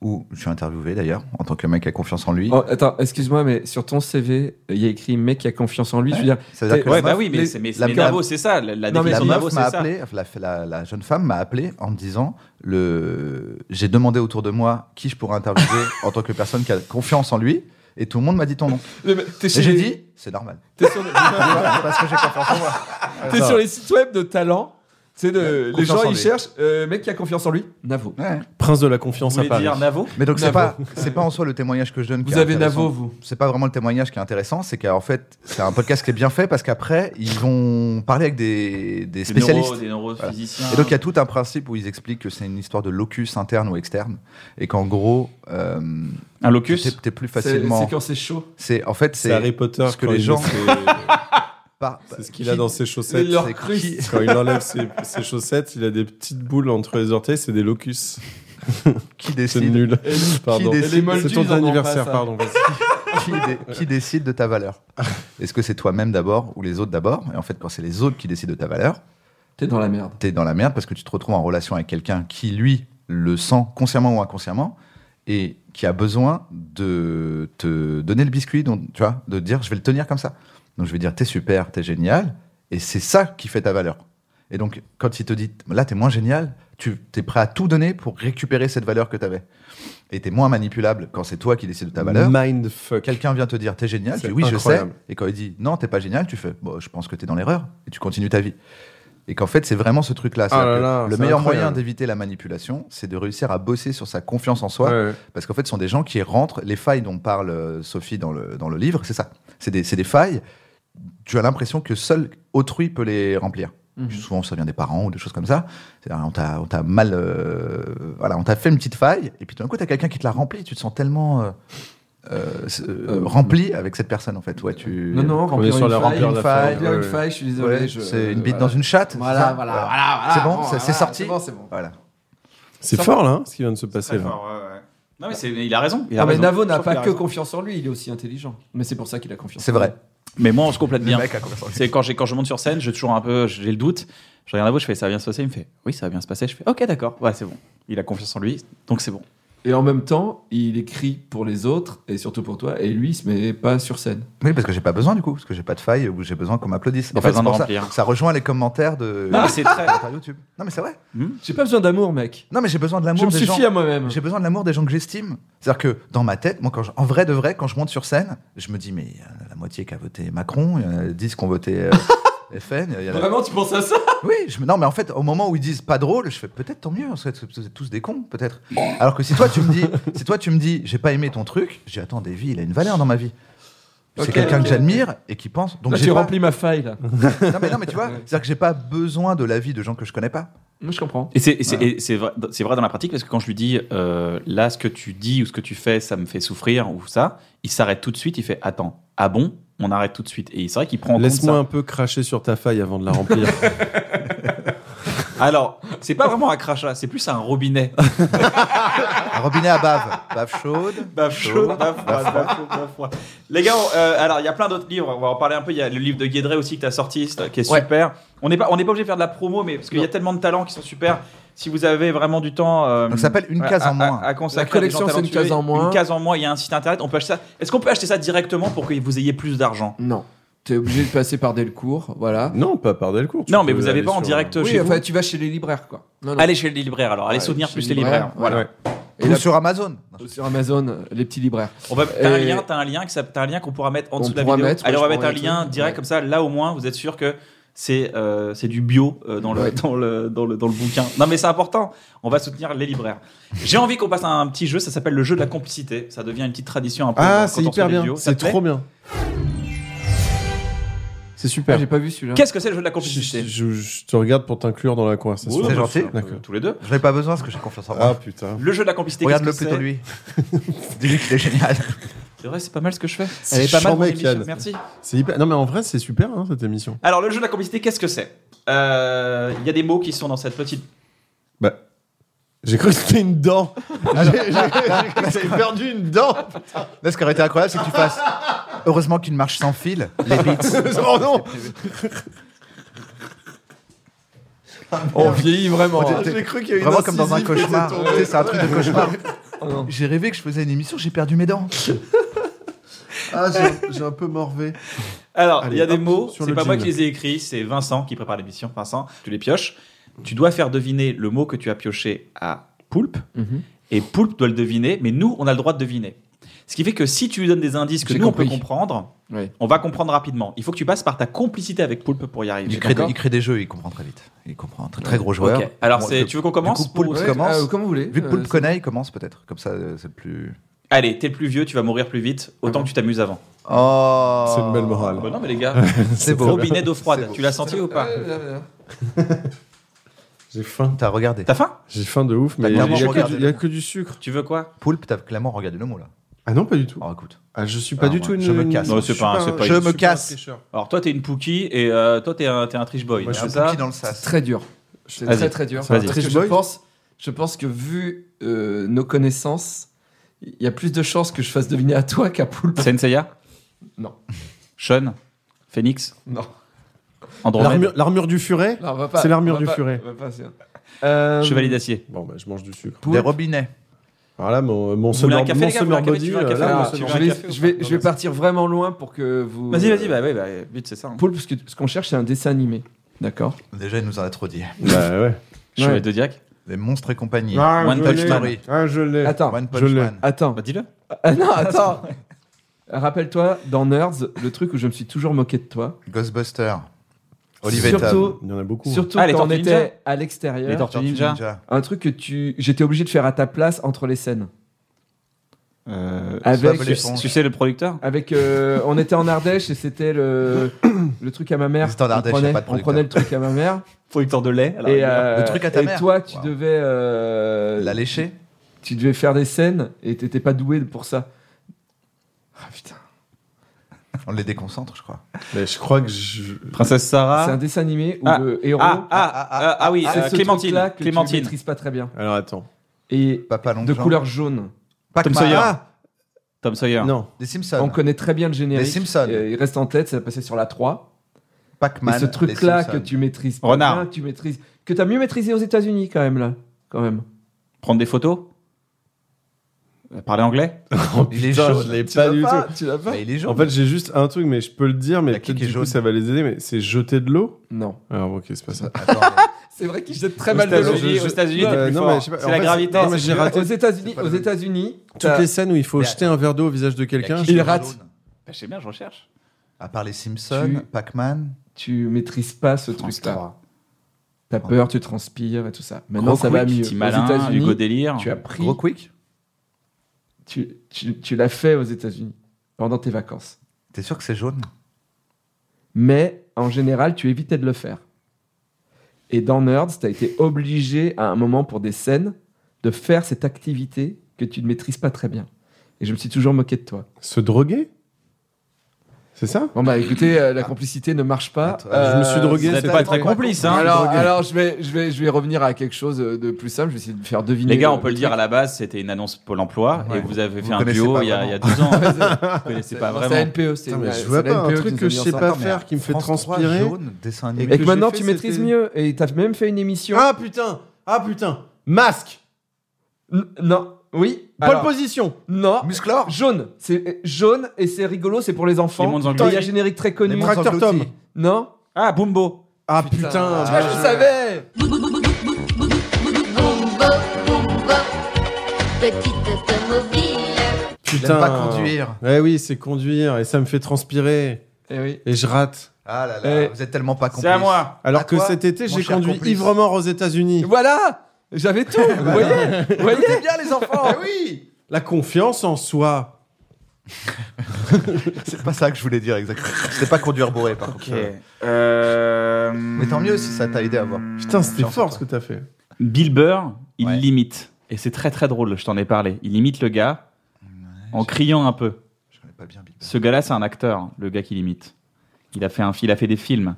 Speaker 2: où je suis interviewé d'ailleurs, en tant que mec qui a confiance en lui.
Speaker 4: Oh, attends, excuse-moi, mais sur ton CV, il y a écrit mec qui a confiance en lui. Je veux dire,
Speaker 2: Ça veut dire
Speaker 4: t'es-
Speaker 2: que
Speaker 1: Ouais,
Speaker 2: la
Speaker 1: bah
Speaker 2: meuf-
Speaker 1: oui, mais
Speaker 4: les-
Speaker 1: c'est mais
Speaker 2: la-
Speaker 1: mais Navo, c'est ça, la, la
Speaker 4: Non, mais
Speaker 1: définition
Speaker 2: la
Speaker 1: de Navo,
Speaker 2: meuf
Speaker 1: c'est
Speaker 2: m'a
Speaker 1: ça.
Speaker 2: appelé, la, la- la jeune femme m'a appelé en me disant le... J'ai demandé autour de moi qui je pourrais interviewer en tant que personne qui a confiance en lui. Et tout le monde m'a dit ton nom.
Speaker 4: Mais bah,
Speaker 2: Et
Speaker 4: t'es chez
Speaker 2: j'ai
Speaker 4: les-
Speaker 2: dit, c'est normal.
Speaker 4: T'es sur, les-
Speaker 2: Parce que j'ai confiance en moi.
Speaker 4: T'es
Speaker 2: Ça
Speaker 4: sur
Speaker 2: va.
Speaker 4: les sites web de talent. C'est de, les
Speaker 2: Confiance
Speaker 4: gens
Speaker 2: en
Speaker 4: ils
Speaker 2: lui.
Speaker 4: cherchent euh, mec qui a confiance en lui. Navo.
Speaker 3: Prince de la confiance à Paris.
Speaker 2: Mais donc c'est
Speaker 4: Navo.
Speaker 2: pas c'est pas en soi le témoignage que je donne. qui
Speaker 4: Vous
Speaker 2: est
Speaker 4: avez
Speaker 2: intéressant.
Speaker 4: Navo, vous.
Speaker 2: C'est pas vraiment le témoignage qui est intéressant, c'est qu'en fait c'est un podcast qui est bien fait parce qu'après ils ont parlé avec des, des spécialistes,
Speaker 1: neuro- des neurophysiciens.
Speaker 2: Et donc il y a tout un principe où ils expliquent que c'est une histoire de locus interne ou externe et qu'en gros euh,
Speaker 1: un locus
Speaker 2: t'es t'es plus
Speaker 4: C'est-
Speaker 2: facilement.
Speaker 4: c'est quand c'est chaud.
Speaker 2: C'est en fait c'est
Speaker 3: C'est Harry Potter
Speaker 2: ce que
Speaker 3: quand
Speaker 2: les
Speaker 3: il
Speaker 2: gens. Bah,
Speaker 3: met
Speaker 2: Par-
Speaker 3: C'est ce qu'il a
Speaker 2: qui-
Speaker 3: dans ses chaussettes.
Speaker 2: leur
Speaker 3: C'est
Speaker 2: cruche.
Speaker 3: Quand il enlève ses, ses chaussettes, il a des petites boules entre les orteils, c'est des locus.
Speaker 2: Qui
Speaker 3: C'est
Speaker 2: décide
Speaker 3: nul.
Speaker 2: Et qui
Speaker 3: Pardon.
Speaker 2: décide
Speaker 3: C'est ton anniversaire, pardon. vas-y.
Speaker 2: qui, dé- qui décide de ta valeur Est-ce que c'est toi-même d'abord ou les autres d'abord Et en fait, quand c'est les autres qui décident de ta valeur,
Speaker 4: t'es dans la merde.
Speaker 2: T'es dans la merde parce que tu te retrouves en relation avec quelqu'un qui, lui, le sent consciemment ou inconsciemment et qui a besoin de te donner le biscuit, donc, tu vois, de te dire je vais le tenir comme ça. Donc je vais dire t'es super, t'es génial, et c'est ça qui fait ta valeur. Et donc quand il te dit là t'es moins génial, tu t'es prêt à tout donner pour récupérer cette valeur que t'avais. Et t'es moins manipulable quand c'est toi qui décides de ta valeur.
Speaker 3: Mindfuck.
Speaker 2: Quelqu'un vient te dire t'es génial, tu
Speaker 3: C'est
Speaker 2: dis oui
Speaker 3: incroyable.
Speaker 2: je sais, et quand il dit non t'es pas génial, tu fais bon je pense que t'es dans l'erreur et tu continues ta vie. Et qu'en fait c'est vraiment ce truc là.
Speaker 3: Ah là là,
Speaker 2: le
Speaker 3: c'est
Speaker 2: meilleur
Speaker 3: incroyable.
Speaker 2: moyen d'éviter la manipulation, c'est de réussir à bosser sur sa confiance en soi.
Speaker 3: Ouais, ouais.
Speaker 2: Parce qu'en fait, ce sont des gens qui rentrent. Les failles dont parle euh, Sophie dans le, dans le livre, c'est ça. C'est des, c'est des failles. Tu as l'impression que seul autrui peut les remplir.
Speaker 4: Mhm.
Speaker 2: Souvent, ça vient des parents ou des choses comme ça. C'est-à-dire, On t'a on t'a mal. euh, voilà, on t'a fait une petite faille. Et puis tout d'un coup, tu as quelqu'un qui te la remplit. Tu te sens tellement. euh, euh, c'est- euh, rempli avec cette personne en fait ouais tu
Speaker 4: Non, non, remplir une faille, une faille, remplir une faille, je suis désolé,
Speaker 2: Ouais,
Speaker 4: je-
Speaker 2: c'est une bite
Speaker 4: voilà.
Speaker 2: dans une chatte c'est
Speaker 4: Voilà,
Speaker 2: ça
Speaker 4: voilà, voilà, voilà,
Speaker 2: c'est bon,
Speaker 4: bon,
Speaker 2: c'est c'est
Speaker 4: voilà,
Speaker 2: sorti
Speaker 4: c'est bon, c'est bon.
Speaker 2: voilà
Speaker 3: C'est fort là, hein, ce qui vient de se passer là.
Speaker 1: Non, mais c'est- il a raison. il a
Speaker 4: Ah, mais
Speaker 1: raison.
Speaker 4: Navo
Speaker 1: Je
Speaker 4: n'a
Speaker 1: trouve qu'il
Speaker 4: pas
Speaker 1: a
Speaker 4: que
Speaker 1: raison.
Speaker 4: confiance en lui, il est aussi intelligent. Mais c'est pour ça qu'il a confiance.
Speaker 2: C'est vrai.
Speaker 1: Mais moi, on se complète bien.
Speaker 2: mec a confiance en lui.
Speaker 1: C'est quand, j'ai- quand je monte sur scène, j'ai toujours un peu, j'ai le doute. Je regarde la bouche, je fais ça va bien se passer. Il me fait oui, ça va bien se passer. Je fais ok, d'accord. Ouais, c'est bon. Il a confiance en lui, donc c'est bon.
Speaker 4: Et en même temps, il écrit pour les autres et surtout pour toi. Et lui, il se met pas sur scène.
Speaker 2: Oui, parce que j'ai pas besoin du coup, parce que j'ai pas de faille où j'ai besoin qu'on m'applaudisse.
Speaker 1: Pas
Speaker 2: En fait,
Speaker 1: besoin
Speaker 2: c'est
Speaker 1: de
Speaker 2: pour ça,
Speaker 1: remplir.
Speaker 2: ça rejoint les commentaires de.
Speaker 4: Ah, Bah,
Speaker 1: Non, mais c'est très-
Speaker 2: sur Euh, YouTube. Non, mais c'est vrai.
Speaker 4: J'ai pas besoin d'amour, mec.
Speaker 2: Non, mais j'ai besoin de l'amour.
Speaker 4: Je me
Speaker 2: des
Speaker 4: suffis
Speaker 2: gens-
Speaker 4: à moi-même.
Speaker 2: J'ai besoin de l'amour des gens que j'estime. C'est-à-dire que dans ma tête, moi, quand je- en vrai de vrai, quand je monte sur scène, je me dis, mais il y en a la moitié qui a voté Macron, il y en a 10 qui ont voté euh, FN. il y en a-
Speaker 4: Vraiment, tu penses à ça
Speaker 2: Oui, je me- non, mais en fait, au moment où ils disent pas drôle, je fais peut-être tant mieux, en fait, vous êtes tous des cons, peut-être. Alors que si toi tu me dis, si toi tu me dis, j'ai pas aimé ton truc, j'ai attends, Davy, il a une valeur dans ma vie. C'est
Speaker 4: Ok,
Speaker 2: quelqu'un
Speaker 4: ok.
Speaker 2: que j'admire et qui pense. Donc
Speaker 4: Là,
Speaker 2: j'ai
Speaker 4: tu
Speaker 2: pas-
Speaker 4: remplis ma faille, là.
Speaker 2: non, mais, non, mais tu vois, c'est-à-dire que j'ai pas besoin de l'avis de gens que je connais pas.
Speaker 4: Moi, je comprends.
Speaker 1: Et c'est et c'est- et c'est vrai, c'est vrai dans la pratique parce que quand je lui dis euh, là ce que tu dis ou ce que tu fais ça me fait souffrir ou ça, il s'arrête tout de suite. Il fait attends ah bon on arrête tout de suite et c'est vrai qu'il prend en compte
Speaker 3: Laisse-moi
Speaker 1: ça.
Speaker 3: un peu cracher sur ta faille avant de la remplir.
Speaker 1: Alors c'est pas vraiment un crachat, c'est plus un robinet.
Speaker 2: Un robinet à bave, bave chaude.
Speaker 1: Bave chaude, bave froide, bave chaude, bave froide. Les gars, on- euh, alors il y a plein d'autres livres, on va en parler un peu. Il y a le livre de Guédré aussi que tu as sorti, c'est- euh, qui est
Speaker 4: Ouais.
Speaker 1: super. On n'est pas, on n'est pas obligé de faire de la promo, mais parce qu'il y a tellement de talents qui sont super. Si vous avez vraiment du temps, euh,
Speaker 2: Donc ça s'appelle Une
Speaker 1: à-
Speaker 2: case en
Speaker 1: à-
Speaker 2: moins.
Speaker 1: À, à consacrer
Speaker 4: La collection,
Speaker 1: à des gens
Speaker 4: c'est Une
Speaker 1: talentueux,
Speaker 4: case en moins.
Speaker 1: Une case en moins. Il y a un site internet. On peut acheter ça. Est-ce qu'on peut acheter ça directement pour que vous ayez plus d'argent
Speaker 4: Non. T'es obligé de passer par Delcourt, voilà.
Speaker 3: non, pas par Delcourt. tu
Speaker 1: Non, mais
Speaker 3: peux
Speaker 1: vous avez
Speaker 3: aller
Speaker 1: pas en
Speaker 3: sur-
Speaker 1: direct euh,
Speaker 4: Oui,
Speaker 1: chez
Speaker 4: enfin,
Speaker 1: vous.
Speaker 4: tu vas chez les libraires, quoi. Non, non.
Speaker 1: Allez chez les libraires alors. Allez
Speaker 4: Ouais,
Speaker 1: soutenir
Speaker 4: chez
Speaker 1: plus
Speaker 4: les
Speaker 1: les libraires.
Speaker 4: libraires,
Speaker 1: Voilà.
Speaker 3: Ouais.
Speaker 4: Et
Speaker 2: Ou
Speaker 4: la-
Speaker 2: sur Amazon.
Speaker 4: sur Amazon, euh, les petits libraires.
Speaker 1: On va t'as un
Speaker 4: Et-
Speaker 1: lien, t'as un lien, que ça- t'as un lien qu'on pourra mettre en
Speaker 4: On
Speaker 1: dessous de la
Speaker 4: pourra
Speaker 1: vidéo.
Speaker 4: mettre, ouais,
Speaker 1: Allez, on
Speaker 4: je
Speaker 1: va mettre un
Speaker 4: pourrais mettre
Speaker 1: lien
Speaker 4: le truc,
Speaker 1: direct
Speaker 4: ouais.
Speaker 1: comme ça. Là au moins, vous êtes sûr que c'est euh, c'est du bio euh, dans, le,
Speaker 4: Ouais.
Speaker 1: dans le dans le dans le bouquin. Non mais c'est important. On va soutenir les libraires. J'ai envie qu'on passe à un petit jeu. Ça s'appelle le jeu de la complicité. Ça devient une petite tradition un peu. euh,
Speaker 3: Ah,
Speaker 1: quand
Speaker 3: c'est
Speaker 1: on se fait
Speaker 3: hyper
Speaker 1: des
Speaker 3: bien.
Speaker 1: duos. Ça
Speaker 3: C'est
Speaker 1: te plaît
Speaker 3: trop bien. C'est
Speaker 4: Ah,
Speaker 3: super.
Speaker 4: j'ai pas vu celui-là.
Speaker 1: Qu'est-ce que c'est le jeu de la
Speaker 3: Je,
Speaker 1: complicité
Speaker 3: je- je te regarde pour t'inclure dans la conversation.
Speaker 2: C'est gentil.
Speaker 3: D'accord.
Speaker 1: Euh, Tous les deux.
Speaker 2: J'en ai pas besoin parce que j'ai confiance en
Speaker 3: Ah
Speaker 2: moi.
Speaker 3: putain.
Speaker 1: Le jeu de la complicité.
Speaker 2: Regarde-le
Speaker 1: qu'est-ce que
Speaker 2: plutôt
Speaker 1: c'est
Speaker 2: lui. Dis-lui qu'il est génial.
Speaker 1: C'est vrai, c'est pas mal ce que je fais.
Speaker 3: C'est
Speaker 1: Elle est pas mal.
Speaker 3: chiant,
Speaker 1: mon
Speaker 3: mec,
Speaker 1: émission,
Speaker 3: Yann.
Speaker 1: Merci.
Speaker 3: C'est hyper. Non, mais en vrai, c'est super hein, cette émission.
Speaker 1: Alors le jeu de la complicité, qu'est-ce que c'est Euh, Il y a des mots qui sont dans cette petite
Speaker 3: Bah. J'ai cru que c'était une dent. J'ai- j'ai- j'ai cru que t'avais perdu une dent.
Speaker 2: Là, ce qui aurait été incroyable, c'est que tu fasses. Heureusement qu'une marche sans fil, les beats.
Speaker 3: oh non.
Speaker 4: On vieillit vraiment. hein.
Speaker 3: J'ai cru qu'il y avait une
Speaker 2: Vraiment comme dans un
Speaker 3: incisive qui était
Speaker 2: cauchemar.
Speaker 3: tombée.
Speaker 2: Tu sais, C'est un truc de cauchemar.
Speaker 4: Oh non.
Speaker 2: J'ai rêvé que je faisais une émission, j'ai perdu mes dents.
Speaker 3: Ah, j'ai- j'ai un peu morvé.
Speaker 1: Alors,
Speaker 3: Allez,
Speaker 1: il y a des
Speaker 3: hop,
Speaker 1: mots,
Speaker 3: sur
Speaker 1: c'est
Speaker 3: le
Speaker 1: pas moi qui
Speaker 3: jingle.
Speaker 1: les ai écrits, c'est Vincent qui prépare l'émission. Vincent, tu les pioches. Tu dois faire deviner le mot que tu as pioché à Poulpe,
Speaker 4: Mhm.
Speaker 1: et Poulpe doit le deviner, mais nous, on a le droit de deviner. Ce qui fait que si tu lui donnes des indices que
Speaker 4: J'ai
Speaker 1: nous on peut
Speaker 4: compris.
Speaker 1: comprendre, on va comprendre rapidement. Il faut que tu passes par ta complicité avec Poulpe pour y arriver.
Speaker 2: Il crée,
Speaker 1: D'accord
Speaker 2: il crée des jeux, il comprend très vite. Il comprend. Très, très gros
Speaker 1: Ok.
Speaker 2: joueur.
Speaker 1: Alors,
Speaker 2: Bon,
Speaker 1: c'est-
Speaker 2: que-
Speaker 1: tu veux qu'on commence
Speaker 2: Du coup, Poulpe
Speaker 1: Ouais,
Speaker 2: commence.
Speaker 1: euh, comme vous voulez.
Speaker 2: Vu que Poulpe
Speaker 1: Euh, c'est-
Speaker 2: connaît, il commence peut-être. Comme ça, euh, c'est plus.
Speaker 1: Allez, t'es le plus vieux, tu vas mourir plus vite. Autant que tu t'amuses avant.
Speaker 2: Oh
Speaker 3: Ah C'est une belle morale.
Speaker 1: Bah non mais les gars,
Speaker 2: C'est beau.
Speaker 1: Robinet d'eau
Speaker 2: C'est
Speaker 1: froide,
Speaker 2: beau.
Speaker 1: tu l'as senti ou pas
Speaker 3: J'ai faim.
Speaker 2: T'as regardé.
Speaker 1: T'as faim
Speaker 3: J'ai faim de ouf, mais il y a
Speaker 2: clairement
Speaker 3: que
Speaker 2: regardé
Speaker 3: du- il y
Speaker 2: le
Speaker 3: a
Speaker 2: mot.
Speaker 3: que du sucre.
Speaker 1: Tu veux quoi
Speaker 2: Poulpe, t'as clairement regardé le mot là.
Speaker 3: Ah non, pas du tout.
Speaker 2: Oh, écoute.
Speaker 3: Ah, je suis pas
Speaker 2: Alors,
Speaker 3: du
Speaker 2: moi,
Speaker 3: tout une.
Speaker 2: je me casse.
Speaker 3: une-
Speaker 1: Non, c'est
Speaker 3: suis
Speaker 1: pas un-
Speaker 3: un-
Speaker 1: c'est pas
Speaker 3: suis
Speaker 1: une-
Speaker 3: un
Speaker 2: casse.
Speaker 3: tricheur.
Speaker 1: Alors toi t'es une pookie et euh, toi t'es un, t'es un triche boy.
Speaker 3: Moi, je
Speaker 1: c'est
Speaker 3: suis
Speaker 1: ça
Speaker 2: Qui dans le sas.
Speaker 4: C'est très dur. C'est
Speaker 1: Vas-y.
Speaker 4: très très dur.
Speaker 1: Vas-y.
Speaker 4: Parce que
Speaker 3: Trish
Speaker 4: je
Speaker 3: Boy
Speaker 4: pense, je pense que vu euh, nos connaissances, il y a plus de chances que je fasse deviner à toi qu'à Poulpe.
Speaker 1: Senseiya
Speaker 4: Non.
Speaker 1: Sean Phoenix
Speaker 4: Non.
Speaker 3: L'armure-
Speaker 1: Andromède
Speaker 3: L'armure du furet
Speaker 4: Non, on va pas-
Speaker 3: C'est l'armure
Speaker 4: on va
Speaker 3: du
Speaker 4: pas-
Speaker 3: furet.
Speaker 4: on va pas- c'est-
Speaker 3: Euh,
Speaker 1: Chevalier d'acier.
Speaker 3: Bon, bah, je mange du sucre.
Speaker 2: Des robinets.
Speaker 3: Voilà mon,
Speaker 1: voulez
Speaker 3: mon
Speaker 1: un
Speaker 3: summer,
Speaker 1: café,
Speaker 3: mon
Speaker 1: les gars Vous
Speaker 3: summer
Speaker 1: voulez un café
Speaker 3: body.
Speaker 1: Tu veux un
Speaker 3: euh,
Speaker 1: café
Speaker 3: là,
Speaker 1: ou
Speaker 3: mon
Speaker 1: un
Speaker 4: Ah,
Speaker 3: summer
Speaker 1: café
Speaker 4: je
Speaker 3: body.
Speaker 4: vais,
Speaker 1: café ou
Speaker 4: je
Speaker 1: pas
Speaker 4: vais- je
Speaker 1: Non,
Speaker 4: vais
Speaker 1: merci.
Speaker 4: partir vraiment loin pour que vous.
Speaker 1: Vas-y vas-y bah ouais bah le but c'est ça. hein.
Speaker 4: Poulpe, parce que ce qu'on cherche c'est un dessin animé. D'accord.
Speaker 2: Déjà, il nous en a trop dit.
Speaker 3: Bah ouais.
Speaker 1: Chevalier Zodiac.
Speaker 2: Les monstres et compagnie.
Speaker 3: Ah,
Speaker 1: One
Speaker 3: je
Speaker 1: Punch
Speaker 3: l'ai.
Speaker 2: Man.
Speaker 3: Ah, je l'ai.
Speaker 4: Attends,
Speaker 2: One
Speaker 3: je
Speaker 2: Punch
Speaker 3: l'ai.
Speaker 2: Man.
Speaker 4: attends.
Speaker 1: Bah dis-le.
Speaker 4: Ah non, attends. Rappelle-toi, dans Nerds, le truc où je me suis toujours moqué de toi.
Speaker 2: Ghostbuster. Olivier
Speaker 4: Surtout-
Speaker 3: Il y en a beaucoup. hein.
Speaker 4: Surtout
Speaker 1: Ah, les
Speaker 4: quand on
Speaker 1: Tortues
Speaker 4: était
Speaker 1: Ninja.
Speaker 4: à
Speaker 1: Les
Speaker 4: l'extérieur.
Speaker 1: Tortues Ninja.
Speaker 4: Un truc que tu, j'étais obligé de faire à ta place entre les scènes.
Speaker 1: Euh,
Speaker 4: Avec-
Speaker 1: tu, tu sais le producteur
Speaker 4: Avec, euh, on était en Ardèche et c'était le, le truc à ma mère.
Speaker 2: Vous étiez en Ardèche,
Speaker 4: on
Speaker 2: y
Speaker 4: prenait,
Speaker 2: a pas de
Speaker 4: on prenait le truc à ma mère.
Speaker 1: Producteur de lait.
Speaker 4: et
Speaker 1: alors.
Speaker 4: euh,
Speaker 2: Le truc à ta
Speaker 4: et
Speaker 2: mère.
Speaker 4: toi, tu
Speaker 2: Wow.
Speaker 4: devais, euh,
Speaker 2: La léchée.
Speaker 4: tu devais faire des scènes et t'étais pas doué pour ça. Ah putain.
Speaker 2: On les déconcentre, je crois.
Speaker 3: Mais je crois que je.
Speaker 1: Princesse
Speaker 4: C'est un
Speaker 1: Sarah.
Speaker 4: dessin animé où
Speaker 1: Ah.
Speaker 4: le héros.
Speaker 1: Ah ah ah, ah, ah oui
Speaker 4: c'est
Speaker 1: euh,
Speaker 4: ce
Speaker 1: Clémentine.
Speaker 4: truc-là que tu
Speaker 1: Clémentine.
Speaker 4: maîtrises pas très bien.
Speaker 3: Alors attends.
Speaker 4: Et
Speaker 2: Papa Longue
Speaker 4: de
Speaker 2: Jambe.
Speaker 4: couleur jaune.
Speaker 1: Tom
Speaker 2: Pac-Man.
Speaker 1: Sawyer.
Speaker 2: Ah,
Speaker 1: Tom Sawyer.
Speaker 3: Non.
Speaker 2: Les
Speaker 4: On
Speaker 2: Simpsons.
Speaker 4: connaît très bien le générique.
Speaker 2: Les Simpsons.
Speaker 4: Et il reste en tête, ça passait sur la 3.
Speaker 2: Pac-Man.
Speaker 4: et ce
Speaker 2: les
Speaker 4: truc-là que
Speaker 2: Simpsons.
Speaker 4: tu maîtrises pas
Speaker 1: Renard.
Speaker 4: bien, que tu maîtrises, que t'as mieux maîtrisé aux États-Unis quand même là, quand même.
Speaker 1: Prendre des photos. Euh, Parler anglais.
Speaker 2: Oh, Il est
Speaker 3: Putain,
Speaker 2: chaud.
Speaker 3: je l'ai
Speaker 2: Tu
Speaker 3: pas
Speaker 2: l'as
Speaker 3: du
Speaker 2: pas
Speaker 3: tout.
Speaker 4: Tu l'as pas
Speaker 2: Mais il est jaune.
Speaker 3: En fait, j'ai juste un truc, mais je peux le dire, mais
Speaker 2: La clique
Speaker 3: peut-être
Speaker 2: est
Speaker 3: du coup
Speaker 2: jaune.
Speaker 3: ça va les aider, mais c'est jeter de l'eau.
Speaker 4: Non.
Speaker 3: Alors ok, c'est pas ça.
Speaker 2: Attends,
Speaker 4: C'est vrai qu'ils jettent très
Speaker 3: Aux
Speaker 4: mal de l'eau.
Speaker 3: États-Unis,
Speaker 1: États-Unis,
Speaker 3: je-
Speaker 1: aux États-Unis,
Speaker 3: Ouais,
Speaker 1: t'es plus
Speaker 3: non, mais
Speaker 1: fort.
Speaker 3: je sais pas.
Speaker 1: C'est
Speaker 3: En
Speaker 1: la
Speaker 3: fait,
Speaker 1: gravité.
Speaker 3: non, mais j'ai raté
Speaker 4: Aux États-Unis,
Speaker 2: C'est pas
Speaker 4: aux
Speaker 2: le-
Speaker 4: États-Unis,
Speaker 3: toutes les scènes où il faut
Speaker 2: Mais
Speaker 3: jeter un verre d'eau au visage de
Speaker 2: il y a
Speaker 3: quelqu'un.
Speaker 2: qui
Speaker 4: Il
Speaker 2: est
Speaker 4: rate.
Speaker 2: jaune
Speaker 1: Bah, je sais bien, je recherche.
Speaker 2: À part les Simpsons,
Speaker 4: Tu-
Speaker 2: Pac-Man.
Speaker 4: tu maîtrises pas ce truc-là. T'as peur, tu transpires et tout ça. Maintenant,
Speaker 1: Gros
Speaker 4: ça va
Speaker 1: Quick,
Speaker 4: mieux.
Speaker 1: Petit
Speaker 4: aux
Speaker 1: malin, Hugo
Speaker 4: États-Unis,
Speaker 1: Délire.
Speaker 4: tu as pris,
Speaker 2: Gros Quick.
Speaker 4: tu, tu- tu l'as fait aux États-Unis pendant tes vacances.
Speaker 2: T'es sûr que c'est jaune
Speaker 4: Mais en général, tu évitais de le faire. Et dans Nerds, t'as été obligé à un moment pour des scènes de faire cette activité que tu ne maîtrises pas très bien. Et je me suis toujours moqué de toi.
Speaker 3: Se droguer C'est ça
Speaker 4: Bon bah écoutez, euh, la complicité ne marche pas.
Speaker 2: Attends,
Speaker 3: je me suis drogué,
Speaker 1: Euh, Vous
Speaker 3: c'est
Speaker 1: n'êtes
Speaker 3: pas
Speaker 1: pas très
Speaker 3: très-
Speaker 1: complice, hein.
Speaker 4: Alors, alors je, vais, je, vais, je vais revenir à quelque chose de plus simple, je vais essayer de faire deviner.
Speaker 1: Les gars, on peut le dire à la base, c'était une annonce Pôle emploi
Speaker 2: Ouais.
Speaker 1: et vous avez fait
Speaker 2: Vous
Speaker 1: un
Speaker 2: connaissez
Speaker 1: duo
Speaker 2: pas
Speaker 1: il y, a,
Speaker 2: vraiment.
Speaker 1: il y a deux ans. vous connaissez pas
Speaker 4: C'est la
Speaker 1: vraiment.
Speaker 4: NPE, c'est
Speaker 3: Putain, mais
Speaker 4: la-
Speaker 3: je
Speaker 4: c'est
Speaker 3: vois
Speaker 4: la E
Speaker 3: pas un
Speaker 4: NPE
Speaker 3: truc
Speaker 4: qui
Speaker 3: que
Speaker 4: nous a
Speaker 3: je sais
Speaker 4: mis ensemble.
Speaker 3: pas
Speaker 2: Attends, mais
Speaker 3: faire, qui me fait
Speaker 2: France
Speaker 3: transpirer.
Speaker 2: 3, jaune, dessin animé.
Speaker 3: Et
Speaker 4: Et
Speaker 3: que
Speaker 4: que
Speaker 3: j'ai
Speaker 4: maintenant
Speaker 3: fait,
Speaker 4: tu maîtrises
Speaker 3: c'était-
Speaker 4: mieux et t'as même fait une émission.
Speaker 3: Ah putain Ah putain Masque
Speaker 4: N- non, oui.
Speaker 3: Pole
Speaker 4: alors,
Speaker 3: position
Speaker 4: non.
Speaker 2: Musclor
Speaker 4: Jaune, c'est euh, jaune et c'est rigolo, c'est pour les enfants.
Speaker 1: Les mondes
Speaker 4: Putain,
Speaker 1: engloutis.
Speaker 4: Il y a un générique très
Speaker 2: Les
Speaker 4: connu.
Speaker 2: mondes
Speaker 3: Tracteur Tom.
Speaker 2: engloutis.
Speaker 4: Non.
Speaker 1: Ah, Bumbo.
Speaker 3: Ah putain
Speaker 4: Ah, je le savais.
Speaker 13: Petite automobile,
Speaker 3: Putain
Speaker 2: Il aime pas conduire.
Speaker 3: Eh oui, c'est conduire, et ça me fait transpirer.
Speaker 4: Eh oui.
Speaker 3: Et je rate.
Speaker 2: Ah là
Speaker 4: Eh.
Speaker 2: là, vous êtes tellement pas complice.
Speaker 1: C'est à moi.
Speaker 3: Alors
Speaker 2: À
Speaker 3: que
Speaker 2: toi,
Speaker 3: cet été,
Speaker 2: mon
Speaker 3: j'ai
Speaker 2: cher
Speaker 3: conduit
Speaker 2: complice.
Speaker 3: ivre-mort aux États-Unis.
Speaker 4: Voilà. J'avais tout. vous voyez. Vous voyez bien les enfants.
Speaker 3: oui La confiance en soi.
Speaker 2: C'est pas ça que je voulais dire exactement. C'était pas conduire bourré par contre. Mais tant mieux si ça t'a aidé à voir.
Speaker 3: Putain, c'était
Speaker 2: Genre,
Speaker 3: fort
Speaker 2: c'est
Speaker 3: ce que t'as fait.
Speaker 1: Bill Burr, il
Speaker 2: Ouais.
Speaker 1: l'imite. Et c'est très très drôle, je t'en ai parlé. Il imite le gars en criant un peu.
Speaker 2: Je connais pas bien Bill Burr.
Speaker 1: Ce gars-là, c'est un acteur, le gars qui l'imite. Il a fait un il a fait des films.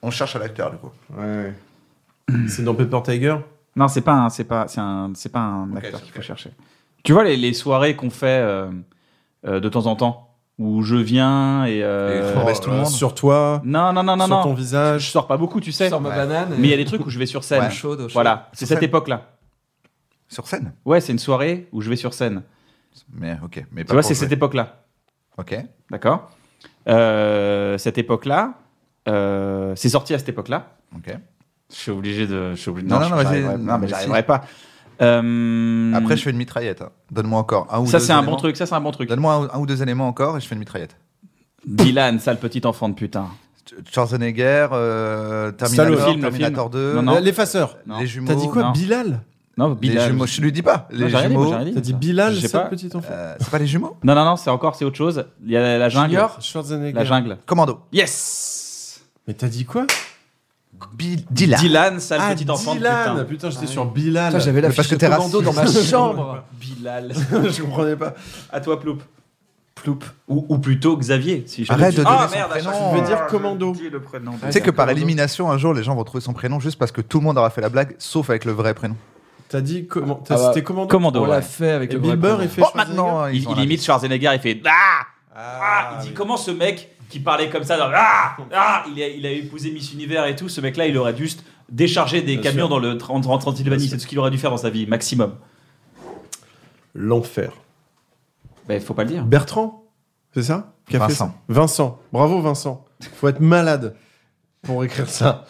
Speaker 2: On cherche à l'acteur du coup.
Speaker 3: Ouais. C'est dans Pepper Tiger
Speaker 1: Non, c'est pas un, c'est pas, Ah, c'est un, c'est pas un
Speaker 2: Ok,
Speaker 1: acteur
Speaker 2: c'est
Speaker 1: qu'il faut
Speaker 2: ok.
Speaker 1: chercher. Tu vois les, les soirées qu'on fait euh, euh, de temps en temps où je viens et, euh,
Speaker 2: Et on baisse tout le monde.
Speaker 3: Sur toi,
Speaker 1: non non non non
Speaker 3: sur ton
Speaker 1: non, je
Speaker 3: visage.
Speaker 1: sors pas beaucoup, tu sais.
Speaker 4: Sors ma
Speaker 2: Ouais.
Speaker 4: banane.
Speaker 1: Mais il y a des trucs où je vais sur scène.
Speaker 2: Ouais.
Speaker 4: chaude.
Speaker 1: Voilà, c'est
Speaker 2: Sur
Speaker 1: cette
Speaker 2: scène.
Speaker 1: époque-là.
Speaker 2: Sur scène
Speaker 1: Ouais, c'est une soirée où je vais sur scène.
Speaker 2: Mais ok. Mais
Speaker 1: Tu vois, c'est cette époque-là,
Speaker 2: Ok.
Speaker 1: d'accord Euh, Cette époque-là, euh, c'est sorti à cette époque-là.
Speaker 2: Ok.
Speaker 1: Je suis obligé de. Je suis obligé...
Speaker 2: Non, non,
Speaker 1: je-
Speaker 2: non, vas-y.
Speaker 1: j'arriverai-
Speaker 2: Non,
Speaker 1: non, mais
Speaker 2: mais
Speaker 1: j'arriverai pas. Euh,
Speaker 2: Après, je fais une mitraillette. hein. Donne-moi encore un ou
Speaker 1: Ça,
Speaker 2: deux
Speaker 1: c'est un
Speaker 2: éléments.
Speaker 1: bon truc, ça, c'est un bon truc.
Speaker 2: Donne-moi un, un ou deux éléments encore et je fais une mitraillette.
Speaker 1: Dylan, sale petit enfant de putain.
Speaker 2: Schwarzenegger, euh, Terminator,
Speaker 1: le film, le
Speaker 2: Terminator
Speaker 1: film.
Speaker 2: 2,
Speaker 1: Non, non.
Speaker 3: L'effaceur.
Speaker 2: les jumeaux.
Speaker 3: T'as dit quoi,
Speaker 2: Non.
Speaker 3: Bilal
Speaker 1: Non, Bilal.
Speaker 2: Les jumeaux, je lui dis pas.
Speaker 1: Non,
Speaker 2: Les
Speaker 1: j'ai rien dit, moi,
Speaker 2: jumeaux.
Speaker 1: j'ai rien dit.
Speaker 3: T'as dit Bilal,
Speaker 1: Je sais
Speaker 3: ça,
Speaker 1: pas.
Speaker 3: petit enfant.
Speaker 2: Euh, c'est pas les jumeaux
Speaker 1: Non, non, non, c'est encore, c'est autre chose. Il y a la, la jungle.
Speaker 3: Junior Schwarzenegger.
Speaker 1: La jungle.
Speaker 2: Commando.
Speaker 1: Yes
Speaker 3: Mais t'as dit quoi
Speaker 2: Dylan.
Speaker 1: Dylan, sale
Speaker 3: Ah,
Speaker 1: petit enfant
Speaker 3: Dylan.
Speaker 1: de putain.
Speaker 3: Putain, j'étais sur Bilal.
Speaker 4: Putain, j'avais la
Speaker 3: Mais
Speaker 4: fiche
Speaker 3: parce que
Speaker 4: de
Speaker 3: t'es
Speaker 4: commando dans ma
Speaker 3: raciste.
Speaker 4: chambre.
Speaker 1: Bilal.
Speaker 3: Je comprenais pas.
Speaker 1: À toi, Ploup. Ploup. Ou, ou plutôt Xavier. Si je
Speaker 2: Arrête de donner
Speaker 1: Ah
Speaker 2: son
Speaker 1: merde, à chaque
Speaker 2: prénom.
Speaker 1: fois,
Speaker 2: Je veux
Speaker 3: dire
Speaker 1: euh,
Speaker 3: commando.
Speaker 1: je dis le prénom.
Speaker 2: Tu sais que par élimination, un jour, les gens vont trouver son prénom juste parce que tout le monde aura fait la blague, sauf avec le vrai prénom.
Speaker 3: T'as dit comment
Speaker 4: Ah
Speaker 3: T'as
Speaker 4: bah,
Speaker 3: C'était commando.
Speaker 1: Commando.
Speaker 4: On
Speaker 1: ouais.
Speaker 4: l'a fait avec
Speaker 3: Et
Speaker 4: le
Speaker 3: Bill
Speaker 4: vrai
Speaker 3: Burr,
Speaker 4: prénom.
Speaker 3: il fait.
Speaker 1: Oh,
Speaker 3: Schwarzenegger
Speaker 2: maintenant, ils
Speaker 1: Il,
Speaker 2: sont
Speaker 1: il
Speaker 2: là.
Speaker 1: imite Schwarzenegger, il fait Ah Ah, il dit
Speaker 3: oui.
Speaker 1: comment ce mec qui parlait comme ça, dans, ah, ah, il, a, il a épousé Miss Univers et tout, ce mec-là, il aurait juste déchargé des
Speaker 3: Bien
Speaker 1: camions
Speaker 3: sûr.
Speaker 1: dans le tra- en en Transylvanie,
Speaker 3: Bien
Speaker 1: c'est tout ce qu'il aurait dû faire dans sa vie, maximum.
Speaker 3: L'enfer.
Speaker 1: Ben, faut pas le dire.
Speaker 3: Bertrand, c'est ça Qui a fait
Speaker 2: Vincent.
Speaker 3: ça Vincent. Bravo Vincent. Faut être malade pour écrire ça.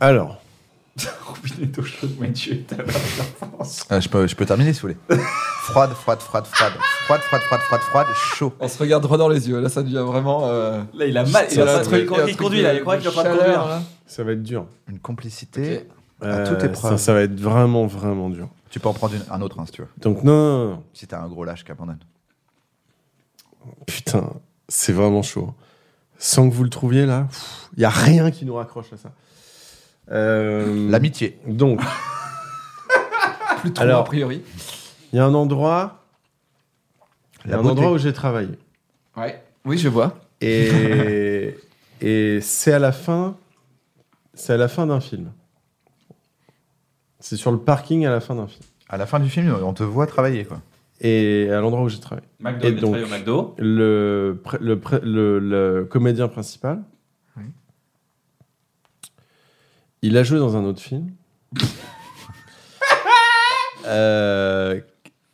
Speaker 3: Alors,
Speaker 1: Robin est au chaud, mais tu es ta mère de l'enfance.
Speaker 2: Euh, je, peux, je peux terminer si vous voulez. froide, froide, froide, froide. Froide, froide, froide, froide, froide, chaud.
Speaker 4: On se regarde droit dans les yeux. Là, ça devient vraiment. euh,
Speaker 1: Là, il a mal. Il
Speaker 4: ça,
Speaker 1: a
Speaker 4: là,
Speaker 1: pas
Speaker 4: un
Speaker 1: de
Speaker 4: truc- un
Speaker 1: quand il
Speaker 4: truc
Speaker 1: conduit,
Speaker 4: de-
Speaker 1: là, il croit
Speaker 4: de
Speaker 1: qu'il doit pas de
Speaker 4: chaleur,
Speaker 1: conduire.
Speaker 4: là.
Speaker 3: ça va être dur.
Speaker 2: Une complicité.
Speaker 3: Euh,
Speaker 2: toute épreuve.
Speaker 3: ça, ça va être vraiment, vraiment dur.
Speaker 2: Tu peux en prendre une- un autre, hein, si tu veux.
Speaker 3: Donc, non, non, non.
Speaker 2: Si t'as un gros lâche qui abandonne.
Speaker 3: Putain, c'est vraiment chaud. Sans que vous le trouviez là, il y a rien qui nous raccroche à ça. Euh,
Speaker 2: L'amitié.
Speaker 3: Donc,
Speaker 4: Plus trop,
Speaker 3: Alors-
Speaker 4: a priori.
Speaker 3: il y a un endroit, il y a
Speaker 2: La
Speaker 3: un
Speaker 2: beauté.
Speaker 3: endroit où j'ai travaillé.
Speaker 4: Ouais. Oui, je vois.
Speaker 3: Et, et c'est à la fin, c'est à la fin d'un film. C'est sur le parking à la fin d'un film.
Speaker 2: À la fin du film, on te voit travailler, quoi.
Speaker 3: Et à l'endroit où j'ai travaillé.
Speaker 1: McDo,
Speaker 3: Et
Speaker 1: il va
Speaker 3: donc-
Speaker 1: travailler au McDo.
Speaker 3: Le, pré- le, pré- le, le comédien principal,
Speaker 4: Oui.
Speaker 3: il a joué dans un autre film. Euh,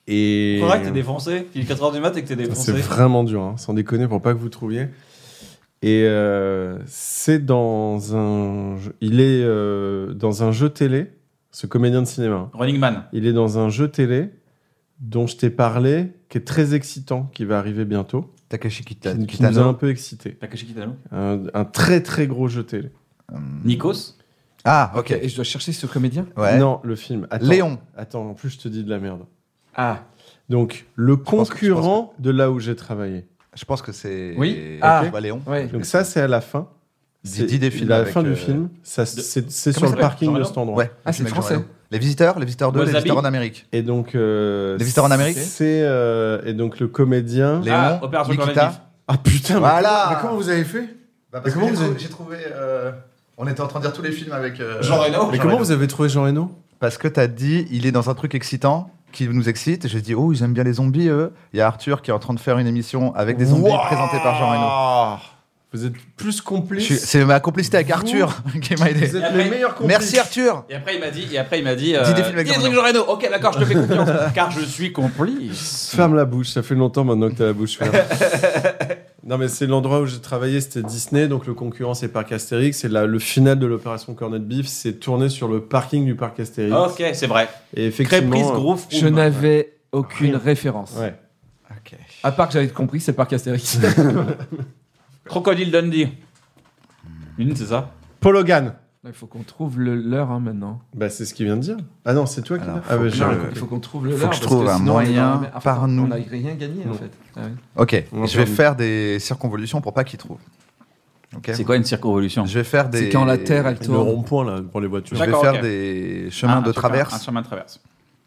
Speaker 3: et euh,
Speaker 1: Faudra que t'es défoncé. Il est 4h du mat et que t'es
Speaker 3: Ah,
Speaker 1: défoncé.
Speaker 3: c'est vraiment dur, hein, sans déconner, pour pas que vous trouviez. Et euh, c'est dans un, jeu- il est euh, dans un jeu télé, ce comédien de cinéma. hein.
Speaker 1: Running Man.
Speaker 3: Il est dans un jeu télé dont je t'ai parlé, qui est très excitant, qui va arriver bientôt,
Speaker 2: Takashi Kita-
Speaker 3: qui, qui nous a
Speaker 2: Kitano.
Speaker 3: un peu excité.
Speaker 1: Takashi Kitano.
Speaker 3: Un, un très très gros jeu télé.
Speaker 2: Hum.
Speaker 1: Nikos.
Speaker 2: Ah,
Speaker 4: Ok.
Speaker 2: ok.
Speaker 4: Et je dois chercher ce comédien.
Speaker 2: Ouais.
Speaker 3: Non, le film. Attends,
Speaker 2: Léon.
Speaker 3: Attends, en plus je te dis de la merde.
Speaker 4: Ah.
Speaker 3: Donc le
Speaker 2: pense que- je pense
Speaker 3: concurrent de là où j'ai travaillé.
Speaker 2: Je pense que c'est.
Speaker 4: Oui.
Speaker 2: Ok,
Speaker 4: Ah.
Speaker 2: je vois Léon.
Speaker 4: Ouais.
Speaker 3: Donc ça c'est à la fin.
Speaker 2: Dix-
Speaker 3: C'est
Speaker 2: dix des films
Speaker 3: à la
Speaker 2: avec,
Speaker 3: fin
Speaker 2: euh,
Speaker 3: du film. Ça, c'est c'est
Speaker 2: Comment
Speaker 3: sur
Speaker 2: il
Speaker 3: le
Speaker 2: s'appelle
Speaker 3: parking de
Speaker 1: Jean-Léon
Speaker 3: cet endroit.
Speaker 2: Ouais.
Speaker 4: Ah,
Speaker 2: Je
Speaker 4: c'est
Speaker 2: mets que
Speaker 4: français.
Speaker 2: j'en ai. Les visiteurs, les visiteurs 2, les
Speaker 1: Wasabi.
Speaker 2: visiteurs en Amérique.
Speaker 3: Et donc. euh,
Speaker 2: Les visiteurs en Amérique
Speaker 3: C'est euh, et donc le comédien.
Speaker 2: Léon,
Speaker 1: Ah, Opération Corned Beef.
Speaker 2: Nikita.
Speaker 3: Ah putain. mais
Speaker 2: Voilà.
Speaker 3: comment- mais comment vous avez fait
Speaker 2: Bah,
Speaker 3: Mais comment
Speaker 2: j'ai
Speaker 3: vous
Speaker 2: trou-
Speaker 3: avez-
Speaker 2: j'ai trouvé. euh, on était en train de dire tous les films avec. euh,
Speaker 1: Jean Reno.
Speaker 3: Mais
Speaker 2: Jean
Speaker 3: comment
Speaker 2: Reno.
Speaker 3: vous avez trouvé Jean Reno
Speaker 2: Parce que t'as dit, il est dans un truc excitant qui nous excite. J'ai dit, oh, ils aiment bien les zombies, eux. Il y a Arthur qui est en train de faire une émission avec des zombies
Speaker 3: Wouah
Speaker 2: présentés par Jean Reno.
Speaker 3: Vous êtes plus
Speaker 2: Je
Speaker 3: complice.
Speaker 2: suis- C'est ma complicité avec Arthur qui m'a
Speaker 3: Vous
Speaker 2: aidé.
Speaker 3: êtes les meilleurs complices.
Speaker 2: Merci Arthur.
Speaker 1: Et après, il m'a dit. Et après, il m'a dit. euh,
Speaker 2: Dis des films avec
Speaker 1: dis des
Speaker 2: Jean
Speaker 1: trucs Jean Reno. Ok, d'accord, je te fais confiance. car je suis complice.
Speaker 3: Ferme la bouche, ça fait longtemps maintenant que t'as la bouche ferme. non mais c'est l'endroit où j'ai travaillé, c'était Disney, donc le concurrent c'est Parc Astérix, c'est la- le final de l'opération Cornet Beef, c'est tourné sur le parking du Parc Astérix.
Speaker 1: Ok, c'est vrai.
Speaker 3: Et effectivement,
Speaker 1: Créprise,
Speaker 3: euh,
Speaker 1: Groove.
Speaker 4: Je
Speaker 1: Room.
Speaker 4: n'avais aucune référence.
Speaker 3: Ouais.
Speaker 4: À part que j'avais compris, c'est le parc Astérix.
Speaker 1: Crocodile Dundee. Une, c'est ça
Speaker 3: Paul Hogan.
Speaker 4: Il faut qu'on trouve le leur hein, maintenant.
Speaker 3: Bah c'est ce qu'il vient de dire. Ah non, c'est toi qui
Speaker 2: Alors,
Speaker 3: l'as.
Speaker 2: faut
Speaker 3: Ah, bah,
Speaker 2: que
Speaker 3: j'ai-
Speaker 4: Non, Il faut- il faut qu'on trouve le leur.
Speaker 2: que je
Speaker 4: parce
Speaker 2: trouve un
Speaker 4: sinon, on est dans la
Speaker 2: moyen
Speaker 4: mer. Ah,
Speaker 2: par
Speaker 4: putain,
Speaker 2: nous.
Speaker 4: On n'a rien gagné en
Speaker 3: Non.
Speaker 4: fait. Ah oui.
Speaker 2: Ok,
Speaker 3: On va
Speaker 2: je
Speaker 3: faire
Speaker 2: vais
Speaker 3: une-
Speaker 2: faire des circonvolutions pour pas qu'ils trouvent. Ok.
Speaker 1: C'est quoi une circonvolution
Speaker 2: Je vais faire des.
Speaker 4: C'est quand la Terre elle
Speaker 3: le
Speaker 4: tourne.
Speaker 3: rond-point là pour les voitures.
Speaker 2: Je vais
Speaker 1: D'accord,
Speaker 2: faire
Speaker 1: ok.
Speaker 2: des chemins de
Speaker 1: Un
Speaker 2: traverse.
Speaker 1: chemin de traverse.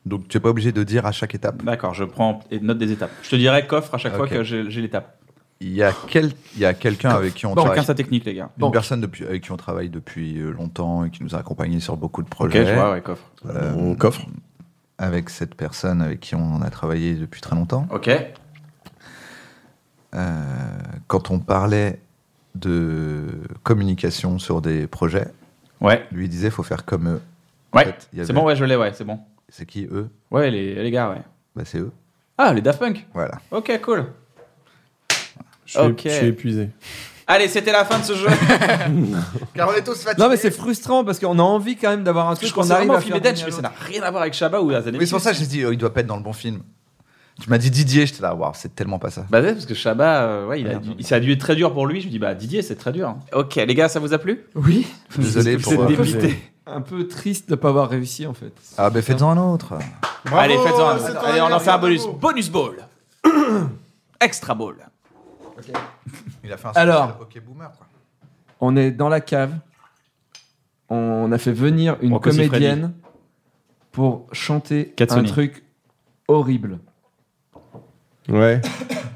Speaker 2: Donc tu n'es pas obligé de dire à chaque étape.
Speaker 1: D'accord, je prends et note des étapes. Je te dirai coffre à chaque fois
Speaker 2: Ok.
Speaker 1: que j'ai j'ai l'étape.
Speaker 2: Il y a, quel... il y a quelqu'un avec qui on
Speaker 1: Bon,
Speaker 2: travaille.
Speaker 1: chacun sa technique, les gars.
Speaker 2: Une personne depuis, avec qui on travaille depuis euh, longtemps et qui nous a accompagnés sur beaucoup de
Speaker 1: Ok,
Speaker 2: projets.
Speaker 1: je vois, ouais, coffre.
Speaker 2: Euh,
Speaker 3: On coffre.
Speaker 2: Avec cette personne avec qui on a travaillé depuis très longtemps.
Speaker 1: Ok.
Speaker 2: Euh, quand on parlait de communication sur des projets,
Speaker 1: Ouais,
Speaker 2: lui il disait faut faire comme eux. En
Speaker 1: ouais.
Speaker 2: fait, il y
Speaker 1: C'est
Speaker 2: avait-
Speaker 1: bon, ouais, je l'ai, ouais, c'est bon.
Speaker 2: C'est qui eux
Speaker 1: Ouais, les, les gars, ouais.
Speaker 2: bah, C'est eux.
Speaker 1: Ah, les Daft Punk
Speaker 2: Voilà.
Speaker 1: Ok, cool.
Speaker 3: Je suis,
Speaker 1: Ok.
Speaker 3: je suis épuisé.
Speaker 1: Allez, c'était la fin de ce jeu.
Speaker 2: Car on est tous fatigués.
Speaker 4: Non, mais c'est frustrant parce qu'on a envie quand même d'avoir un
Speaker 1: Je
Speaker 4: truc qu'on
Speaker 1: pensais
Speaker 4: arrive
Speaker 1: vraiment au
Speaker 4: à
Speaker 1: film
Speaker 4: faire. hein.
Speaker 1: Eden, mais ça n'a rien à voir avec Shabba ou Azanelli.
Speaker 2: Oui, c'est pour ça que j'ai dit, oh, il doit pas être dans le bon film. Tu m'as dit Didier, j'étais là, waouh, oh, c'est tellement pas ça.
Speaker 1: Bah ouais, parce que Shabba, euh, ouais, il a dû- ça a dû être très dur pour lui. Je lui dis, bah Didier, c'est très dur. Ok, les gars, ça vous a plu
Speaker 4: Oui.
Speaker 2: Désolé
Speaker 1: Vous êtes
Speaker 2: pour. euh,
Speaker 1: débité.
Speaker 4: Un peu triste de pas avoir réussi en fait.
Speaker 2: Ah, bah faites-en un autre.
Speaker 4: Ah,
Speaker 1: Allez, faites-en un.
Speaker 4: c'est
Speaker 1: Attends,
Speaker 4: ton
Speaker 1: Allez, on en fait un
Speaker 4: anniversaire,
Speaker 1: bonus. Bonus ball. Extra ball.
Speaker 2: Il a fait un
Speaker 4: Alors.
Speaker 2: spécial Ok, boomer, quoi.
Speaker 4: On est dans la cave. On a fait venir une
Speaker 1: Bon, que si
Speaker 4: comédienne pour chanter
Speaker 1: Katsuni.
Speaker 4: un truc horrible.
Speaker 3: Ouais.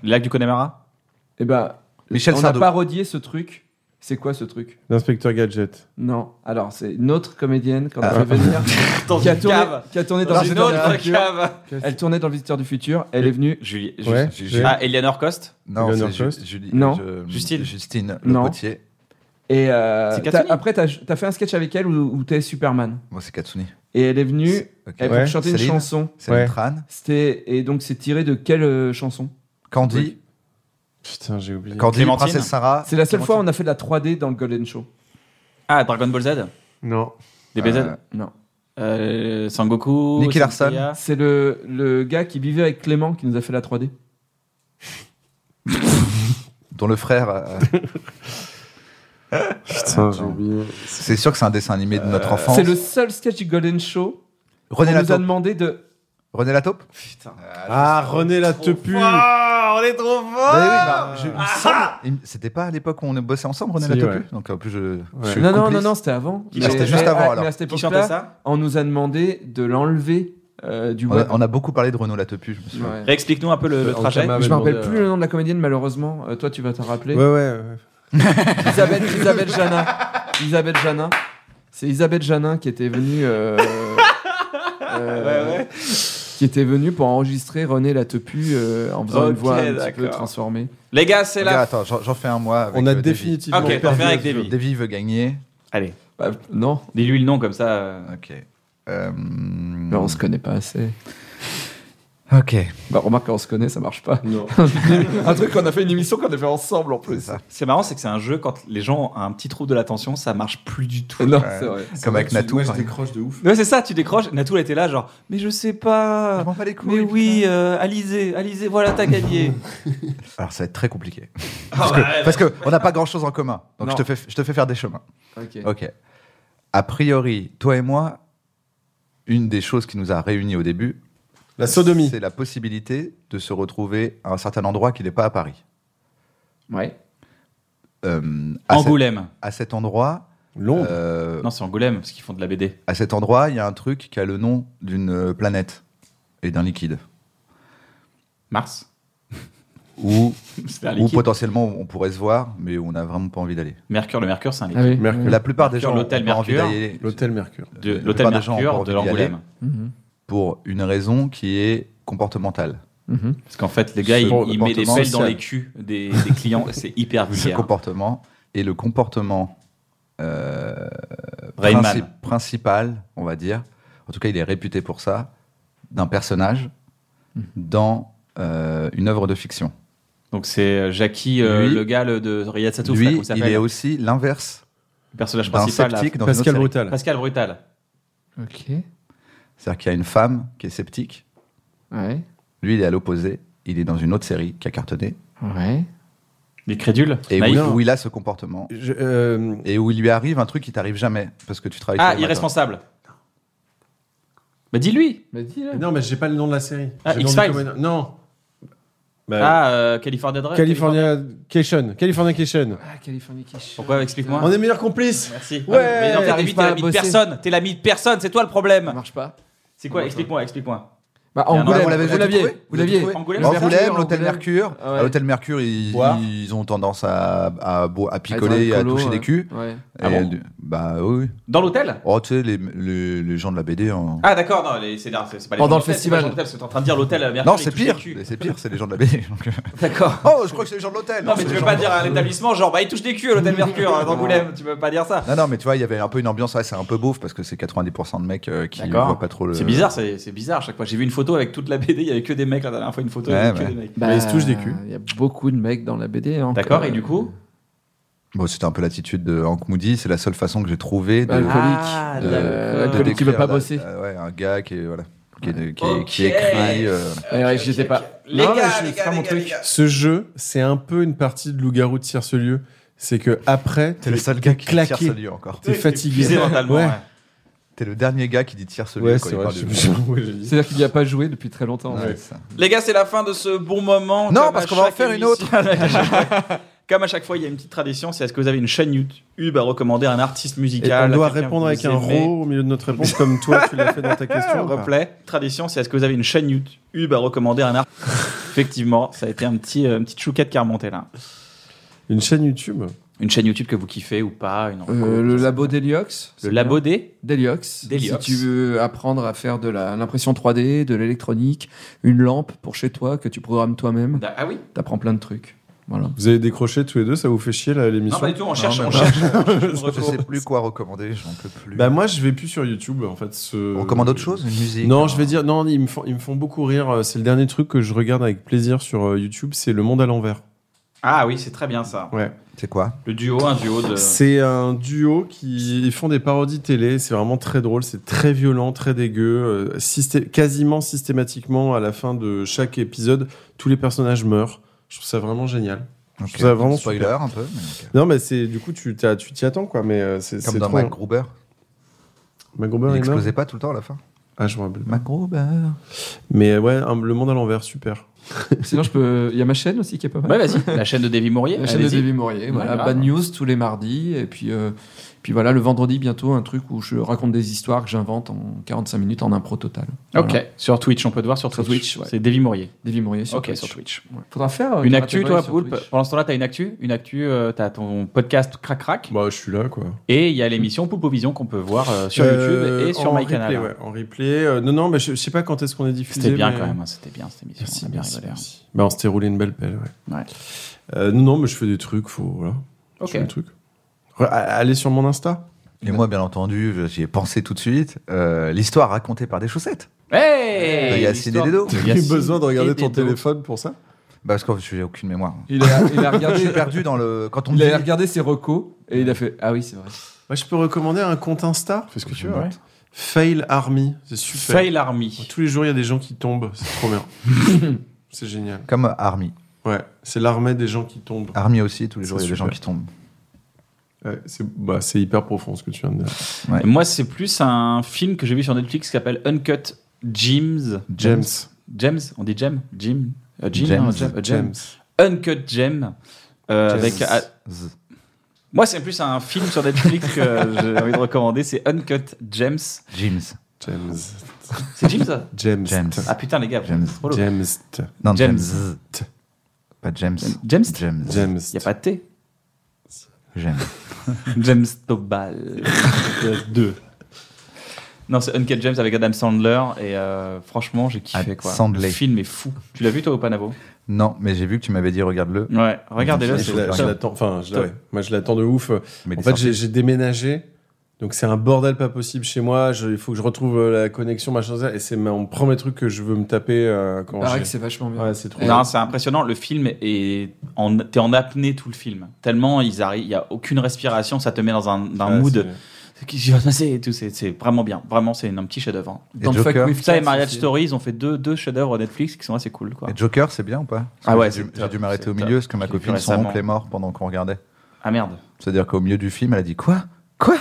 Speaker 1: Le lac du Connemara
Speaker 4: Et ben,
Speaker 2: Michel
Speaker 4: on
Speaker 2: Sardou.
Speaker 4: a parodié ce truc. C'est quoi ce truc
Speaker 3: L'inspecteur Gadget.
Speaker 4: Non. Alors, c'est une autre comédienne qu'on a
Speaker 3: Ah.
Speaker 4: fait venir.
Speaker 1: Dans
Speaker 4: qui, a
Speaker 1: une
Speaker 4: tourné,
Speaker 1: cave.
Speaker 4: qui a tourné dans,
Speaker 1: Dans une
Speaker 4: le Visiteur du
Speaker 1: autre
Speaker 4: Futur.
Speaker 1: cave.
Speaker 4: Elle tournait dans le Visiteur du Futur. Elle est venue.
Speaker 1: Julie.
Speaker 3: Ouais,
Speaker 1: Ju-
Speaker 3: ouais.
Speaker 1: Ah, Elianor Coste
Speaker 2: Non,
Speaker 3: Eleanor
Speaker 2: c'est Ju-
Speaker 3: Coste.
Speaker 2: Julie.
Speaker 4: Non.
Speaker 2: je-
Speaker 1: Justine.
Speaker 2: Justine, le
Speaker 4: Non.
Speaker 2: potier.
Speaker 4: Et euh,
Speaker 1: C'est
Speaker 4: t'as-
Speaker 1: Katsuni.
Speaker 4: après, t'as as fait un sketch avec elle où, où t'es Superman.
Speaker 2: Moi, c'est Katsuni.
Speaker 4: Et elle est venue.
Speaker 2: Ok.
Speaker 4: Elle
Speaker 3: Ouais.
Speaker 4: pour chanter une
Speaker 2: Céline.
Speaker 4: chanson.
Speaker 2: C'est une
Speaker 3: Ouais.
Speaker 2: Tran.
Speaker 4: C'était et donc c'est tiré de quelle euh, chanson
Speaker 2: Candy.
Speaker 3: Putain, j'ai oublié.
Speaker 2: Candy,
Speaker 1: Clémentine.
Speaker 2: Princesse Sarah.
Speaker 4: C'est la seule fois où on
Speaker 2: Clémentine.
Speaker 4: a fait de la 3D dans le Golden Show.
Speaker 1: Ah, Dragon Ball Z
Speaker 3: Non.
Speaker 1: DBZ
Speaker 2: Euh,
Speaker 4: Non.
Speaker 1: Euh, Sangoku
Speaker 2: Nicky Larson.
Speaker 1: Senseiya.
Speaker 4: C'est le, le gars qui vivait avec Clément qui nous a fait la 3D.
Speaker 2: Dont le frère. euh,
Speaker 3: Putain, j'ai oublié.
Speaker 2: c'est sûr que c'est un dessin animé de Euh,
Speaker 1: Euh,
Speaker 2: notre enfance.
Speaker 4: Euh, C'est le seul sketch du Golden Show. On
Speaker 2: René
Speaker 4: nous a
Speaker 2: Lataupe.
Speaker 4: demandé de.
Speaker 2: René Lataupe
Speaker 1: Euh,
Speaker 3: Ah, René la tepu.
Speaker 1: Ah, on est trop fort Ah,
Speaker 2: Bah oui, bah, je- il me semble- il me- C'était pas à l'époque où on bossait ensemble, René
Speaker 3: Si,
Speaker 2: Lataupe
Speaker 3: ouais.
Speaker 2: Donc en plus, je. je suis
Speaker 4: Non, non, non,
Speaker 2: complice.
Speaker 4: non, c'était avant.
Speaker 1: Qui
Speaker 4: Mais-
Speaker 2: chantait
Speaker 4: mais-
Speaker 2: juste avant,
Speaker 4: mais
Speaker 2: alors.
Speaker 4: à cette
Speaker 1: Qui chantait
Speaker 4: époque-là,
Speaker 1: ça
Speaker 4: On nous a demandé de l'enlever euh, du
Speaker 2: On a,
Speaker 4: web.
Speaker 2: on a beaucoup parlé de Renaud Latepu, je me souviens.
Speaker 4: Ouais.
Speaker 1: Réexplique-nous un peu le,
Speaker 2: Euh,
Speaker 1: le
Speaker 3: En
Speaker 1: trajet.
Speaker 3: Kama-
Speaker 4: Je me rappelle
Speaker 3: demandé,
Speaker 4: plus
Speaker 3: euh,
Speaker 4: le nom de la comédienne, malheureusement. Euh, toi, tu vas t'en rappeler.
Speaker 3: Ouais, ouais, ouais.
Speaker 4: Isabelle, Isabelle Janin. Isabelle Janin. C'est Isabelle Janin qui était venue. euh, euh, Qui était venue pour enregistrer René la Tepu euh, en faisant
Speaker 1: Ok,
Speaker 4: une voix un petit peu
Speaker 1: d'accord.
Speaker 4: transformée.
Speaker 1: Les gars, c'est
Speaker 2: Regarde,
Speaker 1: là.
Speaker 2: attends, j'en j'en fais un mois. Avec
Speaker 3: On a
Speaker 2: euh, Davy.
Speaker 3: définitivement
Speaker 1: Ok, on fait avec Davy.
Speaker 2: Davy veut gagner.
Speaker 1: Allez,
Speaker 4: Bah, non,
Speaker 1: dis-lui le nom comme ça. euh.
Speaker 2: Ok. Euh,
Speaker 4: mais on se connaît pas assez.
Speaker 2: Ok.
Speaker 4: Bah, remarque, quand on se connaît, ça marche pas.
Speaker 3: Non.
Speaker 4: un truc qu'on a fait une émission qu'on a fait ensemble en plus.
Speaker 2: ça.
Speaker 1: C'est marrant, c'est que c'est un jeu, quand les gens ont un petit trouble de l'attention, ça marche plus du tout.
Speaker 4: Non,
Speaker 2: Ouais.
Speaker 4: c'est vrai.
Speaker 2: Comme avec Natou.
Speaker 3: Moi, je
Speaker 2: par exemple.
Speaker 3: décroche de ouf.
Speaker 1: Ouais, c'est ça, tu décroches. Natou, elle était là, genre, mais je sais
Speaker 2: Je
Speaker 1: pas.
Speaker 2: m'en bats les couilles,
Speaker 1: Mais oui,
Speaker 2: putain.
Speaker 1: euh, Alizé, Alizé, voilà, t'as gagné.
Speaker 2: Alors ça va être très compliqué. parce que, parce que on n'a pas grand chose en commun. Donc
Speaker 4: Ah Non.
Speaker 2: je te, fais, je te fais faire des chemins.
Speaker 4: Ok.
Speaker 2: Ok. A priori, toi et moi, une des choses qui nous a réunis au début,
Speaker 3: La sodomie.
Speaker 2: c'est la possibilité de se retrouver à un certain endroit qui n'est pas à Paris.
Speaker 4: Ouais.
Speaker 2: Euh, à, cet-
Speaker 1: Angoulême.
Speaker 2: à cet endroit,
Speaker 3: Londres.
Speaker 2: euh,
Speaker 1: Non, c'est Angoulême, parce qu'ils font de la BD.
Speaker 2: à cet endroit, il y a un truc qui a le nom d'une euh, planète et d'un liquide.
Speaker 1: Mars
Speaker 2: Ou
Speaker 1: C'est un
Speaker 2: Ou
Speaker 1: liquide.
Speaker 2: potentiellement, on pourrait se voir, mais on n'a vraiment pas envie d'aller.
Speaker 1: Mercure, le Mercure, c'est un
Speaker 4: Ah
Speaker 1: liquide.
Speaker 4: oui.
Speaker 3: Mercure.
Speaker 2: La plupart des
Speaker 1: Mercure,
Speaker 2: gens
Speaker 1: l'hôtel
Speaker 2: ont pas envie
Speaker 1: Mercure.
Speaker 2: d'y aller
Speaker 3: L'hôtel Mercure.
Speaker 1: De
Speaker 2: la
Speaker 1: l'hôtel
Speaker 2: plupart des gens ont pas
Speaker 1: Mercure,
Speaker 2: envie
Speaker 1: de
Speaker 2: d'y
Speaker 1: l'Angoulême.
Speaker 4: Mhm.
Speaker 2: pour une raison qui est comportementale.
Speaker 4: Mhm.
Speaker 1: Parce qu'en fait, les gars,
Speaker 2: Ce
Speaker 1: ils,
Speaker 2: bon
Speaker 1: ils mettent des
Speaker 2: comportement
Speaker 1: pelles dans
Speaker 2: social.
Speaker 1: les culs des, des clients. C'est hyper
Speaker 2: Ce
Speaker 1: vulgaire.
Speaker 2: comportement est le comportement euh,
Speaker 1: Rain Man.
Speaker 2: princi- principal, on va dire. En tout cas, il est réputé pour ça d'un personnage
Speaker 4: Mhm.
Speaker 2: dans euh, une œuvre de fiction.
Speaker 1: Donc c'est Jackie, euh,
Speaker 2: Lui-
Speaker 1: le gars le- de Riyad Satouf, là,
Speaker 2: Lui,
Speaker 1: comment
Speaker 2: il
Speaker 1: s'appelle
Speaker 2: est aussi l'inverse
Speaker 1: le personnage
Speaker 2: d'un
Speaker 1: principal. là.
Speaker 2: sceptique dans
Speaker 3: Pascal
Speaker 2: une autre série.
Speaker 3: Brutal.
Speaker 1: Pascal Brutal.
Speaker 4: Ok.
Speaker 2: C'est-à-dire qu'il y a une femme qui est sceptique.
Speaker 1: Ah,
Speaker 4: Ouais.
Speaker 2: Lui, il est à l'opposé. Il est dans une autre série qui a cartonné
Speaker 4: Ouais.
Speaker 1: Les crédules.
Speaker 2: et
Speaker 1: Naïf.
Speaker 2: où,
Speaker 3: non.
Speaker 2: où il a ce comportement.
Speaker 3: Je- euh,
Speaker 2: et où il lui arrive un truc qui t'arrive jamais parce que tu travailles
Speaker 1: Ah,
Speaker 2: tous les matins.
Speaker 1: irresponsable. Bah dis-lui.
Speaker 4: Mais dis-le.
Speaker 3: Non, mais j'ai pas le nom de la série.
Speaker 1: Ah,
Speaker 3: J'ai le nom
Speaker 1: X-Files.
Speaker 3: du comédien. Non. Bah,
Speaker 1: Ah, euh, California Drive.
Speaker 3: Californication. Californication.
Speaker 4: Ah, Californication.
Speaker 1: Pourquoi Explique-moi.
Speaker 3: On est meilleurs complices.
Speaker 1: Merci. Ah,
Speaker 3: Ouais.
Speaker 1: mais non, t'es
Speaker 4: T'arrives
Speaker 1: l'ami-
Speaker 4: pas
Speaker 1: t'es
Speaker 4: à
Speaker 1: l'ami de
Speaker 4: bosser.
Speaker 1: personne. T'es l'ami de personne. C'est toi le
Speaker 4: Ça
Speaker 1: problème.
Speaker 4: marche pas.
Speaker 1: C'est quoi
Speaker 4: Comment ça
Speaker 1: Explique-moi, explique-moi.
Speaker 4: Bah,
Speaker 1: Il y a un
Speaker 4: Angoulême,
Speaker 1: endroit,
Speaker 4: vous
Speaker 1: vous l'avez
Speaker 2: déjà
Speaker 4: l'aviez.
Speaker 2: trouvé
Speaker 4: Vous l'aviez.
Speaker 2: Vous
Speaker 1: Angoulême,
Speaker 4: Mercure,
Speaker 2: Angoulême, l'hôtel
Speaker 4: Angoulême.
Speaker 2: Mercure.
Speaker 4: Ah ouais.
Speaker 2: À l'hôtel Mercure, ils,
Speaker 3: Boire.
Speaker 2: ils ont tendance à, à, bo-
Speaker 4: Ah,
Speaker 2: à
Speaker 4: ils ont
Speaker 2: picoler,
Speaker 4: un
Speaker 2: à
Speaker 4: colo,
Speaker 2: toucher
Speaker 4: ouais.
Speaker 2: des culs.
Speaker 4: Ouais.
Speaker 1: Ah
Speaker 2: Et-
Speaker 1: bon
Speaker 2: Bah oui.
Speaker 1: Dans l'hôtel
Speaker 2: Oh, tu sais, les, les, les gens de la BD. hein.
Speaker 1: Ah d'accord, non, les- c'est là, c'est c'est pas les gens de l'hôtel, c'est pas
Speaker 4: Pendant le
Speaker 1: les
Speaker 4: festival.
Speaker 1: gens de l'hôtel, parce que t'es en train de dire l'hôtel. euh, Mercure,
Speaker 2: non,
Speaker 1: il
Speaker 2: c'est
Speaker 1: touche les
Speaker 2: pire.
Speaker 1: culs.
Speaker 2: Mais C'est pire, c'est les gens de la BD. donc, euh.
Speaker 1: D'accord.
Speaker 2: oh, je crois que c'est les gens de l'hôtel.
Speaker 1: Non mais tu
Speaker 2: C'est
Speaker 1: peux
Speaker 2: les
Speaker 1: pas
Speaker 2: gens-
Speaker 1: dire à l'établissement genre bah il touche des culs à l'hôtel Mercure euh, d'Angoulême, tu peux pas dire ça.
Speaker 2: Non, non, mais tu vois, il y avait un peu une ambiance. ouais, c'est un peu beauf parce que c'est 90% de mecs euh, qui
Speaker 1: D'accord.
Speaker 2: voient pas trop le.
Speaker 1: C'est bizarre, c'est c'est bizarre à chaque fois. J'ai vu une photo avec toute la BD. Il y avait que des mecs la dernière fois, une photo avec que des mecs.
Speaker 4: Bah, Il y a beaucoup de mecs dans la BD. hein,
Speaker 1: D'accord,
Speaker 4: que-
Speaker 1: et du coup
Speaker 2: Bon, c'était un peu l'attitude de Hank Moody. C'est la seule façon que j'ai trouvé de.
Speaker 4: Alcoolique.
Speaker 2: Ah,
Speaker 4: Euh, alcoolique qui
Speaker 2: décrire
Speaker 4: veut pas
Speaker 2: la-
Speaker 4: bosser.
Speaker 2: euh, ouais, un gars qui est voilà, qui, est- qui,
Speaker 4: Ok.
Speaker 2: qui écrit. euh,
Speaker 4: Ouais, ouais, j'étais pas.
Speaker 3: Les
Speaker 4: Non,
Speaker 3: gars,
Speaker 4: là, je
Speaker 3: les
Speaker 4: vais faire
Speaker 3: gars,
Speaker 4: mon
Speaker 3: les
Speaker 4: truc.
Speaker 3: Ce jeu, c'est un peu une partie de Loup-garou de Tire-ce-Lieu. C'est que après,
Speaker 2: T'es le seul gars qui dit
Speaker 3: claqué.
Speaker 2: tire-ce-lieu encore.
Speaker 3: T'es
Speaker 2: Oui,
Speaker 3: fatigué.
Speaker 2: épuisé mentalement,
Speaker 3: Ouais.
Speaker 2: ouais. T'es le dernier gars qui dit tire celui
Speaker 3: Ouais,
Speaker 2: quand
Speaker 3: c'est
Speaker 2: il
Speaker 3: vrai,
Speaker 2: parle
Speaker 3: je
Speaker 2: du
Speaker 3: me souviens, ouais, j'ai dit.
Speaker 4: C'est-à-dire qu'il n'y a pas joué depuis très longtemps.
Speaker 3: Ouais.
Speaker 1: Les gars, c'est la fin de ce bon moment.
Speaker 2: Non,
Speaker 1: Comme
Speaker 2: parce
Speaker 1: à
Speaker 2: qu'on va en
Speaker 1: chaque
Speaker 2: faire une
Speaker 1: émission- Comme à chaque fois, il y a une petite tradition, c'est est-ce que vous avez une chaîne YouTube à recommander à un artiste
Speaker 3: Et
Speaker 1: musical
Speaker 3: on
Speaker 1: à
Speaker 3: doit
Speaker 1: quelqu'un
Speaker 3: répondre
Speaker 1: que
Speaker 3: avec
Speaker 1: vous
Speaker 3: un
Speaker 1: aimez
Speaker 3: ro au milieu de notre réponse, comme toi, tu l'as fait dans ta question. ou pas
Speaker 1: Replay. Tradition, c'est est-ce que vous avez une chaîne YouTube à recommander à un artiste Effectivement, ça a été un petit, euh, une petite chouquette qui a remonté là.
Speaker 3: Une chaîne YouTube.
Speaker 1: Une chaîne YouTube que vous kiffez ou pas une reco,
Speaker 4: Euh,
Speaker 1: je
Speaker 4: le
Speaker 1: sais
Speaker 4: labo d'Eliox.
Speaker 1: Le labo des
Speaker 4: D'Eliox. Si
Speaker 1: D'Heliox.
Speaker 4: tu veux apprendre à faire de la- l'impression 3D, de l'électronique, une lampe pour chez toi que tu programmes toi-même.
Speaker 1: Ah oui
Speaker 4: T'apprends plein de trucs. Voilà.
Speaker 3: Vous avez décroché tous les deux, ça vous fait chier là, l'émission
Speaker 1: Non, pas du tout, on cherche-
Speaker 2: mais
Speaker 1: on
Speaker 2: voilà.
Speaker 1: cherche- on cherche une
Speaker 2: Je
Speaker 1: reco.
Speaker 2: sais plus quoi recommander, j'en peux plus.
Speaker 3: Bah moi je vais plus sur YouTube en fait. Ce...
Speaker 2: On recommande autre chose, une musique,
Speaker 3: Euh, Non,
Speaker 2: un-
Speaker 3: je vais dire non, ils me font ils me font beaucoup rire. Euh, C'est le dernier truc que je regarde avec plaisir sur euh, YouTube, c'est Le Monde à l'envers.
Speaker 1: Ah oui, c'est très bien ça.
Speaker 3: Ouais.
Speaker 2: C'est quoi
Speaker 1: Le duo, un duo de.
Speaker 3: C'est un duo qui ils font des parodies télé. C'est vraiment très drôle, c'est très violent, très dégueu. Euh, systé- Quasiment systématiquement à la fin de chaque épisode, tous les personnages meurent. Je trouve ça vraiment génial. Je
Speaker 2: Ok,
Speaker 3: trouve ça vraiment
Speaker 2: spoiler
Speaker 3: super.
Speaker 2: un peu, mais
Speaker 3: Non mais c'est du coup tu t'as- tu t'y attends quoi, mais euh, c'est
Speaker 2: Comme
Speaker 3: c'est
Speaker 2: dans
Speaker 3: trop bien.
Speaker 2: Mike Gruber.
Speaker 3: Mike Gruber,
Speaker 2: Il
Speaker 3: est mort
Speaker 2: explosait pas tout le temps à la fin.
Speaker 3: Ah je me rappelle.
Speaker 2: Mike Gruber.
Speaker 3: Mais ouais, un- le monde à l'envers, super.
Speaker 4: Sinon, je peux. Il y a ma chaîne aussi qui est pas mal.
Speaker 3: Ouais,
Speaker 1: vas-y. La chaîne de Davy Maurier.
Speaker 4: La chaîne de
Speaker 1: allez-y.
Speaker 4: Davy Maurier.
Speaker 1: Ouais,
Speaker 4: Voilà,
Speaker 1: grave.
Speaker 4: Bad News tous les mardis. Et puis, euh, puis voilà, le vendredi bientôt, un truc où je raconte des histoires que j'invente en 45 minutes en impro total.
Speaker 1: Ok,
Speaker 4: Voilà.
Speaker 1: sur Twitch, on peut te voir sur Twitch.
Speaker 4: Sur Twitch, ouais.
Speaker 1: C'est Davy Maurier.
Speaker 4: Davy Maurier sur
Speaker 1: Ok,
Speaker 4: Twitch.
Speaker 1: sur Twitch.
Speaker 4: Ouais. Faudra faire. euh,
Speaker 1: une
Speaker 4: des
Speaker 1: actu,
Speaker 4: ratatouilles
Speaker 1: toi,
Speaker 4: sur
Speaker 1: Poulpe
Speaker 4: Twitch.
Speaker 1: Pendant ce temps-là, t'as une actu Une actu, euh, t'as ton podcast Crac Crac.
Speaker 3: Bah, je suis là, quoi.
Speaker 1: Et il y a l'émission Poulpovision qu'on peut voir euh, sur
Speaker 3: Euh,
Speaker 1: YouTube et sur
Speaker 3: en
Speaker 1: MyCanal.
Speaker 3: replay, ouais, en replay. Euh, non, non, mais je, je sais pas quand est-ce qu'on est diffusé.
Speaker 1: C'était bien
Speaker 3: mais-
Speaker 1: quand même, hein, c'était bien cette émission.
Speaker 3: Merci,
Speaker 1: on a bien
Speaker 3: merci,
Speaker 1: rigolé, hein.
Speaker 3: merci. Bah, on s'était roulé une belle pelle, ouais.
Speaker 1: Ouais.
Speaker 3: Euh, non, non, mais je fais des trucs, faut. Voilà.
Speaker 1: Ok.
Speaker 3: Je fais des trucs. Re- a- allez Ah, sur mon Insta.
Speaker 2: Et moi, bien entendu, je- j'y ai pensé tout de suite. euh, L'histoire racontée par des chaussettes.
Speaker 1: Hey
Speaker 3: Bah,
Speaker 2: De Yacine et Dedo.
Speaker 3: T'as eu besoin de regarder ton téléphone pour ça
Speaker 2: Bah, parce que je n'ai aucune mémoire.
Speaker 4: Il a, il a
Speaker 2: Je
Speaker 4: regardé.
Speaker 2: suis perdu dans le. Quand on me
Speaker 4: il a
Speaker 2: dit-
Speaker 4: regardé ses recos et il a fait Ah oui, c'est vrai.
Speaker 3: Moi, Bah, je peux recommander un compte Insta. Fais ce que tu
Speaker 1: veux, ouais.
Speaker 3: Fail Army, c'est super.
Speaker 1: Fail Army.
Speaker 3: Tous les jours, il y a des gens qui tombent, c'est trop bien. c'est génial.
Speaker 2: Comme Army.
Speaker 3: Ouais, c'est l'armée des gens qui tombent.
Speaker 2: Army aussi, tous les jours, il
Speaker 3: C'est
Speaker 2: y a des gens
Speaker 3: super.
Speaker 2: qui tombent.
Speaker 3: Ouais, c'est bah, c'est hyper profond ce que tu viens de dire.
Speaker 2: Ouais.
Speaker 1: Et Moi, c'est plus un film que j'ai vu sur Netflix qui s'appelle Uncut Gems.
Speaker 3: James.
Speaker 1: James On dit Gem Jim Euh, Jim,
Speaker 2: James.
Speaker 1: non, Gem, euh, Gem. Uncut Gem. euh,
Speaker 2: James.
Speaker 1: avec. ah,
Speaker 2: Z.
Speaker 1: moi, c'est plus un film sur Netflix que j'ai envie de recommander. C'est Uncut Gems.
Speaker 2: James.
Speaker 3: James.
Speaker 1: C'est Jim, ça
Speaker 3: James.
Speaker 2: James.
Speaker 1: Ah putain, les gars,
Speaker 2: James.
Speaker 1: c'est trop lourd.
Speaker 3: James.
Speaker 2: Non,
Speaker 1: James.
Speaker 2: James. Pas James.
Speaker 1: James
Speaker 2: James.
Speaker 3: James.
Speaker 1: Il n'y a pas de T.
Speaker 2: James.
Speaker 1: James Tobal. 2. Non, c'est Uncut James avec Adam Sandler. Et euh, franchement, j'ai kiffé.
Speaker 2: Adam
Speaker 1: Quoi.
Speaker 2: Sandler.
Speaker 1: Le film est fou. Tu l'as vu, toi, au Panavo
Speaker 2: Non, mais j'ai vu que tu m'avais dit, regarde-le.
Speaker 1: Ouais, regardez-le.
Speaker 2: Je
Speaker 3: Je
Speaker 1: c'est
Speaker 3: l'a-
Speaker 1: top.
Speaker 3: je l'attends. Enfin, je l'a-
Speaker 1: Top.
Speaker 3: ouais. moi, je l'attends de ouf. en
Speaker 2: Mais des
Speaker 3: fait,
Speaker 2: sorties.
Speaker 3: j'ai j'ai déménagé. Donc, c'est un bordel pas possible chez moi. Je- il faut que je retrouve euh, la connexion, machin, ça. Et c'est mon premier truc que je veux me taper euh, quand
Speaker 4: Pareil
Speaker 3: j'ai-
Speaker 4: Ah, que c'est vachement bien.
Speaker 3: Ouais, c'est trop
Speaker 1: Non, c'est impressionnant. Le film est en, t'es en apnée tout le film. Tellement ils arrivent, il y a aucune respiration, ça te met dans un, dans un
Speaker 3: Ouais,
Speaker 1: mood.
Speaker 3: c'est-
Speaker 1: C'est Qu'est-ce qui va se passer et tout. C'est c'est vraiment bien. Vraiment, c'est un petit chef-d'œuvre. hein.
Speaker 2: Et
Speaker 4: Don't fuck
Speaker 2: Joker.
Speaker 4: with
Speaker 1: Ça et
Speaker 4: cats
Speaker 1: Marriage
Speaker 4: aussi.
Speaker 1: Story, ils ont fait deux, deux chefs-d'œuvre Netflix qui sont assez cool. Quoi.
Speaker 2: Et Joker, c'est bien ou pas Parce
Speaker 1: Ah
Speaker 2: que
Speaker 1: ouais,
Speaker 2: J'ai dû,
Speaker 1: c'est
Speaker 2: j'ai dû
Speaker 1: top,
Speaker 2: m'arrêter
Speaker 1: c'est
Speaker 2: au
Speaker 1: top.
Speaker 2: milieu parce que ma
Speaker 1: J'ai vu
Speaker 2: copine, son
Speaker 1: récemment.
Speaker 2: oncle est mort pendant qu'on regardait.
Speaker 1: Ah merde.
Speaker 2: C'est-à-dire qu'au milieu du film, elle a dit Quoi Quoi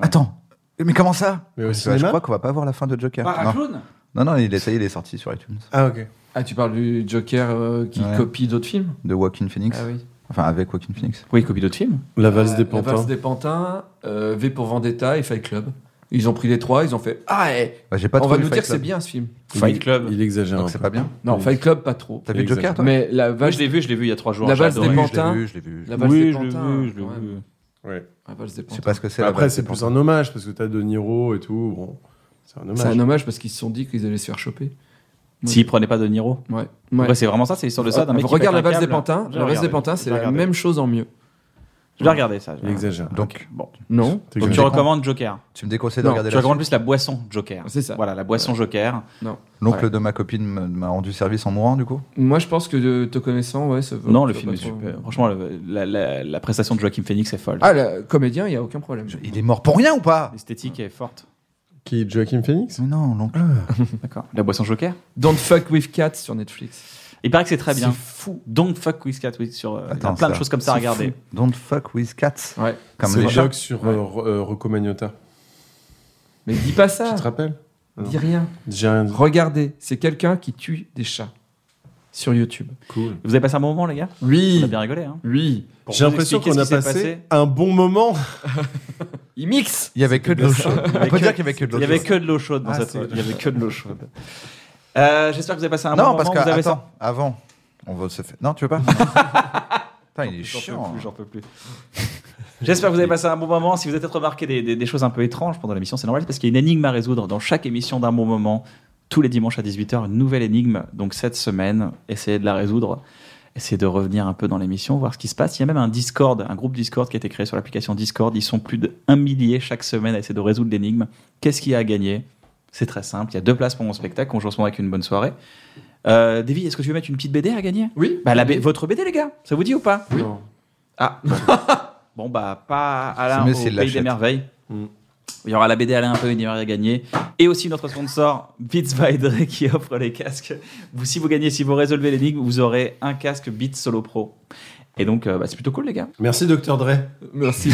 Speaker 2: Attends, mais comment ça
Speaker 3: Mais au
Speaker 2: Parce que Je
Speaker 3: cinéma
Speaker 2: crois qu'on va pas voir la fin de Joker.
Speaker 1: Par un
Speaker 2: non.
Speaker 1: clown
Speaker 2: non, non, il est, ça y est, il est sorti sur iTunes.
Speaker 3: Ah, ok.
Speaker 4: Ah, tu parles du Joker euh, qui
Speaker 2: Ouais.
Speaker 4: copie d'autres films
Speaker 2: De Joaquin Phoenix.
Speaker 4: Ah oui.
Speaker 2: Enfin, avec Joaquin Phoenix.
Speaker 1: Oui, copie d'autres films. Ah,
Speaker 3: La valse des
Speaker 4: Euh, La valse
Speaker 3: pantins.
Speaker 4: des pantins, euh, V pour Vendetta et Fight Club. Ils ont pris les trois, ils ont fait Ah, eh,
Speaker 2: Bah, j'ai pas
Speaker 4: on
Speaker 2: trop
Speaker 4: va
Speaker 2: vu
Speaker 4: nous dire
Speaker 2: Fight
Speaker 4: que c'est
Speaker 2: Club.
Speaker 4: bien ce film.
Speaker 1: Fight Club.
Speaker 3: Il exagère. un
Speaker 2: Donc, c'est
Speaker 3: peu.
Speaker 2: pas bien.
Speaker 4: Non,
Speaker 3: Oui.
Speaker 4: Fight Club, pas trop.
Speaker 2: T'as vu
Speaker 3: Exact.
Speaker 2: Joker, toi
Speaker 4: Mais la
Speaker 1: Moi,
Speaker 4: valse,
Speaker 1: je l'ai vu, je l'ai vu il y a trois jours.
Speaker 4: la
Speaker 1: j'ai
Speaker 4: valse des
Speaker 1: adoré.
Speaker 2: Oui, je l'ai
Speaker 4: pantins.
Speaker 2: vu, je l'ai vu.
Speaker 4: la valse
Speaker 1: Oui,
Speaker 4: des
Speaker 1: je l'ai
Speaker 4: pantins,
Speaker 1: vu, je l'ai
Speaker 4: quand même.
Speaker 1: vu.
Speaker 3: Ouais.
Speaker 4: La valse des
Speaker 2: Je sais
Speaker 4: pantins.
Speaker 2: pas ce que c'est. la
Speaker 3: Bah, Après,
Speaker 2: valse
Speaker 3: c'est
Speaker 2: des
Speaker 3: plus
Speaker 2: pantins.
Speaker 3: un hommage parce que t'as De Niro et tout. Bon, c'est un
Speaker 4: C'est un
Speaker 3: hommage.
Speaker 4: hommage parce qu'ils se sont dit qu'ils allaient se faire choper.
Speaker 1: S'il prenait pas De Niro.
Speaker 4: Ouais.
Speaker 1: Ouais, c'est vraiment ça, c'est l'histoire de ça. d'un mec qui
Speaker 4: Ah, regarde
Speaker 1: pète
Speaker 4: la
Speaker 1: un
Speaker 4: valse des
Speaker 1: câble.
Speaker 4: pantins.
Speaker 1: J'ai
Speaker 4: La valse
Speaker 1: regardé,
Speaker 4: des pantins,
Speaker 1: j'ai
Speaker 4: c'est la
Speaker 1: regardé.
Speaker 4: même chose en mieux.
Speaker 1: Je vais regarder ça. je vais-
Speaker 3: Exagère.
Speaker 2: Donc,
Speaker 1: bon.
Speaker 4: Non.
Speaker 1: Donc tu recommandes Joker.
Speaker 2: Tu me déconseilles de
Speaker 1: Non,
Speaker 2: regarder
Speaker 1: Tu
Speaker 2: la
Speaker 1: recommandes
Speaker 2: suite
Speaker 1: plus la boisson Joker.
Speaker 4: C'est ça.
Speaker 1: Voilà, la boisson Joker.
Speaker 4: Non.
Speaker 2: L'oncle
Speaker 4: Ouais.
Speaker 2: de ma copine me- m'a rendu service en mourant, du coup
Speaker 4: Moi, je pense que de te connaissant, ouais, ça va.
Speaker 1: Non, le
Speaker 4: ça
Speaker 1: film
Speaker 4: va
Speaker 1: est
Speaker 4: pas trop.
Speaker 1: super. Franchement, le- la, la- la prestation de Joaquin Phoenix est folle.
Speaker 4: Ah, le comédien, il n'y a aucun problème.
Speaker 2: Il est mort pour rien ou pas
Speaker 1: L'esthétique est forte.
Speaker 3: Qui Joaquin Phoenix
Speaker 2: Mais non, Oh, l'oncle.
Speaker 1: D'accord. La boisson Joker
Speaker 4: Don't fuck with cats sur Netflix.
Speaker 1: Il paraît que c'est très bien.
Speaker 4: C'est
Speaker 1: fou. Don't fuck with cat with sur. euh, il y a
Speaker 2: Attends,
Speaker 1: plein de
Speaker 2: ça.
Speaker 1: choses comme ça à
Speaker 2: C'est
Speaker 1: regarder.
Speaker 2: fou. Don't fuck with cats.
Speaker 4: Ouais.
Speaker 2: Comme
Speaker 3: C'est
Speaker 2: les chats.
Speaker 3: Jock sur euh, Ro- euh, Rocco Magnotta.
Speaker 4: Mais dis pas ça.
Speaker 3: Tu te rappelles
Speaker 4: Dis rien.
Speaker 3: J'ai rien dit.
Speaker 4: Regardez, c'est quelqu'un qui tue des chats sur YouTube.
Speaker 3: Cool.
Speaker 1: Vous avez passé un bon moment, les gars
Speaker 4: Oui.
Speaker 1: On a bien rigolé. Hein
Speaker 4: Oui.
Speaker 1: Pour
Speaker 3: J'ai
Speaker 1: vous
Speaker 3: l'impression
Speaker 1: expliquer
Speaker 3: qu'on a
Speaker 1: ce qui s'est
Speaker 3: passé, un bon moment.
Speaker 4: Il mixe.
Speaker 2: Il y avait que de l'eau chaude.
Speaker 1: Il y avait
Speaker 2: On peut
Speaker 1: que-
Speaker 2: dire qu'il y avait que de l'eau
Speaker 1: Il y avait
Speaker 2: chaude.
Speaker 1: que de l'eau chaude dans
Speaker 2: Ah,
Speaker 1: cette
Speaker 2: c'est-
Speaker 1: Il y avait que de l'eau chaude. Euh, J'espère que vous avez passé un bon
Speaker 2: Non,
Speaker 1: moment.
Speaker 2: parce que
Speaker 1: vous avez
Speaker 2: attends, avant, on va se faire. Non, tu veux pas Putain, il est
Speaker 1: ça. J'en peux
Speaker 2: chiant.
Speaker 1: plus, j'en peux plus. J'espère que vous avez passé un bon moment. Si vous avez peut-être remarqué des, des- des choses un peu étranges pendant l'émission, c'est normal parce qu'il y a une énigme à résoudre dans chaque émission d'un bon moment. Tous les dimanches à 18h, une nouvelle énigme. Donc cette semaine, essayez de la résoudre. Essayez de revenir un peu dans l'émission, voir ce qui se passe. Il y a même un Discord, un groupe Discord qui a été créé sur l'application Discord. Ils sont plus d'un millier chaque semaine à essayer de résoudre l'énigme. Qu'est-ce qu'il y a à gagner C'est très simple. Il y a deux places pour mon spectacle. On joue en ce moment avec une bonne soirée. Euh, Davy, est-ce que tu veux mettre une petite BD à gagner
Speaker 4: Oui.
Speaker 1: bah, la B- Votre BD, les gars, ça vous dit ou pas
Speaker 3: Non.
Speaker 1: ah. bon, bah, pas
Speaker 2: C'est
Speaker 1: Alain
Speaker 2: mieux
Speaker 1: au
Speaker 2: s'il
Speaker 1: Pays des
Speaker 2: l'achète.
Speaker 1: Merveilles.
Speaker 3: Mm.
Speaker 1: Il y aura la BD Alain un peu univers à gagner. Et aussi notre sponsor, Beats by Dre, qui offre les casques. Vous, si vous gagnez, si vous résolvez l'énigme, vous aurez un casque Beats Solo Pro. Et donc, euh, bah, c'est plutôt cool, les gars.
Speaker 3: Merci, Docteur Dre.
Speaker 4: Merci.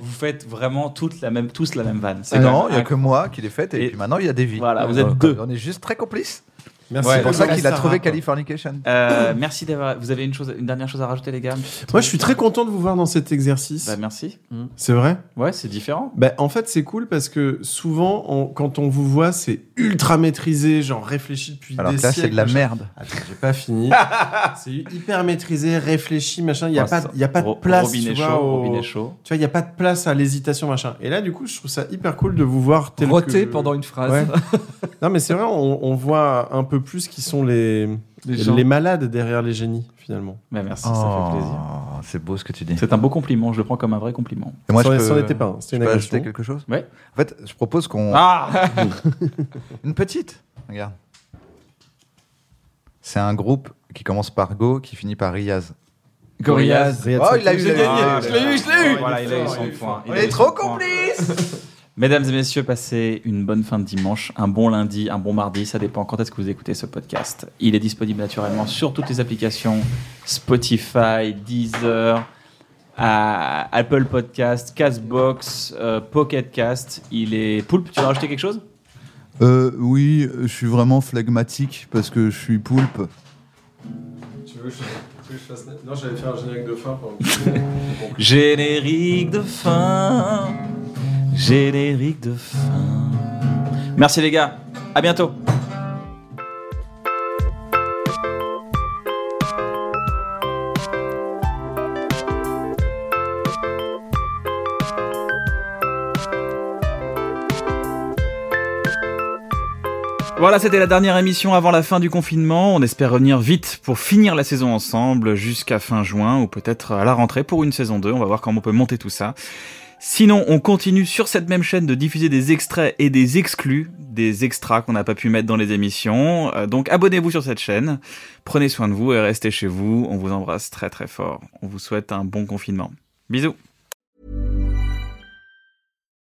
Speaker 1: Vous faites vraiment toutes la même, tous la même vanne. C'est
Speaker 2: Ah
Speaker 1: quand
Speaker 2: non,
Speaker 1: même
Speaker 2: il n'y a
Speaker 1: inc-
Speaker 2: que moi qui l'ai faite et,
Speaker 1: Et-
Speaker 2: puis maintenant il y a des vies.
Speaker 1: Voilà, vous êtes
Speaker 2: Donc,
Speaker 1: deux.
Speaker 2: On est juste très complices.
Speaker 3: Merci
Speaker 2: C'est pour
Speaker 3: beaucoup,
Speaker 2: ça qu'il a
Speaker 3: Sarah.
Speaker 2: trouvé Californication.
Speaker 1: Euh, merci d'avoir. Vous avez une, chose, une dernière chose à rajouter, les gars
Speaker 3: Moi, je suis très content de vous voir dans cet exercice.
Speaker 1: Bah, merci.
Speaker 3: C'est vrai
Speaker 1: Ouais, c'est différent.
Speaker 3: Bah, en fait, c'est cool parce que souvent, on- quand on vous voit, c'est ultra maîtrisé, genre réfléchi depuis
Speaker 2: Alors
Speaker 3: des
Speaker 2: que là,
Speaker 3: siècles.
Speaker 2: c'est de la
Speaker 3: machin.
Speaker 2: merde.
Speaker 3: Attends, j'ai pas fini. c'est hyper maîtrisé, réfléchi, machin. Il n'y a,
Speaker 2: Oh,
Speaker 1: Ouais,
Speaker 3: pas-
Speaker 1: c'est ça.
Speaker 3: il y a pas de
Speaker 1: Ro-
Speaker 3: place,
Speaker 1: Robinet
Speaker 3: tu
Speaker 1: chaud,
Speaker 3: vois, au-
Speaker 1: robinet chaud.
Speaker 3: tu vois, il n'y a pas de place à l'hésitation, machin. Et là, du coup, je trouve ça hyper cool de vous voir tel
Speaker 4: Roté
Speaker 3: que-
Speaker 4: pendant une phrase.
Speaker 3: Ouais. non, mais c'est vrai, on, on voit un peu plus qui sont les,
Speaker 4: Les gens.
Speaker 3: les malades derrière les génies, finalement.
Speaker 1: Bah, merci, ça fait plaisir.
Speaker 2: Oh, C'est beau ce que tu dis.
Speaker 1: C'est un beau compliment. Je le prends comme un vrai compliment.
Speaker 2: Et moi,
Speaker 3: Ça
Speaker 2: je
Speaker 3: en-
Speaker 2: peux-
Speaker 3: ça en était pas un, c'était
Speaker 2: je
Speaker 3: une
Speaker 2: peux
Speaker 3: agression.
Speaker 2: ajouter quelque chose
Speaker 1: Ouais.
Speaker 2: En fait, je propose qu'on.
Speaker 1: Ah
Speaker 2: Une petite. Regarde. C'est un groupe qui commence par Go, qui finit par Riaz.
Speaker 4: Gorillaz.
Speaker 2: Oh, il l'a eu, il l'a eu.
Speaker 1: Ah,
Speaker 4: Je l'ai eu, je l'ai eu.
Speaker 1: Voilà, il a eu son point. Il a eu son point.
Speaker 4: complice.
Speaker 1: Mesdames et messieurs, passez une bonne fin de dimanche, un bon lundi, un bon mardi, ça dépend quand est-ce que vous écoutez ce podcast. Il est disponible naturellement sur toutes les applications Spotify, Deezer, à Apple Podcast, Castbox, euh, Pocket Cast. Il est Poulpe, tu veux rajouter quelque chose
Speaker 2: Euh, oui, je suis vraiment phlegmatique parce que je suis poulpe.
Speaker 3: Tu veux que je fasse. Non, j'allais faire un générique de fin.
Speaker 1: Générique de fin. Générique de fin. Merci les gars. À bientôt. Voilà, c'était la dernière émission avant la fin du confinement. On espère revenir vite pour finir la saison ensemble jusqu'à fin juin ou peut-être à la rentrée pour une saison 2. On va voir comment on peut monter tout ça. Sinon, on continue sur cette même chaîne de diffuser des extraits et des exclus, des extras qu'on n'a pas pu mettre dans les émissions. Euh, donc abonnez-vous sur cette chaîne, prenez soin de vous et restez chez vous. On vous embrasse très très fort. On vous souhaite un bon confinement. Bisous.